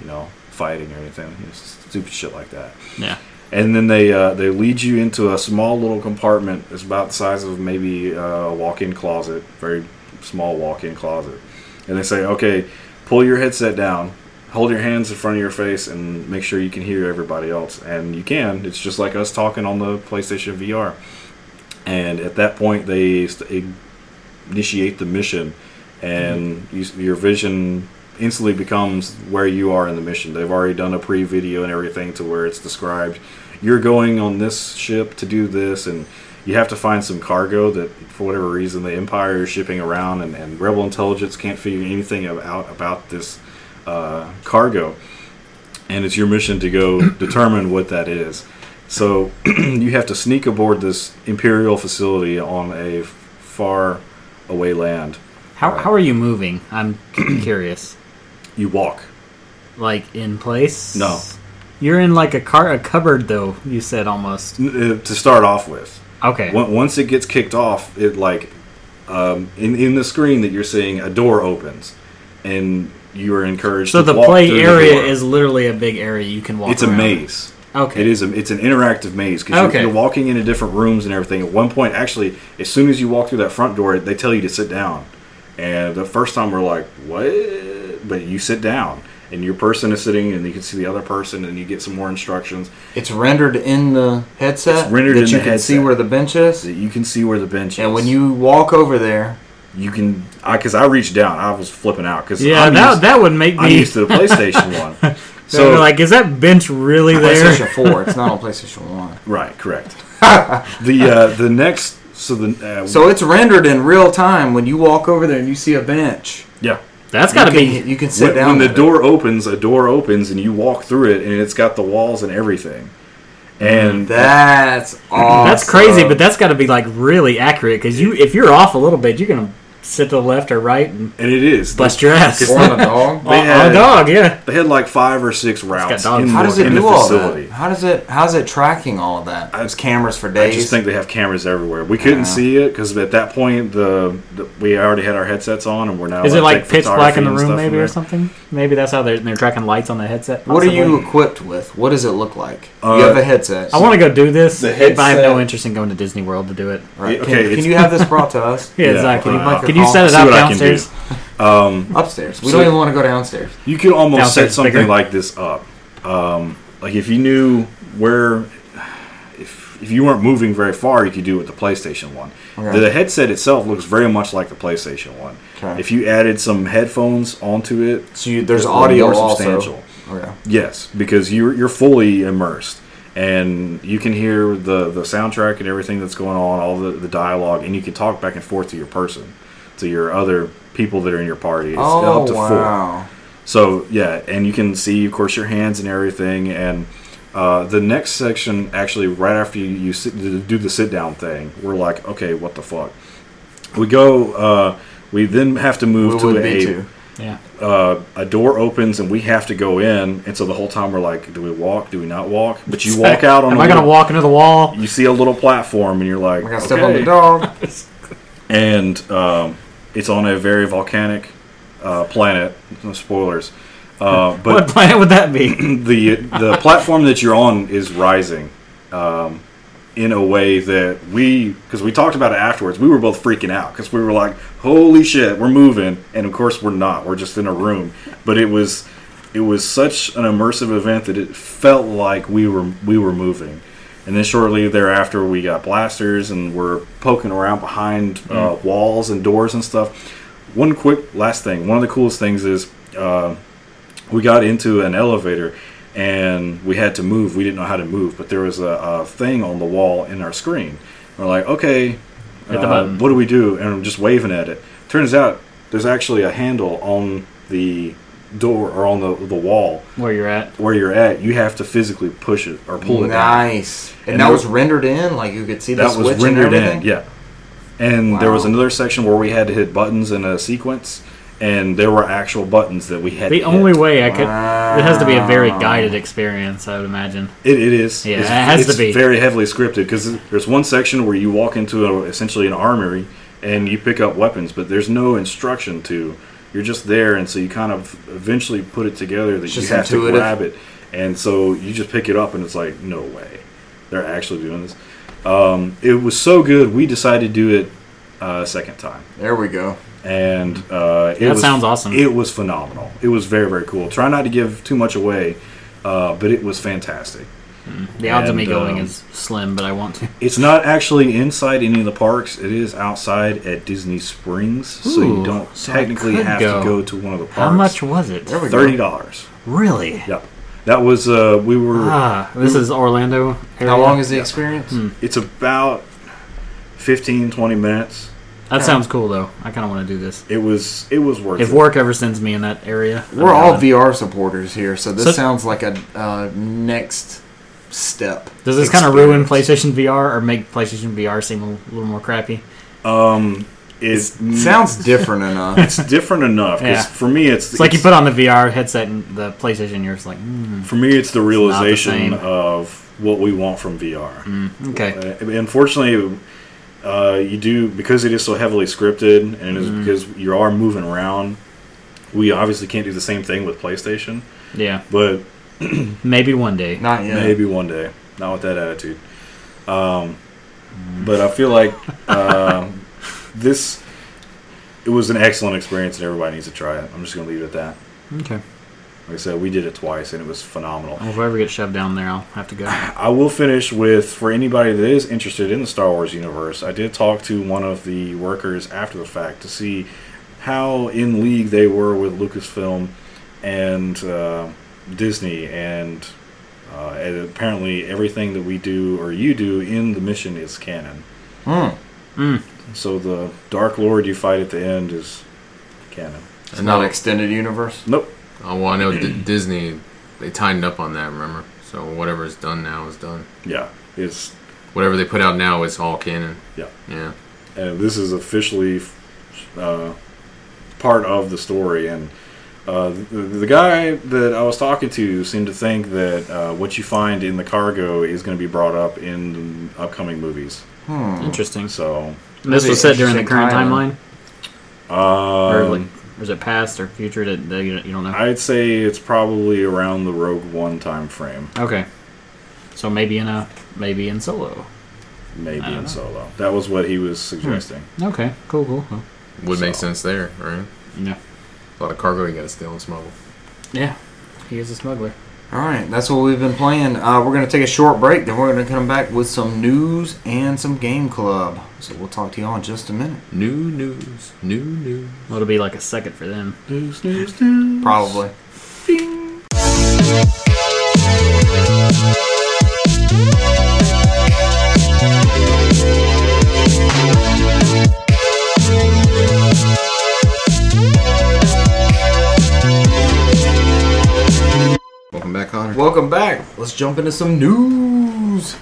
[SPEAKER 2] you know, fighting or anything, you know, stupid shit like that
[SPEAKER 4] Yeah.
[SPEAKER 2] and then they uh, they lead you into a small little compartment that's about the size of maybe uh, a walk-in closet, very small walk-in closet, and they say, okay, pull your headset down, hold your hands in front of your face, and make sure you can hear everybody else, and you can. It's just like us talking on the PlayStation VR, and at that point they st- initiate the mission, and you, your vision instantly becomes where you are in the mission. They've already done a pre-video and everything to where it's described. You're going on this ship to do this, and you have to find some cargo that, for whatever reason, the Empire is shipping around, and, and Rebel intelligence can't figure anything ab- out about this uh, cargo. And it's your mission to go [COUGHS] determine what that is. So [COUGHS] you have to sneak aboard this Imperial facility on a far away land.
[SPEAKER 4] How, how are you moving? I'm [CLEARS THROAT] curious.
[SPEAKER 2] You walk.
[SPEAKER 4] Like in place?
[SPEAKER 2] No.
[SPEAKER 4] You're in like a car a cupboard though. You said almost.
[SPEAKER 2] N- uh, to start off with.
[SPEAKER 4] Okay.
[SPEAKER 2] On- Once it gets kicked off, it like um, in in the screen that you're seeing, a door opens, and you are encouraged.
[SPEAKER 4] so
[SPEAKER 2] to
[SPEAKER 4] the
[SPEAKER 2] walk
[SPEAKER 4] play
[SPEAKER 2] through the
[SPEAKER 4] area
[SPEAKER 2] door.
[SPEAKER 4] is literally a big area you can walk.
[SPEAKER 2] It's a
[SPEAKER 4] around.
[SPEAKER 2] maze.
[SPEAKER 4] Okay.
[SPEAKER 2] It is. A, it's an interactive maze because
[SPEAKER 4] Okay.
[SPEAKER 2] you're, you're walking into different rooms and everything. At one point, actually, as soon as you walk through that front door, they tell you to sit down. And the first time we're like, "What?" But you sit down, and your person is sitting, and you can see the other person, and you get some more instructions.
[SPEAKER 1] It's rendered in the headset.
[SPEAKER 2] It's rendered
[SPEAKER 1] that
[SPEAKER 2] in
[SPEAKER 1] you
[SPEAKER 2] the
[SPEAKER 1] can see
[SPEAKER 2] headset.
[SPEAKER 1] where the bench is.
[SPEAKER 2] that you can see where the bench is.
[SPEAKER 1] And when you walk over there,
[SPEAKER 2] you can, I because I reached down, I was flipping out because
[SPEAKER 4] Yeah,
[SPEAKER 2] I'm
[SPEAKER 4] that
[SPEAKER 2] used,
[SPEAKER 4] that would make
[SPEAKER 2] I'm
[SPEAKER 4] me.
[SPEAKER 2] used to the
[SPEAKER 4] [LAUGHS]
[SPEAKER 2] PlayStation one.
[SPEAKER 4] so
[SPEAKER 2] So
[SPEAKER 4] like, is that
[SPEAKER 2] [LAUGHS]
[SPEAKER 4] bench really there?
[SPEAKER 1] PlayStation 4. It's not on PlayStation 1.
[SPEAKER 2] right, correct. the uh, the next so the uh,
[SPEAKER 1] So it's rendered in real time when you walk over there and you see a bench.
[SPEAKER 2] yeah.
[SPEAKER 4] That's got to
[SPEAKER 1] you can,
[SPEAKER 4] be.
[SPEAKER 1] You can sit
[SPEAKER 2] when,
[SPEAKER 1] down.
[SPEAKER 2] when the
[SPEAKER 1] with it.
[SPEAKER 2] door opens, a door opens, and you walk through it, and it's got the walls and everything.
[SPEAKER 1] Mm,
[SPEAKER 2] And
[SPEAKER 1] That's awesome.
[SPEAKER 4] That's crazy, but that's got to be like really accurate because you, if you're off a little bit, you're gonna sit to the left or right and
[SPEAKER 2] and it is
[SPEAKER 4] bust your ass.
[SPEAKER 1] Or
[SPEAKER 2] [LAUGHS]
[SPEAKER 4] [LAUGHS]
[SPEAKER 1] on a dog.
[SPEAKER 2] They
[SPEAKER 4] On- on
[SPEAKER 2] had-
[SPEAKER 4] a dog, yeah.
[SPEAKER 2] They had like five or six routes
[SPEAKER 4] dogs.
[SPEAKER 2] in,
[SPEAKER 1] How does
[SPEAKER 2] the,
[SPEAKER 1] it
[SPEAKER 2] in the
[SPEAKER 1] do all that?
[SPEAKER 2] facility.
[SPEAKER 1] How does it? How's it tracking all of that? It's cameras for
[SPEAKER 2] I
[SPEAKER 1] days.
[SPEAKER 2] just think they have cameras everywhere. We couldn't
[SPEAKER 1] Yeah.
[SPEAKER 2] see it because at that point the, the we already had our headsets on and we're now.
[SPEAKER 4] Is it like
[SPEAKER 2] take
[SPEAKER 4] pitch black in
[SPEAKER 2] photography and
[SPEAKER 4] the room,
[SPEAKER 2] stuff
[SPEAKER 4] maybe,
[SPEAKER 2] from
[SPEAKER 4] or
[SPEAKER 2] there.
[SPEAKER 4] something? Maybe that's how they're, they're tracking lights on the headset.
[SPEAKER 1] what are you
[SPEAKER 4] possibly.
[SPEAKER 1] equipped with? What does it look like?
[SPEAKER 2] Uh,
[SPEAKER 1] you have a headset.
[SPEAKER 4] I want to go do this,
[SPEAKER 2] The
[SPEAKER 4] but I have
[SPEAKER 2] headset-
[SPEAKER 4] no interest in going to Disney World to do it.
[SPEAKER 1] Right.
[SPEAKER 2] Okay,
[SPEAKER 1] Can,
[SPEAKER 2] it's-
[SPEAKER 1] can you have this brought to us?
[SPEAKER 2] [LAUGHS]
[SPEAKER 4] Yeah,
[SPEAKER 2] Yeah,
[SPEAKER 4] Zach, can you,
[SPEAKER 2] uh,
[SPEAKER 4] can you set it
[SPEAKER 2] see
[SPEAKER 4] up
[SPEAKER 2] what I can do.
[SPEAKER 4] downstairs?
[SPEAKER 1] Upstairs. We
[SPEAKER 2] So-
[SPEAKER 1] don't even want to go downstairs.
[SPEAKER 2] You could almost set
[SPEAKER 4] Downstairs
[SPEAKER 2] something
[SPEAKER 4] bigger.
[SPEAKER 2] like this up. Um, like if you knew where, if if you weren't moving very far, you could do it with the PlayStation One.
[SPEAKER 1] Okay.
[SPEAKER 2] The headset itself looks very much like the PlayStation One.
[SPEAKER 1] Okay.
[SPEAKER 2] If you added some headphones onto it,
[SPEAKER 1] So you, there's
[SPEAKER 2] it's
[SPEAKER 1] audio
[SPEAKER 2] more
[SPEAKER 1] also.
[SPEAKER 2] substantial.
[SPEAKER 1] Okay.
[SPEAKER 2] Yes, because you're you're fully immersed, and you can hear the the soundtrack and everything that's going on, all the the dialogue, and you can talk back and forth to your person, to your other people that are in your party. It's
[SPEAKER 1] Oh
[SPEAKER 2] up to four.
[SPEAKER 1] wow.
[SPEAKER 2] So yeah, and you can see, of course, your hands and everything. And uh, the next section, actually, right after you, you sit, do the sit down thing, we're like, okay, what the fuck? We go. Uh, we then have to move
[SPEAKER 1] We
[SPEAKER 2] to
[SPEAKER 1] would
[SPEAKER 2] a
[SPEAKER 1] be too.
[SPEAKER 4] [LAUGHS] Yeah.
[SPEAKER 2] uh, a door opens and we have to go in, and so the whole time we're like, do we walk? Do we not walk? But you
[SPEAKER 4] [LAUGHS]
[SPEAKER 2] walk out on.
[SPEAKER 4] Am
[SPEAKER 2] a
[SPEAKER 4] I gonna
[SPEAKER 2] little-
[SPEAKER 4] walk into the
[SPEAKER 2] [LAUGHS]
[SPEAKER 4] wall?
[SPEAKER 2] You see a little platform, and you're like,
[SPEAKER 1] We're gonna step on
[SPEAKER 2] "Okay."
[SPEAKER 1] the dog.
[SPEAKER 2] and um, it's on a very volcanic uh, planet. No spoilers,
[SPEAKER 4] [LAUGHS]
[SPEAKER 2] uh, but
[SPEAKER 4] what planet would that be?
[SPEAKER 2] the the platform that you're on is rising um, in a way that we because we talked about it afterwards we were both freaking out because we were like holy shit we're moving and of course we're not we're just in a room but it was it was such an immersive event that it felt like we were we were moving and then shortly thereafter we got blasters and we're poking around behind uh, walls and doors and stuff one quick last thing one of the coolest things is uh, we got into an elevator and we had to move. We didn't know how to move, but there was a, a thing on the wall in our screen. We're like, okay,
[SPEAKER 4] the
[SPEAKER 2] uh,
[SPEAKER 4] button.
[SPEAKER 2] what do we do? And I'm just waving at it. Turns out there's actually a handle on the door or on the, the wall
[SPEAKER 4] Where you're at?
[SPEAKER 2] where you're at. You have to physically push it or pull it down.
[SPEAKER 1] Nice. And,
[SPEAKER 2] And
[SPEAKER 1] that
[SPEAKER 2] there-
[SPEAKER 1] was rendered in, like you could see the
[SPEAKER 2] that
[SPEAKER 1] switch
[SPEAKER 2] was rendered
[SPEAKER 1] and everything.
[SPEAKER 2] in yeah and there was
[SPEAKER 1] Wow.
[SPEAKER 2] another section where we had to hit buttons in a sequence and there were actual buttons that we had
[SPEAKER 4] The
[SPEAKER 2] to
[SPEAKER 4] only
[SPEAKER 2] hit.
[SPEAKER 4] way I could. It has to be a very guided experience, I would imagine.
[SPEAKER 2] it, it is
[SPEAKER 4] Yeah,
[SPEAKER 2] it's,
[SPEAKER 4] it has to
[SPEAKER 2] it's
[SPEAKER 4] be.
[SPEAKER 2] very heavily scripted because there's one section where you walk into a, essentially an armory and you pick up weapons but there's no instruction to you're just there and so you kind of eventually put it together that you
[SPEAKER 1] just
[SPEAKER 2] have to
[SPEAKER 1] intuitive.
[SPEAKER 2] grab it and so you just pick it up and it's like no way they're actually doing this um, it was so good we decided to do it uh, second time
[SPEAKER 1] There we go.
[SPEAKER 2] and uh, it
[SPEAKER 4] That
[SPEAKER 2] was,
[SPEAKER 4] sounds awesome.
[SPEAKER 2] It was phenomenal. It was very very cool. Try not to give too much away, uh, but it was fantastic.
[SPEAKER 4] The odds of me
[SPEAKER 2] And,
[SPEAKER 4] going
[SPEAKER 2] um,
[SPEAKER 4] is slim, but I want to.
[SPEAKER 2] It's not actually inside any of the parks. It is outside at Disney Springs, so you
[SPEAKER 4] Ooh,
[SPEAKER 2] don't
[SPEAKER 4] so I
[SPEAKER 2] technically
[SPEAKER 4] could
[SPEAKER 2] have
[SPEAKER 4] go.
[SPEAKER 2] to go to one of the parks.
[SPEAKER 4] How much was it?
[SPEAKER 1] There we go.
[SPEAKER 2] Thirty dollars.
[SPEAKER 4] Really?
[SPEAKER 2] Yep. That was uh, we were.
[SPEAKER 4] Ah, this is Orlando. Area.
[SPEAKER 1] How long is the experience?
[SPEAKER 4] Hmm.
[SPEAKER 2] It's about 15, 20 minutes.
[SPEAKER 4] That sounds cool, though. I kind of want to do this.
[SPEAKER 2] It was it was worth
[SPEAKER 4] If
[SPEAKER 2] it.
[SPEAKER 4] work ever sends me in that area, I'm
[SPEAKER 1] We're all
[SPEAKER 4] gonna-
[SPEAKER 1] VR supporters here, so this
[SPEAKER 4] So-
[SPEAKER 1] sounds like a uh, next step.
[SPEAKER 4] Does this kind of ruin PlayStation VR or make PlayStation VR seem a little more crappy?
[SPEAKER 2] It
[SPEAKER 1] Mm, Sounds different enough.
[SPEAKER 4] [LAUGHS]
[SPEAKER 2] it's different enough 'cause
[SPEAKER 4] Yeah.
[SPEAKER 2] for me it's
[SPEAKER 4] It's like you
[SPEAKER 2] it's-
[SPEAKER 4] put on the VR headset and the PlayStation, you're just like, mm,
[SPEAKER 2] For me, it's the
[SPEAKER 4] not the
[SPEAKER 2] realization
[SPEAKER 4] same.
[SPEAKER 2] of what we want from VR.
[SPEAKER 4] mm, okay.
[SPEAKER 2] Uh, Unfortunately, uh, you do because it is so heavily scripted, and it
[SPEAKER 4] Mm-hmm.
[SPEAKER 2] is because you are moving around. We obviously can't do the same thing with PlayStation,
[SPEAKER 4] Yeah,
[SPEAKER 2] but
[SPEAKER 4] maybe one day.
[SPEAKER 1] Not yet.
[SPEAKER 2] maybe one day. Not with that attitude.
[SPEAKER 4] Mm-hmm.
[SPEAKER 2] Um, but I feel like uh, [LAUGHS] this. It was an excellent experience, and everybody needs to try it. I'm just going to leave it at that.
[SPEAKER 4] Okay.
[SPEAKER 2] Like I said, we did it twice, and it was phenomenal.
[SPEAKER 4] Well, if I ever get shoved down there, I'll have to go.
[SPEAKER 2] I will finish with for anybody that is interested in the Star Wars universe. I did talk to one of the workers after the fact to see how in league they were with Lucasfilm and uh, Disney, and, uh, and apparently everything that we do or you do in the mission is canon.
[SPEAKER 1] Hmm.
[SPEAKER 4] Mm,
[SPEAKER 2] So the Dark Lord you fight at the end is canon.
[SPEAKER 1] It's not extended universe.
[SPEAKER 2] Nope.
[SPEAKER 3] Oh, well, I know D- Disney, they tightened up on that, remember? So whatever is done now is done.
[SPEAKER 2] Yeah, it's
[SPEAKER 3] Whatever they put out now is all canon.
[SPEAKER 2] yeah.
[SPEAKER 3] Yeah.
[SPEAKER 2] and this is officially uh, part of the story. And uh, the, the guy that I was talking to seemed to think that uh, what you find in the cargo is going to be brought up in upcoming movies.
[SPEAKER 1] Hmm.
[SPEAKER 4] Interesting.
[SPEAKER 2] So,
[SPEAKER 4] And this
[SPEAKER 1] That'd
[SPEAKER 4] was
[SPEAKER 1] be
[SPEAKER 4] set during the
[SPEAKER 1] interesting
[SPEAKER 4] current
[SPEAKER 1] timeline.
[SPEAKER 4] timeline, or like,
[SPEAKER 2] um,
[SPEAKER 4] or is it past or future? That that you you don't know.
[SPEAKER 2] I'd say it's probably around the Rogue One time frame,
[SPEAKER 4] Okay. So maybe in a maybe in solo.
[SPEAKER 2] maybe
[SPEAKER 4] I don't
[SPEAKER 2] in
[SPEAKER 4] know.
[SPEAKER 2] Solo. That was what he was suggesting.
[SPEAKER 4] Okay. Cool. Cool. cool.
[SPEAKER 3] Would make
[SPEAKER 2] So-
[SPEAKER 3] sense there, right?
[SPEAKER 4] Yeah.
[SPEAKER 3] A lot of cargo you gotta steal and smuggle.
[SPEAKER 4] Yeah. He is a smuggler.
[SPEAKER 1] All right, that's what we've been playing. Uh, we're going to take a short break, then we're going to come back with some news and some game club. So we'll talk to y'all in just a minute.
[SPEAKER 3] New news, new news.
[SPEAKER 4] Well, it'll be like a second for them.
[SPEAKER 2] News, news, news.
[SPEAKER 1] Probably.
[SPEAKER 3] Welcome back, Connor.
[SPEAKER 1] Welcome back. Let's jump into some news.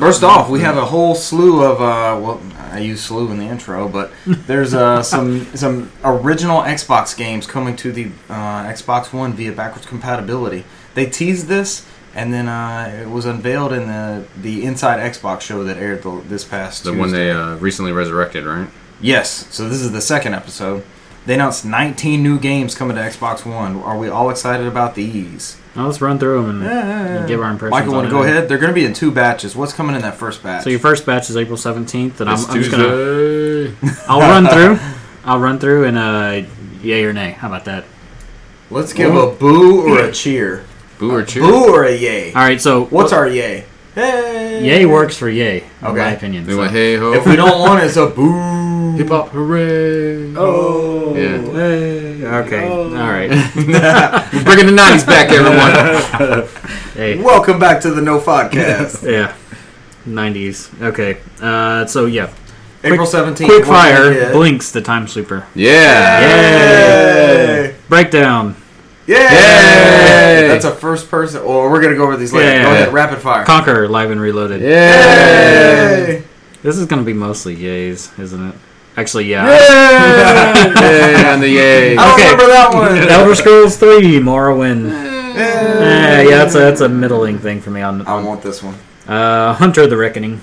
[SPEAKER 1] First off, we have a whole slew of uh, well, I use slew in the intro, but there's uh, some some original Xbox games coming to the uh, Xbox One via backwards compatibility. They teased this, and then uh, it was unveiled in the the Inside Xbox show that aired the, this past
[SPEAKER 3] the one
[SPEAKER 1] Tuesday.
[SPEAKER 3] they uh, recently resurrected, right?
[SPEAKER 1] Yes. So this is the second episode. They announced 19 new games coming to Xbox One. Are we all excited about these?
[SPEAKER 4] Now let's run through them and, and give our impressions.
[SPEAKER 1] Michael,
[SPEAKER 4] on
[SPEAKER 1] want to go
[SPEAKER 4] it.
[SPEAKER 1] ahead? They're going to be in two batches. What's coming in that first batch?
[SPEAKER 4] So your first batch is April seventeenth, and I'm,
[SPEAKER 3] It's
[SPEAKER 4] I'm just gonna
[SPEAKER 3] Tuesday.
[SPEAKER 1] [LAUGHS]
[SPEAKER 4] I'll run through. I'll run through and uh, yay or nay. How about that?
[SPEAKER 1] Let's give a boo or
[SPEAKER 4] [LAUGHS]
[SPEAKER 1] a cheer.
[SPEAKER 3] Boo or cheer?
[SPEAKER 1] Boo or a yay.
[SPEAKER 4] All right. So
[SPEAKER 1] What's our yay? Hey.
[SPEAKER 4] yay works for yay in my
[SPEAKER 1] Okay.
[SPEAKER 4] opinion.
[SPEAKER 3] They
[SPEAKER 4] so.
[SPEAKER 3] went hey ho.
[SPEAKER 1] If we don't want it, it's a
[SPEAKER 4] [LAUGHS]
[SPEAKER 1] boo.
[SPEAKER 3] hip hop hooray.
[SPEAKER 2] Oh.
[SPEAKER 3] Yeah.
[SPEAKER 2] Hey.
[SPEAKER 4] Okay.
[SPEAKER 2] Oh.
[SPEAKER 4] All right.
[SPEAKER 3] We're bringing the nineties
[SPEAKER 2] [LAUGHS]
[SPEAKER 3] back, everyone.
[SPEAKER 4] Hmm.
[SPEAKER 1] [LAUGHS]
[SPEAKER 4] hey.
[SPEAKER 1] Welcome back to the No Podcast.
[SPEAKER 4] Yeah. Nineties. Okay. Uh, so yeah.
[SPEAKER 1] April 17th.
[SPEAKER 4] Quick
[SPEAKER 1] what did we
[SPEAKER 4] fire
[SPEAKER 1] get?
[SPEAKER 4] blinks the time sleeper
[SPEAKER 3] yeah.
[SPEAKER 1] Yay.
[SPEAKER 4] breakdown.
[SPEAKER 1] Yay.
[SPEAKER 3] Yay.
[SPEAKER 1] That's a first person. Or we're going to go over these later.
[SPEAKER 4] Yeah.
[SPEAKER 1] Go ahead. Rapid fire.
[SPEAKER 4] Conquer live and reloaded.
[SPEAKER 3] Yeah.
[SPEAKER 1] Yay.
[SPEAKER 4] This is gonna be mostly yays, isn't it? Actually, yeah.
[SPEAKER 3] Yay on
[SPEAKER 1] [LAUGHS]
[SPEAKER 3] the yay.
[SPEAKER 1] I don't
[SPEAKER 4] Okay.
[SPEAKER 1] remember that
[SPEAKER 4] [LAUGHS]
[SPEAKER 1] one.
[SPEAKER 4] Elder Scrolls Three Morrowind. Eh,
[SPEAKER 1] Yay.
[SPEAKER 4] yeah, that's a that's a middling thing for me on
[SPEAKER 1] I
[SPEAKER 3] Um,
[SPEAKER 1] want this one.
[SPEAKER 4] uh, Hunter the Reckoning.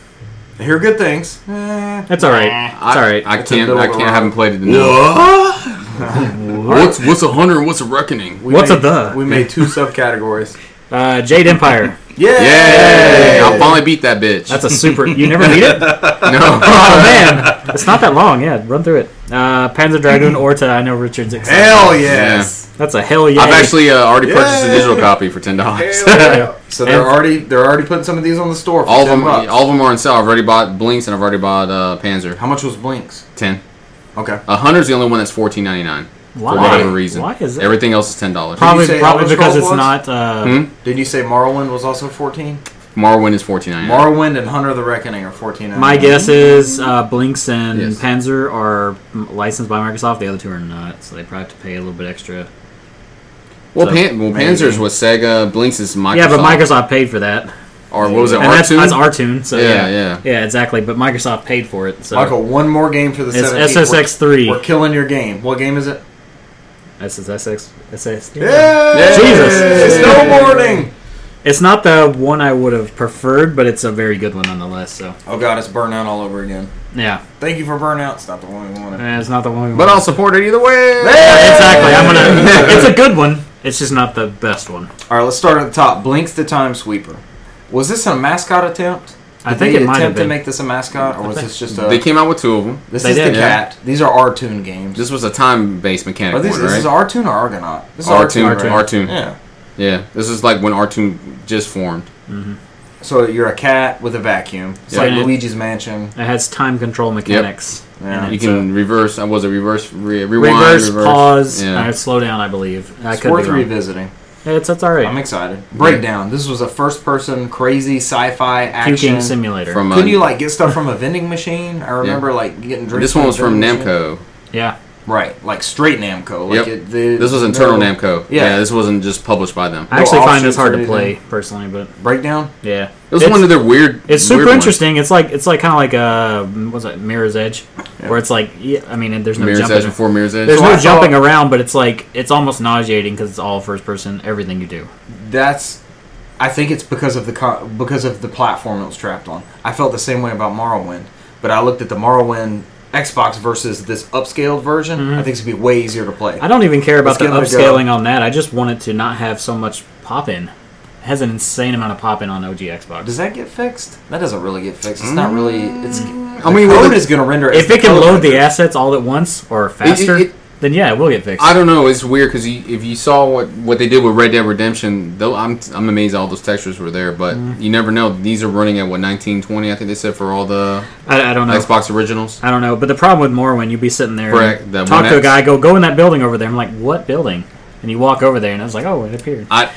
[SPEAKER 1] I hear good things. Eh.
[SPEAKER 4] That's all right. It's all right.
[SPEAKER 3] I
[SPEAKER 1] It's a
[SPEAKER 3] can't.
[SPEAKER 1] middle
[SPEAKER 3] I
[SPEAKER 1] of the
[SPEAKER 3] can't. I
[SPEAKER 1] road.
[SPEAKER 3] haven't played it enough. What's what's a hunter and what's a reckoning?
[SPEAKER 1] We
[SPEAKER 4] What's a
[SPEAKER 1] made-
[SPEAKER 4] the?
[SPEAKER 1] We made two subcategories.
[SPEAKER 4] Uh, Jade Empire.
[SPEAKER 1] Yay!
[SPEAKER 3] Yay! I finally beat that bitch.
[SPEAKER 4] That's a super. You never beat
[SPEAKER 3] [LAUGHS]
[SPEAKER 4] it.
[SPEAKER 3] no.
[SPEAKER 4] Oh man, it's not that long. Yeah, run through it. Uh, Panzer Dragoon Orta. I know Richard's excited.
[SPEAKER 1] Hell yes!
[SPEAKER 4] That's a hell yeah.
[SPEAKER 3] I've
[SPEAKER 4] [LAUGHS]
[SPEAKER 3] actually [LAUGHS] uh, already purchased a
[SPEAKER 1] Yay.
[SPEAKER 3] digital copy for ten dollars.
[SPEAKER 1] Hell yeah. So they're
[SPEAKER 4] And-
[SPEAKER 1] already they're already putting some of these on the store. For
[SPEAKER 3] All of
[SPEAKER 1] 10
[SPEAKER 3] them.
[SPEAKER 1] bucks.
[SPEAKER 3] All of them are on sale. I've already bought Blinks and I've already bought uh, Panzer.
[SPEAKER 1] How much was Blinks?
[SPEAKER 3] Ten.
[SPEAKER 1] Okay.
[SPEAKER 3] A hunter's the only one that's fourteen ninety nine
[SPEAKER 4] Why?
[SPEAKER 3] for whatever reason.
[SPEAKER 4] Why is it?
[SPEAKER 3] Everything else is ten dollars.
[SPEAKER 4] probably
[SPEAKER 1] Did you say
[SPEAKER 4] probably
[SPEAKER 1] Elder
[SPEAKER 4] because
[SPEAKER 1] Scrolls was?
[SPEAKER 4] it's not. Uh,
[SPEAKER 3] Hmm?
[SPEAKER 1] Did you say Morrowind was also fourteen?
[SPEAKER 3] Morrowind is fourteen ninety nine.
[SPEAKER 1] Morrowind and Hunter the Reckoning are fourteen.
[SPEAKER 4] My guess is uh, Blinks and
[SPEAKER 3] Yes.
[SPEAKER 4] Panzer are m- licensed by Microsoft. The other two are not, so they probably have to pay a little bit extra.
[SPEAKER 3] Well,
[SPEAKER 4] So,
[SPEAKER 3] Pan- well,
[SPEAKER 1] maybe.
[SPEAKER 3] Panzer's was Sega. Blinks is Microsoft.
[SPEAKER 4] Yeah, but Microsoft paid for that,
[SPEAKER 3] Or what was it?
[SPEAKER 4] and that's
[SPEAKER 3] R2?
[SPEAKER 4] that's our tune. So
[SPEAKER 3] Yeah,
[SPEAKER 4] yeah,
[SPEAKER 3] yeah.
[SPEAKER 4] exactly. But Microsoft paid for it. So
[SPEAKER 1] Michael, one more game for the
[SPEAKER 4] it's
[SPEAKER 1] 17th.
[SPEAKER 4] SSX
[SPEAKER 1] We're,
[SPEAKER 4] three.
[SPEAKER 1] we're killing your game. What game is it?
[SPEAKER 4] That's SSX. SS.
[SPEAKER 1] Yay!
[SPEAKER 4] Jesus.
[SPEAKER 1] Snowboarding.
[SPEAKER 4] It's not the one I would have preferred, but it's a very good one nonetheless. So
[SPEAKER 1] Oh god, it's Burnout all over again.
[SPEAKER 4] yeah,
[SPEAKER 1] Thank you for Burnout. It's not the one we wanted.
[SPEAKER 4] Eh, it's not the one. We
[SPEAKER 3] But I'll
[SPEAKER 4] want.
[SPEAKER 3] support it either way.
[SPEAKER 4] exactly,
[SPEAKER 3] [LAUGHS]
[SPEAKER 4] I'm gonna. It's a good one. It's just not the best one.
[SPEAKER 1] All right, let's start at the top. Blinks the Time Sweeper. Was this a mascot attempt?
[SPEAKER 4] I
[SPEAKER 1] Did
[SPEAKER 4] think
[SPEAKER 1] they
[SPEAKER 4] it might have
[SPEAKER 1] attempt to
[SPEAKER 4] been.
[SPEAKER 1] make this a mascot, or was this just a?
[SPEAKER 3] They came out with two of them.
[SPEAKER 1] this
[SPEAKER 4] They
[SPEAKER 1] is
[SPEAKER 4] did,
[SPEAKER 1] the
[SPEAKER 3] yeah.
[SPEAKER 1] cat. These are Artoon games.
[SPEAKER 3] This was a time-based mechanic
[SPEAKER 1] are these,
[SPEAKER 3] one,
[SPEAKER 1] this
[SPEAKER 3] right?
[SPEAKER 1] is Artoon or Argonaut? This is
[SPEAKER 3] Artoon,
[SPEAKER 1] right?
[SPEAKER 3] Artoon.
[SPEAKER 1] Yeah.
[SPEAKER 3] yeah, this is like when Artoon just formed.
[SPEAKER 1] So you're a cat with a vacuum. It's
[SPEAKER 4] Yeah.
[SPEAKER 1] like
[SPEAKER 4] And it-
[SPEAKER 1] Luigi's Mansion.
[SPEAKER 4] It has time control mechanics.
[SPEAKER 1] Yeah.
[SPEAKER 4] in
[SPEAKER 3] You
[SPEAKER 4] it,
[SPEAKER 3] can reverse. I was a reverse, re,
[SPEAKER 4] so
[SPEAKER 3] rewind,
[SPEAKER 4] reverse,
[SPEAKER 3] reverse,
[SPEAKER 4] pause,
[SPEAKER 3] Yeah.
[SPEAKER 4] uh, slow down. I believe. I
[SPEAKER 1] It's
[SPEAKER 4] could
[SPEAKER 1] worth
[SPEAKER 4] be wrong.
[SPEAKER 1] revisiting.
[SPEAKER 4] It's that's all
[SPEAKER 1] I'm
[SPEAKER 4] right.
[SPEAKER 1] excited. Breakdown. This was a first-person crazy sci-fi
[SPEAKER 4] Q Game
[SPEAKER 1] action.
[SPEAKER 4] Simulator.
[SPEAKER 3] from uh,
[SPEAKER 1] Couldn't you like get stuff from a vending machine? I remember like getting drinks.
[SPEAKER 3] this one was
[SPEAKER 1] a
[SPEAKER 3] from
[SPEAKER 1] vending machine.
[SPEAKER 3] Namco.
[SPEAKER 4] yeah,
[SPEAKER 1] Right, like straight Namco. Like
[SPEAKER 3] Yep.
[SPEAKER 1] it, the,
[SPEAKER 3] This was
[SPEAKER 1] no-
[SPEAKER 3] internal Namco.
[SPEAKER 1] Yeah.
[SPEAKER 3] Yeah. this wasn't just published by them.
[SPEAKER 4] I actually find
[SPEAKER 1] options
[SPEAKER 4] this hard
[SPEAKER 1] or
[SPEAKER 4] to play
[SPEAKER 1] anything?
[SPEAKER 4] personally, but
[SPEAKER 1] breakdown.
[SPEAKER 4] yeah,
[SPEAKER 3] It was
[SPEAKER 4] it's,
[SPEAKER 3] one of their weird.
[SPEAKER 4] It's super
[SPEAKER 3] weird ones.
[SPEAKER 4] interesting. It's like it's like kind of like uh, what's it, Mirror's Edge, where it's like yeah, I mean, there's no
[SPEAKER 3] Mirror's
[SPEAKER 4] jumping.
[SPEAKER 3] Edge before Mirror's Edge.
[SPEAKER 4] There's
[SPEAKER 1] So
[SPEAKER 4] no
[SPEAKER 1] I saw-
[SPEAKER 4] jumping around, but it's like it's almost nauseating because it's all first person, everything you do.
[SPEAKER 1] That's. I think it's because of the co- because of the platform it was trapped on. I felt the same way about Morrowind, but I looked at the Morrowind Xbox versus this upscaled version. I think it's gonna be way easier to play.
[SPEAKER 4] Mm-hmm. I don't even care about
[SPEAKER 1] Let's
[SPEAKER 4] the
[SPEAKER 1] give it a go.
[SPEAKER 4] upscaling on that. I just want it to not have so much pop in. It has an insane amount of pop in on OG Xbox.
[SPEAKER 1] Does that get fixed? That doesn't really get fixed. It's not really. It's. I
[SPEAKER 3] Mm. mean,
[SPEAKER 1] mean,
[SPEAKER 3] with
[SPEAKER 1] code
[SPEAKER 3] the-
[SPEAKER 1] is going to render. as
[SPEAKER 4] if it can
[SPEAKER 1] code
[SPEAKER 4] load the
[SPEAKER 1] renders.
[SPEAKER 4] assets all at once
[SPEAKER 3] It-
[SPEAKER 4] or
[SPEAKER 3] it-
[SPEAKER 4] faster,
[SPEAKER 3] it-
[SPEAKER 4] then yeah, it will get fixed.
[SPEAKER 3] I don't know. It's weird because if you saw what, what they did with Red Dead Redemption, though, I'm I'm amazed all those textures were there. But
[SPEAKER 4] Mm.
[SPEAKER 3] you never know. These are running at what 1920, I think they said for all the
[SPEAKER 4] I, I don't know.
[SPEAKER 3] Xbox originals.
[SPEAKER 4] I don't know. But the problem with Morrowind, you'd be sitting there,
[SPEAKER 3] Correct,
[SPEAKER 4] and
[SPEAKER 3] that
[SPEAKER 4] talk
[SPEAKER 3] one
[SPEAKER 4] to a
[SPEAKER 3] X.
[SPEAKER 4] guy, go go in that building over there. I'm like, what building? And you walk over there, and I was like, oh, it appeared.
[SPEAKER 3] I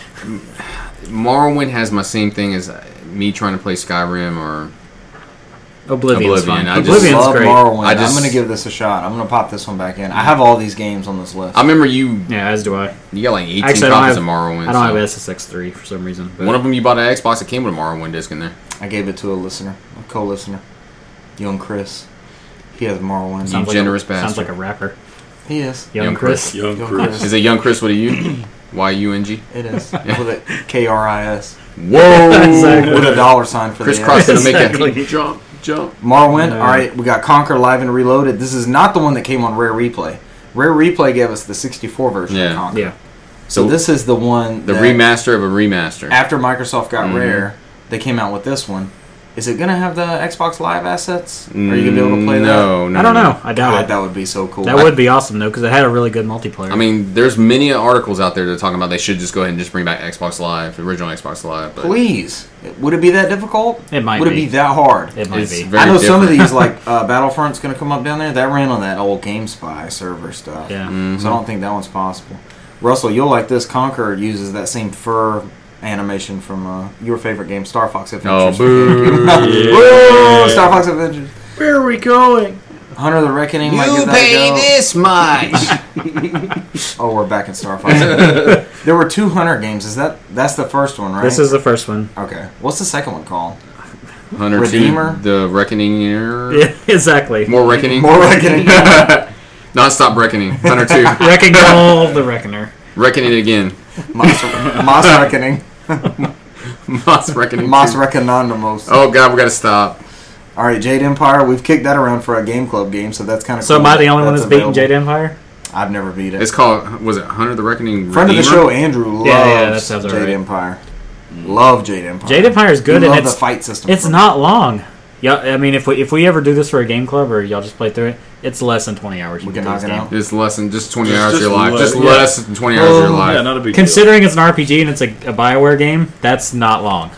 [SPEAKER 3] Morrowind has my same thing as uh, me trying to play Skyrim or
[SPEAKER 4] Oblivion's
[SPEAKER 3] Oblivion,
[SPEAKER 4] fine.
[SPEAKER 3] I just-
[SPEAKER 4] Oblivion's
[SPEAKER 1] Love
[SPEAKER 4] great.
[SPEAKER 1] Morrowind.
[SPEAKER 3] I just-
[SPEAKER 1] I'm gonna give this a shot. I'm gonna pop this one back in. I have all these games on this list.
[SPEAKER 3] I remember you
[SPEAKER 4] Yeah, as do I.
[SPEAKER 3] you got like 18
[SPEAKER 4] Actually, I don't
[SPEAKER 3] copies of
[SPEAKER 4] have-
[SPEAKER 3] Morrowind.
[SPEAKER 4] I don't have
[SPEAKER 3] so-
[SPEAKER 4] SSX3 for some reason. But
[SPEAKER 3] One of them you bought at Xbox. It came with a Morrowind disc in there.
[SPEAKER 1] I gave it to a listener, a co-listener, young Chris. He has Morrowind.
[SPEAKER 4] sounds
[SPEAKER 3] you
[SPEAKER 4] like a-
[SPEAKER 3] generous
[SPEAKER 4] Sounds
[SPEAKER 3] bastard.
[SPEAKER 4] like a rapper.
[SPEAKER 1] He is.
[SPEAKER 4] Young,
[SPEAKER 3] Young
[SPEAKER 4] Chris.
[SPEAKER 3] Chris.
[SPEAKER 2] Young
[SPEAKER 1] Young
[SPEAKER 2] Chris.
[SPEAKER 1] Chris.
[SPEAKER 3] Is it Young Chris with a [CLEARS THROAT] U? Y U N G.
[SPEAKER 1] It
[SPEAKER 3] [LAUGHS]
[SPEAKER 1] is with a K R I S
[SPEAKER 3] Whoa!
[SPEAKER 4] Exactly.
[SPEAKER 1] with a dollar sign for
[SPEAKER 3] Chris
[SPEAKER 1] the
[SPEAKER 3] Cross
[SPEAKER 1] S.
[SPEAKER 3] gonna make
[SPEAKER 4] Exactly.
[SPEAKER 3] that jump, jump.
[SPEAKER 1] Morrowind.
[SPEAKER 4] No.
[SPEAKER 1] All right, we got Conquer Live and Reloaded. This is not the one that came on Rare Replay. Rare Replay gave us the 64 version
[SPEAKER 3] Yeah.
[SPEAKER 1] of Conquer.
[SPEAKER 4] Yeah.
[SPEAKER 1] So this is the one
[SPEAKER 3] The
[SPEAKER 1] that
[SPEAKER 3] remaster of a remaster.
[SPEAKER 1] after Microsoft got
[SPEAKER 3] Mhm.
[SPEAKER 1] Rare, they came out with this one. Is it gonna have the Xbox Live assets? Are you gonna be able to play that?
[SPEAKER 3] Mm, no, No,
[SPEAKER 4] I don't
[SPEAKER 3] no.
[SPEAKER 4] know. I doubt
[SPEAKER 1] God,
[SPEAKER 4] it.
[SPEAKER 1] that would be so cool.
[SPEAKER 4] That would be awesome though, because it had a really good multiplayer.
[SPEAKER 3] I mean, there's many articles out there that are talking about they should just go ahead and just bring back Xbox Live, the original Xbox Live. But
[SPEAKER 1] Please, would it be that difficult?
[SPEAKER 4] It might
[SPEAKER 1] Would it
[SPEAKER 4] be.
[SPEAKER 1] be that hard?
[SPEAKER 4] it might
[SPEAKER 3] it's
[SPEAKER 4] be.
[SPEAKER 3] very
[SPEAKER 1] I know some of
[SPEAKER 3] different.
[SPEAKER 1] these like
[SPEAKER 3] [LAUGHS]
[SPEAKER 1] uh, Battlefront's gonna come up down there. That ran on that old GameSpy server stuff.
[SPEAKER 4] yeah.
[SPEAKER 3] Mm-hmm.
[SPEAKER 1] So I don't think that one's possible. Russell, you'll like this. Conquer uses that same fur animation from uh, your favorite game, Star Fox
[SPEAKER 3] Oh,
[SPEAKER 1] Adventures.
[SPEAKER 3] [LAUGHS] boo!
[SPEAKER 1] Woo! Star Fox Adventures.
[SPEAKER 2] Where are we going?
[SPEAKER 1] Hunter the Reckoning. might give that a go.
[SPEAKER 3] much.
[SPEAKER 1] Oh, we're back in Star Fox. there were two Hunter games. Is that that's the first one, right?
[SPEAKER 4] This is the first one. [LAUGHS]
[SPEAKER 1] okay. What's the second one called?
[SPEAKER 3] [LAUGHS] Hunter
[SPEAKER 1] Redeemer?
[SPEAKER 3] Two, the Reckoning. Yeah.
[SPEAKER 4] Yeah, exactly.
[SPEAKER 3] More Reckoning.
[SPEAKER 1] More
[SPEAKER 3] [LAUGHS]
[SPEAKER 1] Reckoning.
[SPEAKER 3] Non-stop Reckoning.
[SPEAKER 1] [LAUGHS]
[SPEAKER 3] Hunter Two.
[SPEAKER 4] Wrecking all the Reckoner.
[SPEAKER 3] Reckoning it again.
[SPEAKER 1] Moss, Moss
[SPEAKER 3] [LAUGHS]
[SPEAKER 1] Reckoning.
[SPEAKER 3] Moss Reckoning.
[SPEAKER 1] Moss
[SPEAKER 3] 2.
[SPEAKER 1] Reckononymous.
[SPEAKER 3] Oh God, we gotta stop.
[SPEAKER 1] All right, Jade Empire. We've kicked that around for a game club game, so that's kind of.
[SPEAKER 4] So am I the only one that's beating Jade
[SPEAKER 1] Empire?
[SPEAKER 4] Empire?
[SPEAKER 1] I've never beat it.
[SPEAKER 3] It's called was it Hunter the Reckoning?
[SPEAKER 1] Friend of the
[SPEAKER 3] Redeemer?
[SPEAKER 1] show, Andrew loves
[SPEAKER 4] Yeah, yeah, that sounds
[SPEAKER 1] Jade
[SPEAKER 4] alright.
[SPEAKER 1] Empire. Love Jade Empire.
[SPEAKER 4] Jade Empire is good,
[SPEAKER 1] You
[SPEAKER 4] and
[SPEAKER 1] love the
[SPEAKER 4] it's
[SPEAKER 1] fight system.
[SPEAKER 4] it's
[SPEAKER 1] for-
[SPEAKER 4] not long. Yeah, I mean, if we if we ever do this for a game club or y'all just play through it, it's less than twenty hours. you
[SPEAKER 1] We can
[SPEAKER 4] do
[SPEAKER 1] knock
[SPEAKER 4] this
[SPEAKER 1] it
[SPEAKER 4] game.
[SPEAKER 1] out.
[SPEAKER 3] It's less than just 20
[SPEAKER 2] Just-
[SPEAKER 3] hours of your
[SPEAKER 2] just
[SPEAKER 3] life.
[SPEAKER 2] less,
[SPEAKER 3] Just
[SPEAKER 2] yeah.
[SPEAKER 3] less than 20 hours of your
[SPEAKER 1] Oh,
[SPEAKER 3] life.
[SPEAKER 2] Yeah, not a big
[SPEAKER 4] Considering it's an RPG and it's a, a Bioware game, that's not long.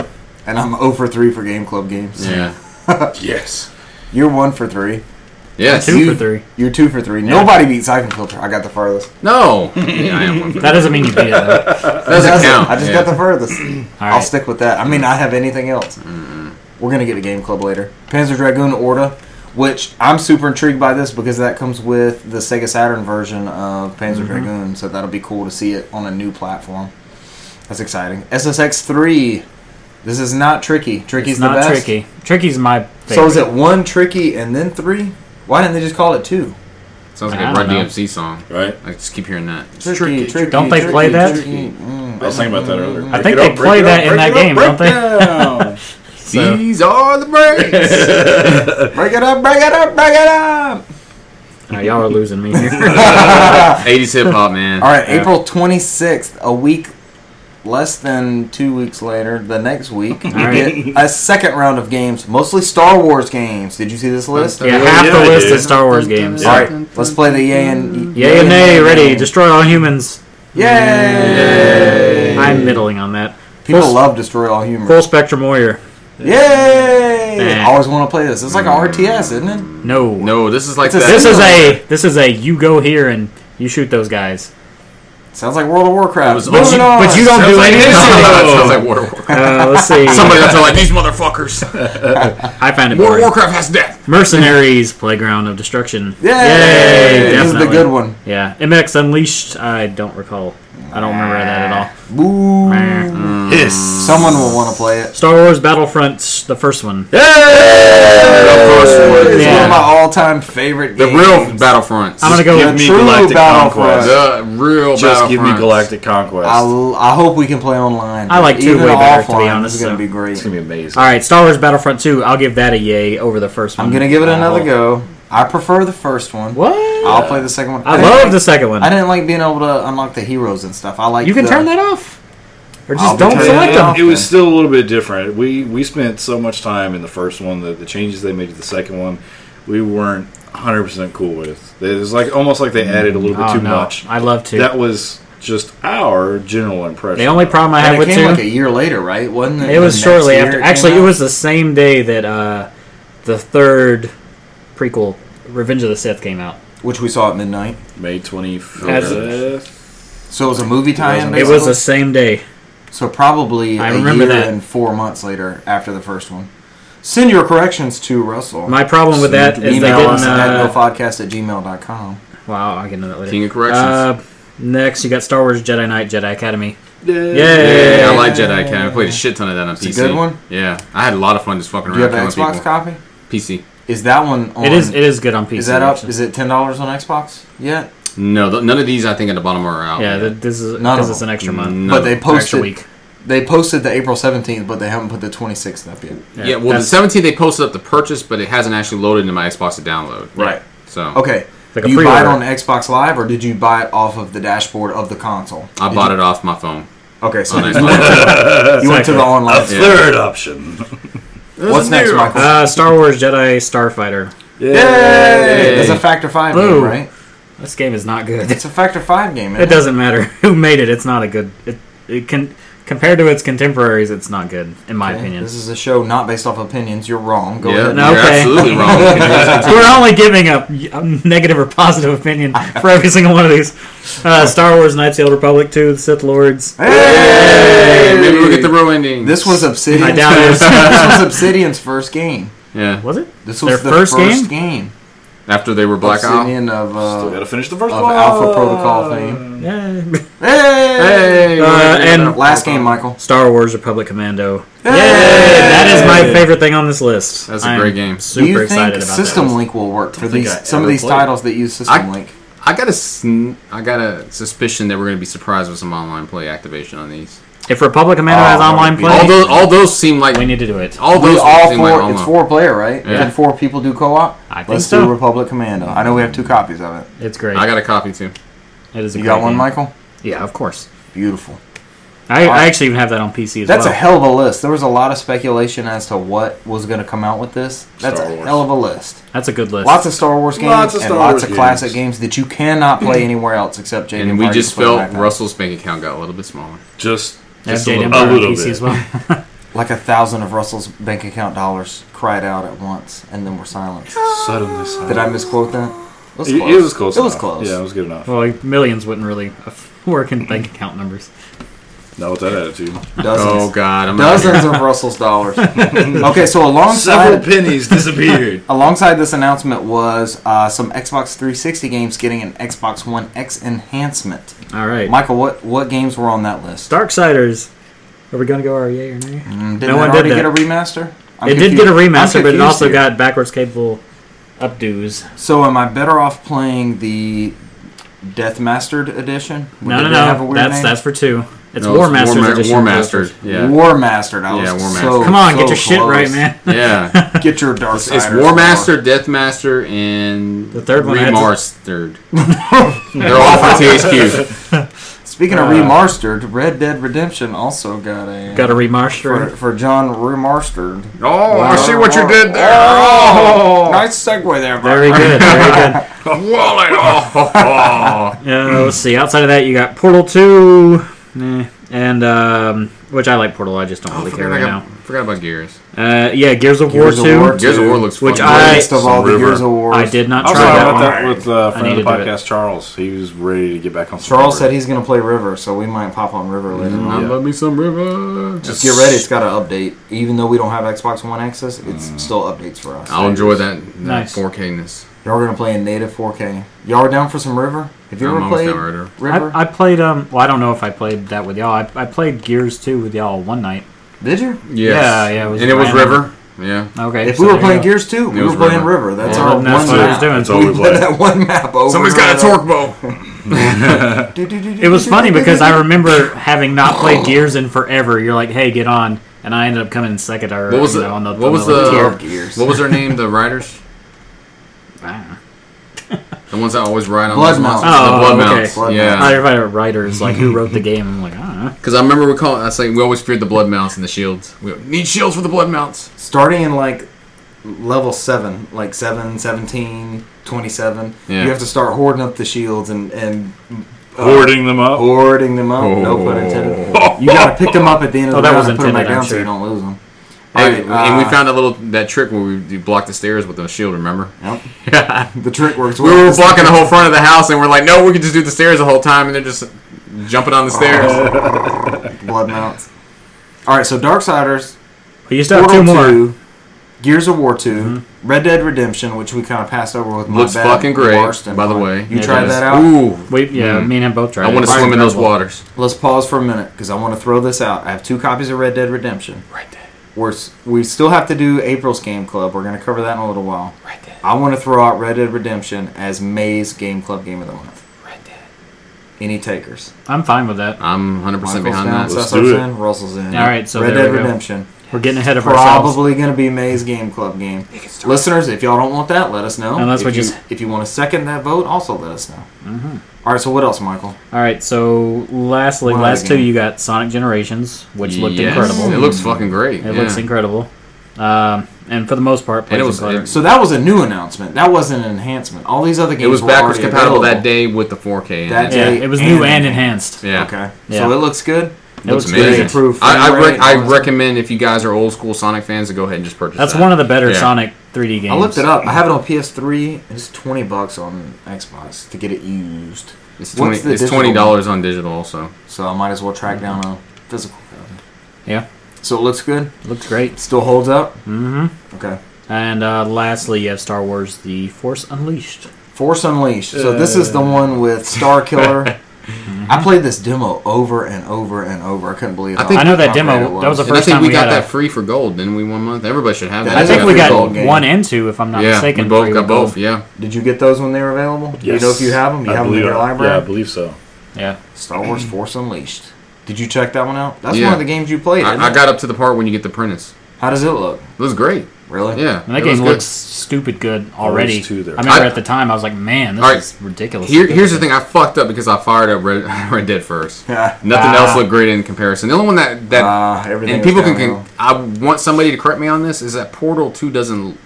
[SPEAKER 1] And I'm 0 for 3 for game club games.
[SPEAKER 3] yeah.
[SPEAKER 2] deal. Yes.
[SPEAKER 1] You're 1 for 3.
[SPEAKER 3] Yes.
[SPEAKER 4] Two
[SPEAKER 1] You-
[SPEAKER 4] for three.
[SPEAKER 1] You're 2 for 3. Nobody beat Siphon Filter. I got the furthest.
[SPEAKER 3] No. Yeah, I am one.
[SPEAKER 4] That doesn't mean you beat
[SPEAKER 1] [LAUGHS]
[SPEAKER 4] it. Though.
[SPEAKER 3] That doesn't
[SPEAKER 1] That's it.
[SPEAKER 3] count.
[SPEAKER 1] I just
[SPEAKER 3] yeah.
[SPEAKER 1] got the furthest.
[SPEAKER 4] All
[SPEAKER 1] I'll
[SPEAKER 4] right. Mm-hmm.
[SPEAKER 1] stick with that. I mean, I have anything else. We're going to get a game club later. Panzer Dragoon Orta, which I'm super intrigued by this because that comes with the Sega Saturn version of Panzer
[SPEAKER 4] Mm-hmm.
[SPEAKER 1] Dragoon, so that'll be cool to see it on a new platform. That's exciting. SSX 3. This is not tricky. Tricky's
[SPEAKER 4] It's
[SPEAKER 1] the
[SPEAKER 4] not
[SPEAKER 1] best.
[SPEAKER 4] tricky. Tricky's my favorite.
[SPEAKER 1] So is it one tricky and then three? Why didn't they just call it two?
[SPEAKER 3] Sounds
[SPEAKER 4] I
[SPEAKER 3] like a
[SPEAKER 4] don't
[SPEAKER 3] Run
[SPEAKER 4] know.
[SPEAKER 3] DMC song.
[SPEAKER 2] Right.
[SPEAKER 3] I just keep hearing that.
[SPEAKER 1] Tricky, tricky.
[SPEAKER 4] Don't they play that?
[SPEAKER 1] mm.
[SPEAKER 2] I was thinking about that earlier.
[SPEAKER 4] I think they play that in that game, don't they?
[SPEAKER 1] [LAUGHS]
[SPEAKER 4] So-
[SPEAKER 3] These are the breaks.
[SPEAKER 4] [LAUGHS]
[SPEAKER 1] Break it up, break it up, break it up.
[SPEAKER 4] [LAUGHS] All right, y'all are losing me here.
[SPEAKER 3] 80s hip hop, man.
[SPEAKER 1] All right, April 26th, a week less than two weeks later, the next week, we
[SPEAKER 4] right.
[SPEAKER 1] get a second round of games, mostly Star Wars games. Did you see this list?
[SPEAKER 4] yeah,
[SPEAKER 3] Yeah,
[SPEAKER 4] half the
[SPEAKER 2] I
[SPEAKER 4] list
[SPEAKER 2] did.
[SPEAKER 4] is Star Wars games.
[SPEAKER 1] All right, let's play the yay and
[SPEAKER 4] Yay and nay, ready.
[SPEAKER 1] nay.
[SPEAKER 4] Destroy all humans.
[SPEAKER 1] Yay!
[SPEAKER 4] I'm middling on that.
[SPEAKER 1] People
[SPEAKER 4] Full-
[SPEAKER 1] love Destroy All Humor.
[SPEAKER 4] Full Spectrum Warrior.
[SPEAKER 1] Yay!
[SPEAKER 4] Nah.
[SPEAKER 1] I always want to play this. It's
[SPEAKER 4] Mm.
[SPEAKER 1] like an RTS, isn't it?
[SPEAKER 4] No.
[SPEAKER 3] No, this is like
[SPEAKER 1] It's a-
[SPEAKER 3] that.
[SPEAKER 4] This is a this is a you go here and you shoot those guys.
[SPEAKER 1] Sounds like World of Warcraft.
[SPEAKER 3] was
[SPEAKER 1] Moving
[SPEAKER 3] awesome.
[SPEAKER 1] on.
[SPEAKER 4] But you don't
[SPEAKER 3] Sounds
[SPEAKER 4] do
[SPEAKER 3] like,
[SPEAKER 4] anything.
[SPEAKER 3] sounds like World of Warcraft.
[SPEAKER 4] Uh, [LAUGHS] let's see.
[SPEAKER 3] [LAUGHS] Somebody that's like these motherfuckers.
[SPEAKER 4] I found it
[SPEAKER 3] World of
[SPEAKER 4] boring.
[SPEAKER 3] Warcraft has death.
[SPEAKER 4] Mercenaries Playground of Destruction.
[SPEAKER 1] Yay! this is the
[SPEAKER 4] definitely.
[SPEAKER 1] good one.
[SPEAKER 4] Yeah. MX Unleashed. I don't recall. I don't remember that at all.
[SPEAKER 1] Boo!
[SPEAKER 4] Mm.
[SPEAKER 2] Yes.
[SPEAKER 1] Someone will want to play it.
[SPEAKER 4] Star Wars Battlefront, the first one.
[SPEAKER 1] It's one
[SPEAKER 4] Yeah.
[SPEAKER 1] of my all-time favorite
[SPEAKER 3] The
[SPEAKER 1] games.
[SPEAKER 3] real Battlefronts.
[SPEAKER 4] I'm gonna go.
[SPEAKER 2] Give
[SPEAKER 1] The
[SPEAKER 2] me
[SPEAKER 1] true
[SPEAKER 2] Galactic
[SPEAKER 1] Battlefront.
[SPEAKER 2] Conquest.
[SPEAKER 3] The real
[SPEAKER 2] Just give me
[SPEAKER 3] Battlefronts.
[SPEAKER 2] Galactic Conquest.
[SPEAKER 1] I, l- I hope we can play online.
[SPEAKER 4] I like two
[SPEAKER 1] Even
[SPEAKER 4] way better, to be
[SPEAKER 1] offline
[SPEAKER 4] honest,
[SPEAKER 1] is going
[SPEAKER 4] so.
[SPEAKER 1] to be great.
[SPEAKER 2] it's gonna be amazing.
[SPEAKER 4] all right, Star Wars Battlefront 2. I'll give that a yay over the first one.
[SPEAKER 1] I'm going to give it another go. I prefer the first one.
[SPEAKER 4] What?
[SPEAKER 1] I'll play the second one.
[SPEAKER 4] I
[SPEAKER 1] didn't
[SPEAKER 4] love
[SPEAKER 1] like-
[SPEAKER 4] the second one.
[SPEAKER 1] I didn't like being able to unlock the heroes and stuff. I like
[SPEAKER 4] You can
[SPEAKER 1] the-
[SPEAKER 4] turn that off, or just
[SPEAKER 1] I'll be
[SPEAKER 4] don't
[SPEAKER 1] turning
[SPEAKER 4] select
[SPEAKER 1] it off.
[SPEAKER 4] them.
[SPEAKER 2] It was still a little bit different. We we spent so much time in the first one that the changes they made to the second one, we weren't hundred percent cool with. It was like almost like they added a little bit
[SPEAKER 4] Oh,
[SPEAKER 2] too
[SPEAKER 4] no.
[SPEAKER 2] much.
[SPEAKER 4] I love to.
[SPEAKER 2] That was just our general impression.
[SPEAKER 4] the only problem I
[SPEAKER 1] And
[SPEAKER 4] had
[SPEAKER 1] it
[SPEAKER 4] with
[SPEAKER 1] came
[SPEAKER 4] two,
[SPEAKER 1] like a year later, right? Wasn't it?
[SPEAKER 4] it was
[SPEAKER 1] The
[SPEAKER 4] shortly
[SPEAKER 1] next year
[SPEAKER 4] after.
[SPEAKER 1] came
[SPEAKER 4] Actually, it
[SPEAKER 1] out?
[SPEAKER 4] was the same day that uh, the third prequel, Revenge of the Sith, came out.
[SPEAKER 1] which we saw at midnight.
[SPEAKER 2] May twenty
[SPEAKER 4] As-
[SPEAKER 2] fifth.
[SPEAKER 1] So it was a movie tie-in.
[SPEAKER 4] It was
[SPEAKER 1] basically?
[SPEAKER 4] the same day.
[SPEAKER 1] So probably
[SPEAKER 4] I
[SPEAKER 1] a
[SPEAKER 4] remember
[SPEAKER 1] year
[SPEAKER 4] that.
[SPEAKER 1] and four months later after the first one. Send your corrections to Russell.
[SPEAKER 4] My problem with that
[SPEAKER 2] Send it
[SPEAKER 4] is
[SPEAKER 2] to
[SPEAKER 4] they
[SPEAKER 2] me.
[SPEAKER 4] didn't.
[SPEAKER 1] Email us at
[SPEAKER 4] Uh,
[SPEAKER 1] nofodcast at gmail.com.
[SPEAKER 4] wow, I'll get into that later.
[SPEAKER 3] King of Corrections.
[SPEAKER 4] Uh, next, you got Star Wars Jedi Knight, Jedi Academy.
[SPEAKER 3] yeah,
[SPEAKER 4] Yeah.
[SPEAKER 3] I like Jedi Academy. I played a shit ton of that on PC.
[SPEAKER 1] a good one?
[SPEAKER 3] Yeah, I had a lot of fun just fucking
[SPEAKER 1] Do you
[SPEAKER 3] around
[SPEAKER 1] have an
[SPEAKER 3] killing
[SPEAKER 1] Xbox
[SPEAKER 3] people.
[SPEAKER 1] copy?
[SPEAKER 3] PC.
[SPEAKER 1] Is that one on...
[SPEAKER 4] It is. It is good on PC.
[SPEAKER 1] Is that up?
[SPEAKER 4] actually.
[SPEAKER 1] Is it $10 on Xbox yet?
[SPEAKER 3] No, th- none of these I think at the bottom are out.
[SPEAKER 4] yeah, th- this is
[SPEAKER 1] None of
[SPEAKER 4] because it's
[SPEAKER 1] them.
[SPEAKER 4] an extra month.
[SPEAKER 3] No.
[SPEAKER 1] but they
[SPEAKER 4] An extra
[SPEAKER 1] posted...
[SPEAKER 4] week.
[SPEAKER 1] They posted the April 17th, but they haven't put the 26th up yet.
[SPEAKER 3] Yeah, well, the
[SPEAKER 4] that's
[SPEAKER 3] 17 they posted up the purchase, but it hasn't actually loaded into my Xbox to download.
[SPEAKER 1] Right.
[SPEAKER 3] So
[SPEAKER 1] Okay.
[SPEAKER 4] Like a
[SPEAKER 1] Do you buy it
[SPEAKER 4] pre-order.
[SPEAKER 1] on Xbox Live, or did you buy it off of the dashboard of the console?
[SPEAKER 3] I bought it off my
[SPEAKER 1] [LAUGHS]
[SPEAKER 3] phone.
[SPEAKER 1] Okay, so
[SPEAKER 3] On
[SPEAKER 1] you
[SPEAKER 3] Xbox.
[SPEAKER 1] went to the online.
[SPEAKER 3] Yeah.
[SPEAKER 2] [LAUGHS] Third option.
[SPEAKER 1] What's next, Michael?
[SPEAKER 4] uh, Star Wars Jedi Starfighter.
[SPEAKER 1] Yay! It's a Factor 5 game,
[SPEAKER 4] Boom.
[SPEAKER 1] right?
[SPEAKER 4] This game is
[SPEAKER 1] [LAUGHS]
[SPEAKER 4] not good.
[SPEAKER 1] It's a Factor 5 game. isn't
[SPEAKER 4] It doesn't matter [LAUGHS] who made it. It's not a good. It, it can compared to its contemporaries, it's not good in my
[SPEAKER 1] Okay,
[SPEAKER 4] opinion.
[SPEAKER 1] This is a show not based off opinions. You're wrong. Go
[SPEAKER 3] Yeah,
[SPEAKER 1] ahead.
[SPEAKER 4] No,
[SPEAKER 3] you're
[SPEAKER 4] okay.
[SPEAKER 3] absolutely
[SPEAKER 4] [LAUGHS]
[SPEAKER 3] wrong. Could you guys continue?
[SPEAKER 4] We're only giving a, a negative or positive opinion for
[SPEAKER 1] [LAUGHS]
[SPEAKER 4] every single one of these. Uh, Star Wars: Knights of the Old Republic, two the Sith Lords.
[SPEAKER 3] Hey, maybe we'll get the real ending.
[SPEAKER 1] This was Obsidian's.
[SPEAKER 4] I doubt it.
[SPEAKER 1] first, [LAUGHS] this was Obsidian's first game.
[SPEAKER 3] yeah.
[SPEAKER 4] Was it?
[SPEAKER 1] This was
[SPEAKER 4] Their
[SPEAKER 1] the
[SPEAKER 4] first
[SPEAKER 1] game.
[SPEAKER 3] After they were Black Ops.
[SPEAKER 1] Obsidian of
[SPEAKER 2] Still gotta
[SPEAKER 1] uh,
[SPEAKER 2] finish the first
[SPEAKER 1] of
[SPEAKER 2] one.
[SPEAKER 1] Alpha Protocol fame.
[SPEAKER 4] Yeah. [LAUGHS]
[SPEAKER 1] Hey,
[SPEAKER 3] Hey, we're
[SPEAKER 4] Uh, and
[SPEAKER 3] gonna-
[SPEAKER 1] last game, Michael.
[SPEAKER 4] Star Wars: Republic Commando.
[SPEAKER 1] Hey!
[SPEAKER 4] That is my favorite thing on this list.
[SPEAKER 3] That's a
[SPEAKER 4] I'm
[SPEAKER 3] great game.
[SPEAKER 1] Do
[SPEAKER 4] Super
[SPEAKER 1] you
[SPEAKER 4] excited
[SPEAKER 1] think
[SPEAKER 4] about
[SPEAKER 1] System
[SPEAKER 4] that.
[SPEAKER 1] Link will work for
[SPEAKER 2] think I
[SPEAKER 1] these some of
[SPEAKER 2] ever
[SPEAKER 1] these
[SPEAKER 2] played it.
[SPEAKER 1] titles that use System
[SPEAKER 3] I-
[SPEAKER 1] Link?
[SPEAKER 3] I got a sn- I got a suspicion that we're gonna be surprised with some online play activation on these.
[SPEAKER 4] If Republic Commando
[SPEAKER 1] Oh,
[SPEAKER 4] has online
[SPEAKER 1] we-
[SPEAKER 4] play,
[SPEAKER 3] All those, all those seem like
[SPEAKER 4] we need to do it.
[SPEAKER 3] all
[SPEAKER 1] We
[SPEAKER 3] those
[SPEAKER 1] all
[SPEAKER 3] seem
[SPEAKER 1] four.
[SPEAKER 3] like
[SPEAKER 1] it's
[SPEAKER 3] online.
[SPEAKER 1] four player, right?
[SPEAKER 3] Yeah.
[SPEAKER 1] Can four people do co-op?
[SPEAKER 4] I think
[SPEAKER 1] Let's
[SPEAKER 4] so.
[SPEAKER 1] do Republic Commando. I know we have two copies of it.
[SPEAKER 4] It's great.
[SPEAKER 3] I got a copy too.
[SPEAKER 4] it is a
[SPEAKER 1] You
[SPEAKER 4] great
[SPEAKER 1] got one,
[SPEAKER 4] game.
[SPEAKER 1] Michael?
[SPEAKER 4] Yeah, of course.
[SPEAKER 1] Beautiful.
[SPEAKER 4] I,
[SPEAKER 1] Alright.
[SPEAKER 4] I actually even have that on PC as
[SPEAKER 1] That's
[SPEAKER 4] well.
[SPEAKER 1] a hell of a list. There was a lot of speculation as to what was going to come out with this. That's
[SPEAKER 2] Star
[SPEAKER 1] a
[SPEAKER 2] Wars.
[SPEAKER 1] hell of a list.
[SPEAKER 4] That's a good list.
[SPEAKER 1] Lots of Star Wars games
[SPEAKER 2] Lots of
[SPEAKER 1] and lots
[SPEAKER 2] Star Wars
[SPEAKER 1] of
[SPEAKER 2] games. Mm-hmm.
[SPEAKER 1] classic games that you cannot play anywhere else except Jaden.
[SPEAKER 3] And we
[SPEAKER 1] Vardy's
[SPEAKER 3] just
[SPEAKER 1] play
[SPEAKER 3] felt
[SPEAKER 1] back now.
[SPEAKER 3] Russell's bank account got a little bit smaller.
[SPEAKER 2] Just,
[SPEAKER 4] I have
[SPEAKER 2] just a
[SPEAKER 4] Jade
[SPEAKER 2] little,
[SPEAKER 4] Empire
[SPEAKER 2] a
[SPEAKER 4] on
[SPEAKER 2] little
[SPEAKER 4] PC
[SPEAKER 2] bit.
[SPEAKER 4] as well. [LAUGHS]
[SPEAKER 1] like a thousand of Russell's bank account dollars cried out at once, and then were silent.
[SPEAKER 2] Suddenly, silent.
[SPEAKER 1] Did I misquote that? It was
[SPEAKER 2] It, it was close.
[SPEAKER 1] It was
[SPEAKER 2] enough.
[SPEAKER 1] close.
[SPEAKER 2] Yeah, it was good enough.
[SPEAKER 4] well, like, millions wouldn't really [LAUGHS] work in bank account numbers.
[SPEAKER 2] Not with that attitude.
[SPEAKER 3] Oh
[SPEAKER 1] Dozens,
[SPEAKER 3] God, I'm out
[SPEAKER 1] dozens of Russell's dollars. Okay, so alongside
[SPEAKER 2] pennies [LAUGHS] disappeared.
[SPEAKER 1] Alongside this announcement was uh, some Xbox 360 games getting an Xbox One X enhancement.
[SPEAKER 4] All right.
[SPEAKER 1] Michael, what, what games were on that list?
[SPEAKER 4] Darksiders. Are we going to go our yay or nay?
[SPEAKER 1] Mm, didn't that
[SPEAKER 4] No one did
[SPEAKER 1] already
[SPEAKER 4] that.
[SPEAKER 1] get a remaster? I'm
[SPEAKER 4] it did
[SPEAKER 1] confu-
[SPEAKER 4] get a
[SPEAKER 1] I'm
[SPEAKER 4] remaster, but it
[SPEAKER 1] confused
[SPEAKER 4] also
[SPEAKER 1] here.
[SPEAKER 4] got backwards capable updos.
[SPEAKER 1] So am I better off playing the Death Mastered edition?
[SPEAKER 4] No,
[SPEAKER 1] Did
[SPEAKER 4] no,
[SPEAKER 1] they have a
[SPEAKER 4] no.
[SPEAKER 1] weird
[SPEAKER 4] That's
[SPEAKER 1] name?
[SPEAKER 4] that's for two. It's
[SPEAKER 3] No,
[SPEAKER 4] War
[SPEAKER 3] it's
[SPEAKER 4] Masters.
[SPEAKER 3] War, Ma-
[SPEAKER 4] edition
[SPEAKER 3] War
[SPEAKER 4] for
[SPEAKER 3] Mastered.
[SPEAKER 4] Xbox.
[SPEAKER 3] Yeah,
[SPEAKER 1] War Mastered. I
[SPEAKER 3] Yeah,
[SPEAKER 1] was
[SPEAKER 3] War
[SPEAKER 1] so-
[SPEAKER 3] Mastered.
[SPEAKER 4] Come on, get
[SPEAKER 1] Oh, so
[SPEAKER 4] your shit
[SPEAKER 1] close.
[SPEAKER 4] right, man.
[SPEAKER 1] [LAUGHS]
[SPEAKER 3] yeah.
[SPEAKER 1] Get your Dark Siders.
[SPEAKER 3] It's War Master, Death Master, and
[SPEAKER 4] The third one I had to-
[SPEAKER 3] remastered. They're all for THQ.
[SPEAKER 1] Speaking of
[SPEAKER 4] Uh,
[SPEAKER 1] remastered, Red Dead Redemption also got a uh,
[SPEAKER 4] Got a remaster.
[SPEAKER 1] for, for John remastered.
[SPEAKER 3] Oh, I see what you did there. Oh, [LAUGHS]
[SPEAKER 1] Nice segue there, bro.
[SPEAKER 4] Very good. Very
[SPEAKER 1] [LAUGHS]
[SPEAKER 4] good.
[SPEAKER 3] wallet. Oh,
[SPEAKER 4] Uh, let's see. Outside of that, you got Portal Two, eh, and um, which I like Portal. I just
[SPEAKER 1] Oh,
[SPEAKER 4] don't really care
[SPEAKER 3] forgot,
[SPEAKER 4] right
[SPEAKER 3] about,
[SPEAKER 4] now.
[SPEAKER 3] forgot about Gears.
[SPEAKER 4] Uh, yeah, Gears of
[SPEAKER 1] Gears
[SPEAKER 4] War
[SPEAKER 1] of
[SPEAKER 4] Two.
[SPEAKER 1] War
[SPEAKER 3] Gears of War looks
[SPEAKER 4] Which
[SPEAKER 3] fucking
[SPEAKER 4] I-
[SPEAKER 3] great.
[SPEAKER 1] Best of all the
[SPEAKER 3] River.
[SPEAKER 1] Gears awards.
[SPEAKER 4] I did not
[SPEAKER 2] I was
[SPEAKER 4] try
[SPEAKER 2] talking
[SPEAKER 4] that
[SPEAKER 2] about
[SPEAKER 4] one.
[SPEAKER 2] that with uh,
[SPEAKER 4] I
[SPEAKER 2] friend
[SPEAKER 4] need
[SPEAKER 2] of the
[SPEAKER 4] to do it.
[SPEAKER 2] podcast, Charles. He was ready to get back on. some
[SPEAKER 1] Charles
[SPEAKER 2] River.
[SPEAKER 1] said he's gonna play River, so we might pop on River later.
[SPEAKER 3] Now
[SPEAKER 4] Mm-hmm.
[SPEAKER 1] on.
[SPEAKER 2] Yeah.
[SPEAKER 3] Let me some river.
[SPEAKER 1] Just get ready; it's got an update. Even though we don't have Xbox One access, it's still updates for us.
[SPEAKER 3] Mm. I'll enjoy that, that
[SPEAKER 4] Nice.
[SPEAKER 3] 4K-ness.
[SPEAKER 1] Y'all are gonna play in native 4K. Y'all are down for some River? Have you
[SPEAKER 3] I'm
[SPEAKER 1] ever
[SPEAKER 3] almost
[SPEAKER 1] played
[SPEAKER 3] down with River.
[SPEAKER 1] River?
[SPEAKER 4] I, I played. Um, well, I don't know if I played that with y'all. I, I played Gears Two with y'all one night.
[SPEAKER 1] did you?
[SPEAKER 3] Yes.
[SPEAKER 4] Yeah, yeah, it was
[SPEAKER 3] and it was
[SPEAKER 4] random.
[SPEAKER 3] River. Yeah.
[SPEAKER 4] Okay.
[SPEAKER 1] If
[SPEAKER 4] so
[SPEAKER 1] we were
[SPEAKER 4] there you
[SPEAKER 1] playing
[SPEAKER 4] go.
[SPEAKER 1] Gears 2, we
[SPEAKER 3] It
[SPEAKER 1] were
[SPEAKER 3] was
[SPEAKER 1] playing
[SPEAKER 3] River.
[SPEAKER 1] River. That's
[SPEAKER 4] Yeah,
[SPEAKER 1] our
[SPEAKER 4] then that's
[SPEAKER 1] one
[SPEAKER 4] what I was
[SPEAKER 1] map.
[SPEAKER 4] doing.
[SPEAKER 2] That's all
[SPEAKER 1] [LAUGHS]
[SPEAKER 2] we
[SPEAKER 1] We did
[SPEAKER 2] played.
[SPEAKER 1] that one map over.
[SPEAKER 3] Somebody's got a torque bow.
[SPEAKER 4] It was funny because I remember having not played Gears in forever. You're like, "Hey, get on," and I ended up coming in second
[SPEAKER 3] [LAUGHS]
[SPEAKER 4] or
[SPEAKER 3] What was
[SPEAKER 4] you
[SPEAKER 3] the-
[SPEAKER 4] know, on the
[SPEAKER 3] what
[SPEAKER 4] on
[SPEAKER 3] was
[SPEAKER 4] the,
[SPEAKER 3] the-
[SPEAKER 4] tier.
[SPEAKER 1] Love Gears.
[SPEAKER 3] What was their name? The riders.
[SPEAKER 4] I don't know.
[SPEAKER 3] The ones that always ride on
[SPEAKER 1] Blood
[SPEAKER 3] those
[SPEAKER 1] Mounts.
[SPEAKER 3] monsters.
[SPEAKER 4] Oh,
[SPEAKER 3] the blood
[SPEAKER 4] okay.
[SPEAKER 3] mounts.
[SPEAKER 1] Blood
[SPEAKER 3] yeah.
[SPEAKER 4] I don't know if I had writers like who wrote the game. I'm like, I don't know.
[SPEAKER 3] Because I remember we call. I say we always feared the blood mounts and the shields. We need shields for the blood mounts.
[SPEAKER 1] starting in like level 7 like 7 17 27.
[SPEAKER 3] Yeah.
[SPEAKER 1] You have to start hoarding up the shields and and uh,
[SPEAKER 2] Hoarding them up.
[SPEAKER 1] hoarding them up. No pun
[SPEAKER 3] Oh.
[SPEAKER 1] intended. You gotta pick them up at the end of
[SPEAKER 4] Oh,
[SPEAKER 1] the
[SPEAKER 4] that
[SPEAKER 1] round
[SPEAKER 4] was
[SPEAKER 1] and put them back
[SPEAKER 4] intended, I'm
[SPEAKER 1] down so you
[SPEAKER 4] sure.
[SPEAKER 1] don't lose them.
[SPEAKER 3] Hey, and we
[SPEAKER 1] uh,
[SPEAKER 3] found a little that trick where we you block the stairs with the shield. Remember?
[SPEAKER 1] Yep.
[SPEAKER 3] [LAUGHS] Yeah.
[SPEAKER 1] The trick works.
[SPEAKER 3] we were
[SPEAKER 1] well.
[SPEAKER 3] blocking the whole front of the house, and we're like, no, we can just do the stairs the whole time, and they're just jumping on the stairs.
[SPEAKER 1] blood mounts. All right, so Darksiders,
[SPEAKER 4] But you still have
[SPEAKER 1] Portal
[SPEAKER 4] two more.
[SPEAKER 1] 2, Gears of War 2,
[SPEAKER 3] Mm-hmm.
[SPEAKER 1] Red Dead Redemption, which we kind of passed over with my
[SPEAKER 3] [LAUGHS] Looks
[SPEAKER 1] bad
[SPEAKER 3] fucking great,
[SPEAKER 1] worst and
[SPEAKER 3] by the
[SPEAKER 1] fun.
[SPEAKER 3] way.
[SPEAKER 1] You
[SPEAKER 4] It
[SPEAKER 1] tried
[SPEAKER 4] is.
[SPEAKER 1] that out?
[SPEAKER 3] Ooh,
[SPEAKER 4] We, yeah, me and him both tried.
[SPEAKER 3] Hmm. I want
[SPEAKER 4] it.
[SPEAKER 3] to
[SPEAKER 4] It's
[SPEAKER 3] swim in those
[SPEAKER 4] incredible.
[SPEAKER 3] waters.
[SPEAKER 1] Let's pause for a minute because I want to throw this out. I have two copies of Red Dead Redemption.
[SPEAKER 3] Right there,
[SPEAKER 1] We're, s- we still have to do April's Game Club. We're going to cover that in a little while.
[SPEAKER 3] right there,
[SPEAKER 1] I want to throw out Red Dead Redemption as May's Game Club Game of the Month.
[SPEAKER 3] right there.
[SPEAKER 1] Any takers?
[SPEAKER 4] I'm fine with that.
[SPEAKER 3] I'm 100 percent behind
[SPEAKER 1] down,
[SPEAKER 3] that.
[SPEAKER 2] Let's
[SPEAKER 1] Cesar's
[SPEAKER 2] do it.
[SPEAKER 1] in, Russell's in.
[SPEAKER 4] All right, so
[SPEAKER 1] Red
[SPEAKER 4] there
[SPEAKER 1] Dead
[SPEAKER 4] we go.
[SPEAKER 1] Redemption.
[SPEAKER 4] We're getting ahead of ourselves.
[SPEAKER 1] Probably going to be May's Game Club game. Listeners, if y'all don't want that, let us know.
[SPEAKER 4] Unless
[SPEAKER 1] if
[SPEAKER 4] we
[SPEAKER 1] you,
[SPEAKER 4] just-
[SPEAKER 1] if you want to second that vote, also let us know. Mm-hmm. right, so what else, Michael?
[SPEAKER 4] All right, so lastly,
[SPEAKER 1] One
[SPEAKER 4] last
[SPEAKER 1] other
[SPEAKER 4] two
[SPEAKER 1] game.
[SPEAKER 4] you got Sonic Generations, which looked
[SPEAKER 3] Yes,
[SPEAKER 4] incredible.
[SPEAKER 3] It looks fucking great.
[SPEAKER 4] It looks
[SPEAKER 3] incredible.
[SPEAKER 4] incredible. Um, and for the most part,
[SPEAKER 3] And it
[SPEAKER 4] plays
[SPEAKER 3] was-
[SPEAKER 4] clutter.
[SPEAKER 3] it-
[SPEAKER 1] So that was a new announcement. That wasn't an enhancement. All these other games
[SPEAKER 3] It was
[SPEAKER 1] were
[SPEAKER 3] backwards
[SPEAKER 1] already
[SPEAKER 3] compatible
[SPEAKER 1] available.
[SPEAKER 3] that day with the 4K.
[SPEAKER 1] That
[SPEAKER 3] yeah.
[SPEAKER 4] yeah,
[SPEAKER 1] day
[SPEAKER 4] it was new
[SPEAKER 1] and-
[SPEAKER 4] and enhanced.
[SPEAKER 3] yeah.
[SPEAKER 1] Okay.
[SPEAKER 4] Yeah.
[SPEAKER 1] So it looks good.
[SPEAKER 4] It
[SPEAKER 3] Looks
[SPEAKER 4] looks
[SPEAKER 1] It's
[SPEAKER 3] amazing.
[SPEAKER 4] amazing.
[SPEAKER 1] improved.
[SPEAKER 3] I, I,
[SPEAKER 1] frame
[SPEAKER 3] rec-
[SPEAKER 1] rate, all
[SPEAKER 3] I
[SPEAKER 1] this-
[SPEAKER 3] recommend if you guys are old school Sonic fans to go ahead and just purchase.
[SPEAKER 4] That's
[SPEAKER 3] that.
[SPEAKER 4] one of the better
[SPEAKER 3] Yeah.
[SPEAKER 4] Sonic 3D games.
[SPEAKER 1] I looked it up. I have it on PS3. It's 20 bucks on Xbox to get it used. What's
[SPEAKER 3] It's twenty.
[SPEAKER 1] the
[SPEAKER 3] It's
[SPEAKER 1] digital
[SPEAKER 3] twenty dollars on digital also.
[SPEAKER 1] So I might as well track down a physical copy.
[SPEAKER 4] Yeah,
[SPEAKER 1] So it looks good.
[SPEAKER 4] it looks great.
[SPEAKER 1] Still holds up. Mm-hmm. Okay.
[SPEAKER 4] And uh, lastly, you have Star Wars: The Force Unleashed.
[SPEAKER 1] Force Unleashed. So this is the
[SPEAKER 3] Uh.
[SPEAKER 1] one with Star
[SPEAKER 3] [LAUGHS]
[SPEAKER 1] Killer. I played this demo over and over and over. I couldn't believe.
[SPEAKER 3] I
[SPEAKER 1] how
[SPEAKER 3] think- I
[SPEAKER 4] know that
[SPEAKER 1] how
[SPEAKER 4] demo-
[SPEAKER 1] great it
[SPEAKER 4] that was the
[SPEAKER 3] And I
[SPEAKER 4] first
[SPEAKER 3] think
[SPEAKER 4] time
[SPEAKER 3] we
[SPEAKER 4] we
[SPEAKER 3] got
[SPEAKER 4] had a-
[SPEAKER 3] that free for gold, didn't we? One month. Everybody should have
[SPEAKER 1] That
[SPEAKER 3] that.
[SPEAKER 4] I
[SPEAKER 1] is
[SPEAKER 4] think
[SPEAKER 1] a
[SPEAKER 4] we
[SPEAKER 1] free
[SPEAKER 4] got
[SPEAKER 1] gold game.
[SPEAKER 4] one and two, if I'm not
[SPEAKER 3] yeah,
[SPEAKER 4] mistaken.
[SPEAKER 3] we both
[SPEAKER 4] Three
[SPEAKER 3] got
[SPEAKER 4] with gold.
[SPEAKER 3] both. Yeah.
[SPEAKER 1] Did you get those when they were available? Do you know if you have them? You
[SPEAKER 2] I
[SPEAKER 1] have them in
[SPEAKER 2] believe
[SPEAKER 1] your
[SPEAKER 2] I-
[SPEAKER 1] library.
[SPEAKER 2] Yeah, I believe so.
[SPEAKER 4] Yeah.
[SPEAKER 1] Star Wars
[SPEAKER 4] Mm-hmm.
[SPEAKER 1] Force Unleashed. Did you check that one out? That's
[SPEAKER 3] Yeah.
[SPEAKER 1] one of the games you played. isn't
[SPEAKER 3] I, I
[SPEAKER 1] it?
[SPEAKER 3] got up to the part when you get the apprentice.
[SPEAKER 1] How does it look?
[SPEAKER 3] It was great.
[SPEAKER 1] Really?
[SPEAKER 3] Yeah,
[SPEAKER 4] And that
[SPEAKER 3] it was
[SPEAKER 4] game
[SPEAKER 3] good.
[SPEAKER 4] looks stupid good already.
[SPEAKER 2] two there.
[SPEAKER 4] I remember
[SPEAKER 3] I-
[SPEAKER 4] at the time I was like, "Man, this
[SPEAKER 3] All right.
[SPEAKER 4] is ridiculous."
[SPEAKER 3] Here, here's the thing. I fucked up because I fired up Red, [LAUGHS] Red Dead first.
[SPEAKER 1] [LAUGHS] Yeah.
[SPEAKER 3] Nothing
[SPEAKER 4] Ah.
[SPEAKER 3] else looked great in comparison. The only one that that
[SPEAKER 1] Ah, everything
[SPEAKER 3] and
[SPEAKER 1] was
[SPEAKER 3] people can,
[SPEAKER 1] downhill.
[SPEAKER 3] can I want somebody to correct me on this is that Portal Two doesn't.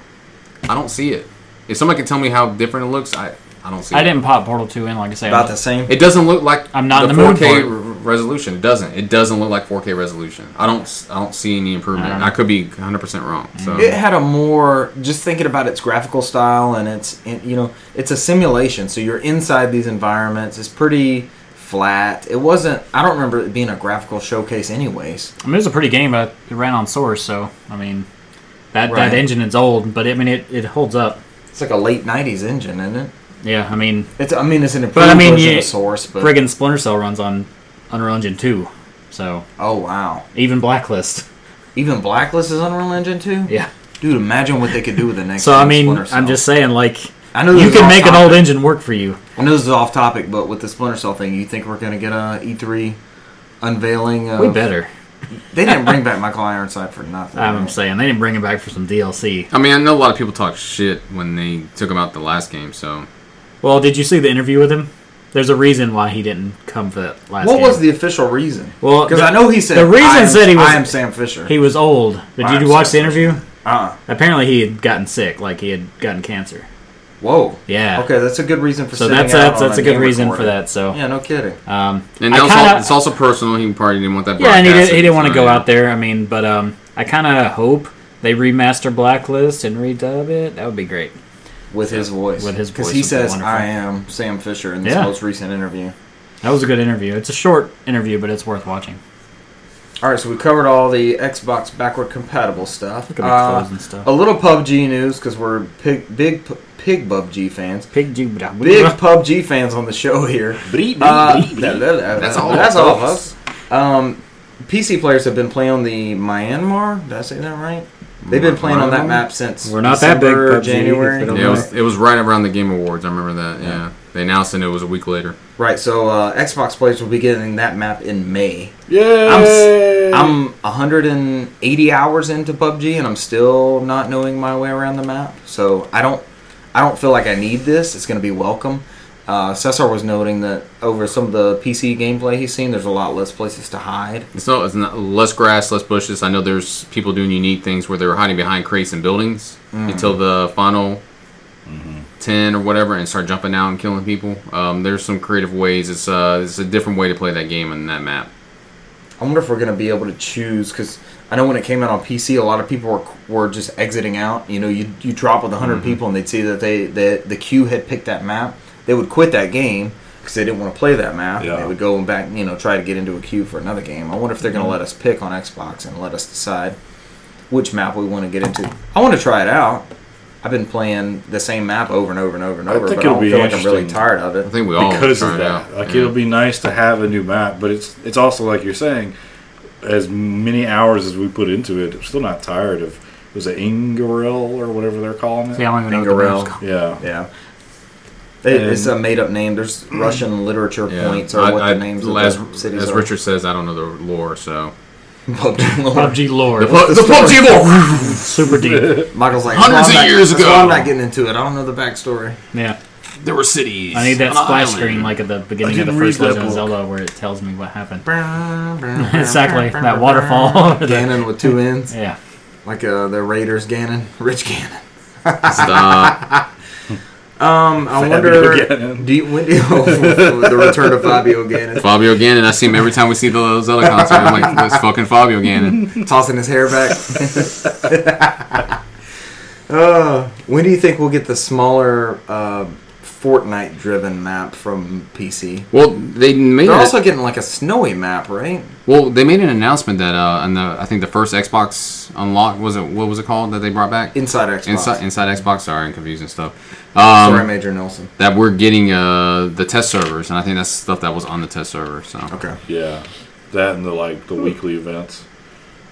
[SPEAKER 3] I don't see it. If somebody can tell me how different it looks, I I don't see.
[SPEAKER 4] I
[SPEAKER 3] it.
[SPEAKER 4] didn't pop Portal Two in, like I say.
[SPEAKER 1] About the same.
[SPEAKER 3] It doesn't look like
[SPEAKER 4] I'm not in the mood
[SPEAKER 3] 4K
[SPEAKER 4] for it.
[SPEAKER 3] re- resolution. It doesn't. It doesn't look like 4K resolution. I don't. s- I don't see any improvement.
[SPEAKER 4] I don't
[SPEAKER 3] I,
[SPEAKER 4] know. Mm-hmm.
[SPEAKER 3] could be 100 percent wrong. So
[SPEAKER 1] it had a more just thinking about its graphical style and its and, you know it's a simulation so you're inside these environments it's pretty flat it wasn't i don't remember it being a graphical showcase anyways
[SPEAKER 4] I mean, it was a pretty game, but it ran on Source, so I mean, that
[SPEAKER 1] Right.
[SPEAKER 4] that engine is old, but I mean, it, it holds up.
[SPEAKER 1] it's like a late 90s engine isn't it
[SPEAKER 4] Yeah, I mean,
[SPEAKER 1] it's i mean it's an improved
[SPEAKER 4] But, I mean,
[SPEAKER 1] version
[SPEAKER 4] you-
[SPEAKER 1] of source but
[SPEAKER 4] friggin' Splinter Cell runs on Unreal Engine two, so
[SPEAKER 1] oh wow
[SPEAKER 4] even Blacklist. [LAUGHS]
[SPEAKER 1] even blacklist is unreal engine 2
[SPEAKER 4] Yeah.
[SPEAKER 1] dude imagine what they could do with the next
[SPEAKER 4] So I
[SPEAKER 1] gen
[SPEAKER 4] mean,
[SPEAKER 1] Splinter Cell.
[SPEAKER 4] I'm just saying, like,
[SPEAKER 1] I know this
[SPEAKER 4] you
[SPEAKER 1] is
[SPEAKER 4] can
[SPEAKER 1] off
[SPEAKER 4] make an
[SPEAKER 1] topic.
[SPEAKER 4] old engine work for you.
[SPEAKER 1] I know this is off topic, but with the Splinter Cell thing, you think we're gonna get a E3 unveiling? Of,
[SPEAKER 4] We better.
[SPEAKER 1] They didn't bring back Michael Ironside for nothing.
[SPEAKER 4] I'm
[SPEAKER 1] right?
[SPEAKER 4] saying they didn't bring it back for some DLC.
[SPEAKER 3] I mean, I know a lot of people talk shit when they took him out the last game. So
[SPEAKER 4] Well, did you see the interview with him? There's a reason why he didn't come for that last.
[SPEAKER 1] What
[SPEAKER 4] game.
[SPEAKER 1] was the official reason?
[SPEAKER 4] Well,
[SPEAKER 1] because
[SPEAKER 4] the-
[SPEAKER 1] I know he said
[SPEAKER 4] the reason
[SPEAKER 1] I am,
[SPEAKER 4] said he was-
[SPEAKER 1] I am Sam Fisher.
[SPEAKER 4] He was old. But
[SPEAKER 1] I'm
[SPEAKER 4] did you watch
[SPEAKER 1] so
[SPEAKER 4] the interview?
[SPEAKER 1] uh-uh.
[SPEAKER 4] Apparently, he had gotten sick, like he had gotten cancer.
[SPEAKER 1] Whoa.
[SPEAKER 4] Yeah.
[SPEAKER 1] Okay, that's a good reason for.
[SPEAKER 4] So
[SPEAKER 1] sitting
[SPEAKER 4] that's
[SPEAKER 1] out
[SPEAKER 4] that's
[SPEAKER 1] on
[SPEAKER 4] that's a good
[SPEAKER 1] game
[SPEAKER 4] reason
[SPEAKER 1] recorder.
[SPEAKER 4] for that. So
[SPEAKER 1] Yeah, no kidding.
[SPEAKER 4] um,
[SPEAKER 3] and
[SPEAKER 4] I
[SPEAKER 3] also,
[SPEAKER 4] kinda-
[SPEAKER 3] it's also personal. He probably didn't want that.
[SPEAKER 4] yeah, and he did,
[SPEAKER 3] broadcasted,
[SPEAKER 4] he didn't want to
[SPEAKER 3] so,
[SPEAKER 4] go
[SPEAKER 3] yeah.
[SPEAKER 4] out there. I mean, but um, I kind of hope they remaster Blacklist and redub it. That would be great.
[SPEAKER 1] With his voice.
[SPEAKER 4] With his
[SPEAKER 1] because
[SPEAKER 4] voice
[SPEAKER 1] he
[SPEAKER 4] would be
[SPEAKER 1] says
[SPEAKER 4] wonderful.
[SPEAKER 1] I am Sam Fisher in this
[SPEAKER 4] Yeah.
[SPEAKER 1] most recent interview.
[SPEAKER 4] That was a good interview. It's a short interview, but it's worth watching.
[SPEAKER 1] All right, so we covered all the Xbox backward compatible stuff.
[SPEAKER 4] Look at my
[SPEAKER 1] Uh,
[SPEAKER 4] clothes and stuff.
[SPEAKER 1] a little PUBG news because we're pig, big pu- pig PUBG fans.
[SPEAKER 4] Big
[SPEAKER 1] Big PUBG fans on the show
[SPEAKER 4] [LAUGHS]
[SPEAKER 1] here. Uh, that's
[SPEAKER 3] That's all,
[SPEAKER 1] That's all,
[SPEAKER 3] folks.
[SPEAKER 1] folks. Um, PC players have been playing on the Myanmar. Did I say that right? They've been playing on that
[SPEAKER 3] Myanmar?
[SPEAKER 1] map since
[SPEAKER 4] We're not that big,
[SPEAKER 1] December,
[SPEAKER 4] PUBG,
[SPEAKER 1] January.
[SPEAKER 4] if it'll-
[SPEAKER 3] Yeah, it was it was right around the Game Awards. I remember that. Yeah, they announced it. It was a week later.
[SPEAKER 1] Right, so uh, Xbox players will be getting that map in May.
[SPEAKER 2] Yeah.
[SPEAKER 1] I'm 180 hours into PUBG and I'm still not knowing my way around the map. So I don't, I don't feel like I need this. It's going to be welcome. Uh, Cesar was noting that over some of the PC gameplay he's seen, there's a lot less places to hide.
[SPEAKER 3] It's not, it's not less grass, less bushes. I know there's people doing unique things where they were hiding behind crates and buildings until the final ten or whatever and start jumping out and killing people. Um, there's some creative ways. It's uh, it's a different way to play that game and that map.
[SPEAKER 1] I wonder if we're gonna be able to choose because I know when it came out on PC, a lot of people were, were just exiting out. You know, you you drop with
[SPEAKER 2] Mm-hmm.
[SPEAKER 1] 100 people and they'd see that they that the queue had picked that map. They would quit that game because they didn't want to play that map. And
[SPEAKER 2] Yeah.
[SPEAKER 1] they would go and back, you know, try to get into a queue for another game. I wonder if they're
[SPEAKER 2] Mm-hmm.
[SPEAKER 1] gonna let us pick on Xbox and let us decide which map we want to get into. I want to try it out. I've been playing the same map over and over and over and
[SPEAKER 2] I
[SPEAKER 1] over,
[SPEAKER 2] think
[SPEAKER 1] but I
[SPEAKER 2] it'll
[SPEAKER 1] don't
[SPEAKER 2] be
[SPEAKER 1] feel like I'm really
[SPEAKER 2] interesting.
[SPEAKER 1] tired of it.
[SPEAKER 3] I think we all
[SPEAKER 2] because
[SPEAKER 3] tried
[SPEAKER 2] of
[SPEAKER 3] it
[SPEAKER 2] that.
[SPEAKER 3] out.
[SPEAKER 2] Like
[SPEAKER 3] Yeah.
[SPEAKER 2] it'll be nice to have a new map, but it's it's also like you're saying, as many hours as we put into it, I'm still not tired of. Was it Ingaril or whatever they're calling it?
[SPEAKER 4] See, I don't even know what the
[SPEAKER 1] Fingerel.
[SPEAKER 4] name's called.
[SPEAKER 2] Yeah.
[SPEAKER 1] Yeah. It, it's
[SPEAKER 2] And-
[SPEAKER 1] a made up name. There's Russian literature
[SPEAKER 3] Yeah.
[SPEAKER 1] points or
[SPEAKER 3] I-
[SPEAKER 1] what
[SPEAKER 3] I-
[SPEAKER 1] the names
[SPEAKER 3] as,
[SPEAKER 1] of the cities
[SPEAKER 3] as
[SPEAKER 1] are. [LAUGHS]
[SPEAKER 3] Richard says, I don't know the lore, so
[SPEAKER 1] PUBG lore.
[SPEAKER 4] PUBG Lord.
[SPEAKER 1] the the story?
[SPEAKER 3] lore.
[SPEAKER 4] Super [LAUGHS] deep.
[SPEAKER 1] Michael's like,
[SPEAKER 3] Hundreds
[SPEAKER 1] "That's why I'm
[SPEAKER 3] of
[SPEAKER 1] not-
[SPEAKER 3] years
[SPEAKER 1] that's why I'm
[SPEAKER 3] ago."
[SPEAKER 1] not getting into it. I don't know the [LAUGHS] backstory.
[SPEAKER 4] Yeah.
[SPEAKER 3] [LAUGHS] There were cities.
[SPEAKER 4] I need that
[SPEAKER 3] on an
[SPEAKER 4] splash
[SPEAKER 3] island.
[SPEAKER 4] screen like at the beginning of the
[SPEAKER 2] didn't
[SPEAKER 4] first
[SPEAKER 2] read that
[SPEAKER 4] Legend of
[SPEAKER 2] book.
[SPEAKER 4] Zelda where it tells me what happened.
[SPEAKER 1] [LAUGHS]
[SPEAKER 4] exactly. That
[SPEAKER 3] [LAUGHS]
[SPEAKER 4] waterfall. or the-
[SPEAKER 1] Ganon with two ends,
[SPEAKER 4] yeah.
[SPEAKER 1] like uh, the Raiders Ganon, [LAUGHS] Rich Ganon.
[SPEAKER 3] Stop.
[SPEAKER 1] Um, I
[SPEAKER 2] Fabio
[SPEAKER 1] wonder.
[SPEAKER 2] Ganon.
[SPEAKER 1] Do you, when do you, [LAUGHS] the return of Fabio Ganon,
[SPEAKER 3] Fabio Gannon. I see him every time we see the Zelda concert. I'm like, that's fucking Fabio Gannon.
[SPEAKER 1] tossing his hair back? [LAUGHS] uh, when do you think we'll get the smaller uh, Fortnite-driven map from PC?
[SPEAKER 3] Well, they made
[SPEAKER 1] They're
[SPEAKER 3] an-
[SPEAKER 1] also getting like a snowy map, right?
[SPEAKER 3] well they made an announcement that uh, on the I think the first Xbox unlock was it what was it called that they brought back
[SPEAKER 1] Inside Xbox.
[SPEAKER 3] inside inside Xbox. Sorry, I'm confusing stuff.
[SPEAKER 1] Sorry,
[SPEAKER 3] Um,
[SPEAKER 1] Major Nelson.
[SPEAKER 3] that we're getting uh, the test servers, and I think that's stuff that was on the test server. So
[SPEAKER 1] Okay.
[SPEAKER 2] Yeah. That and the like the weekly events,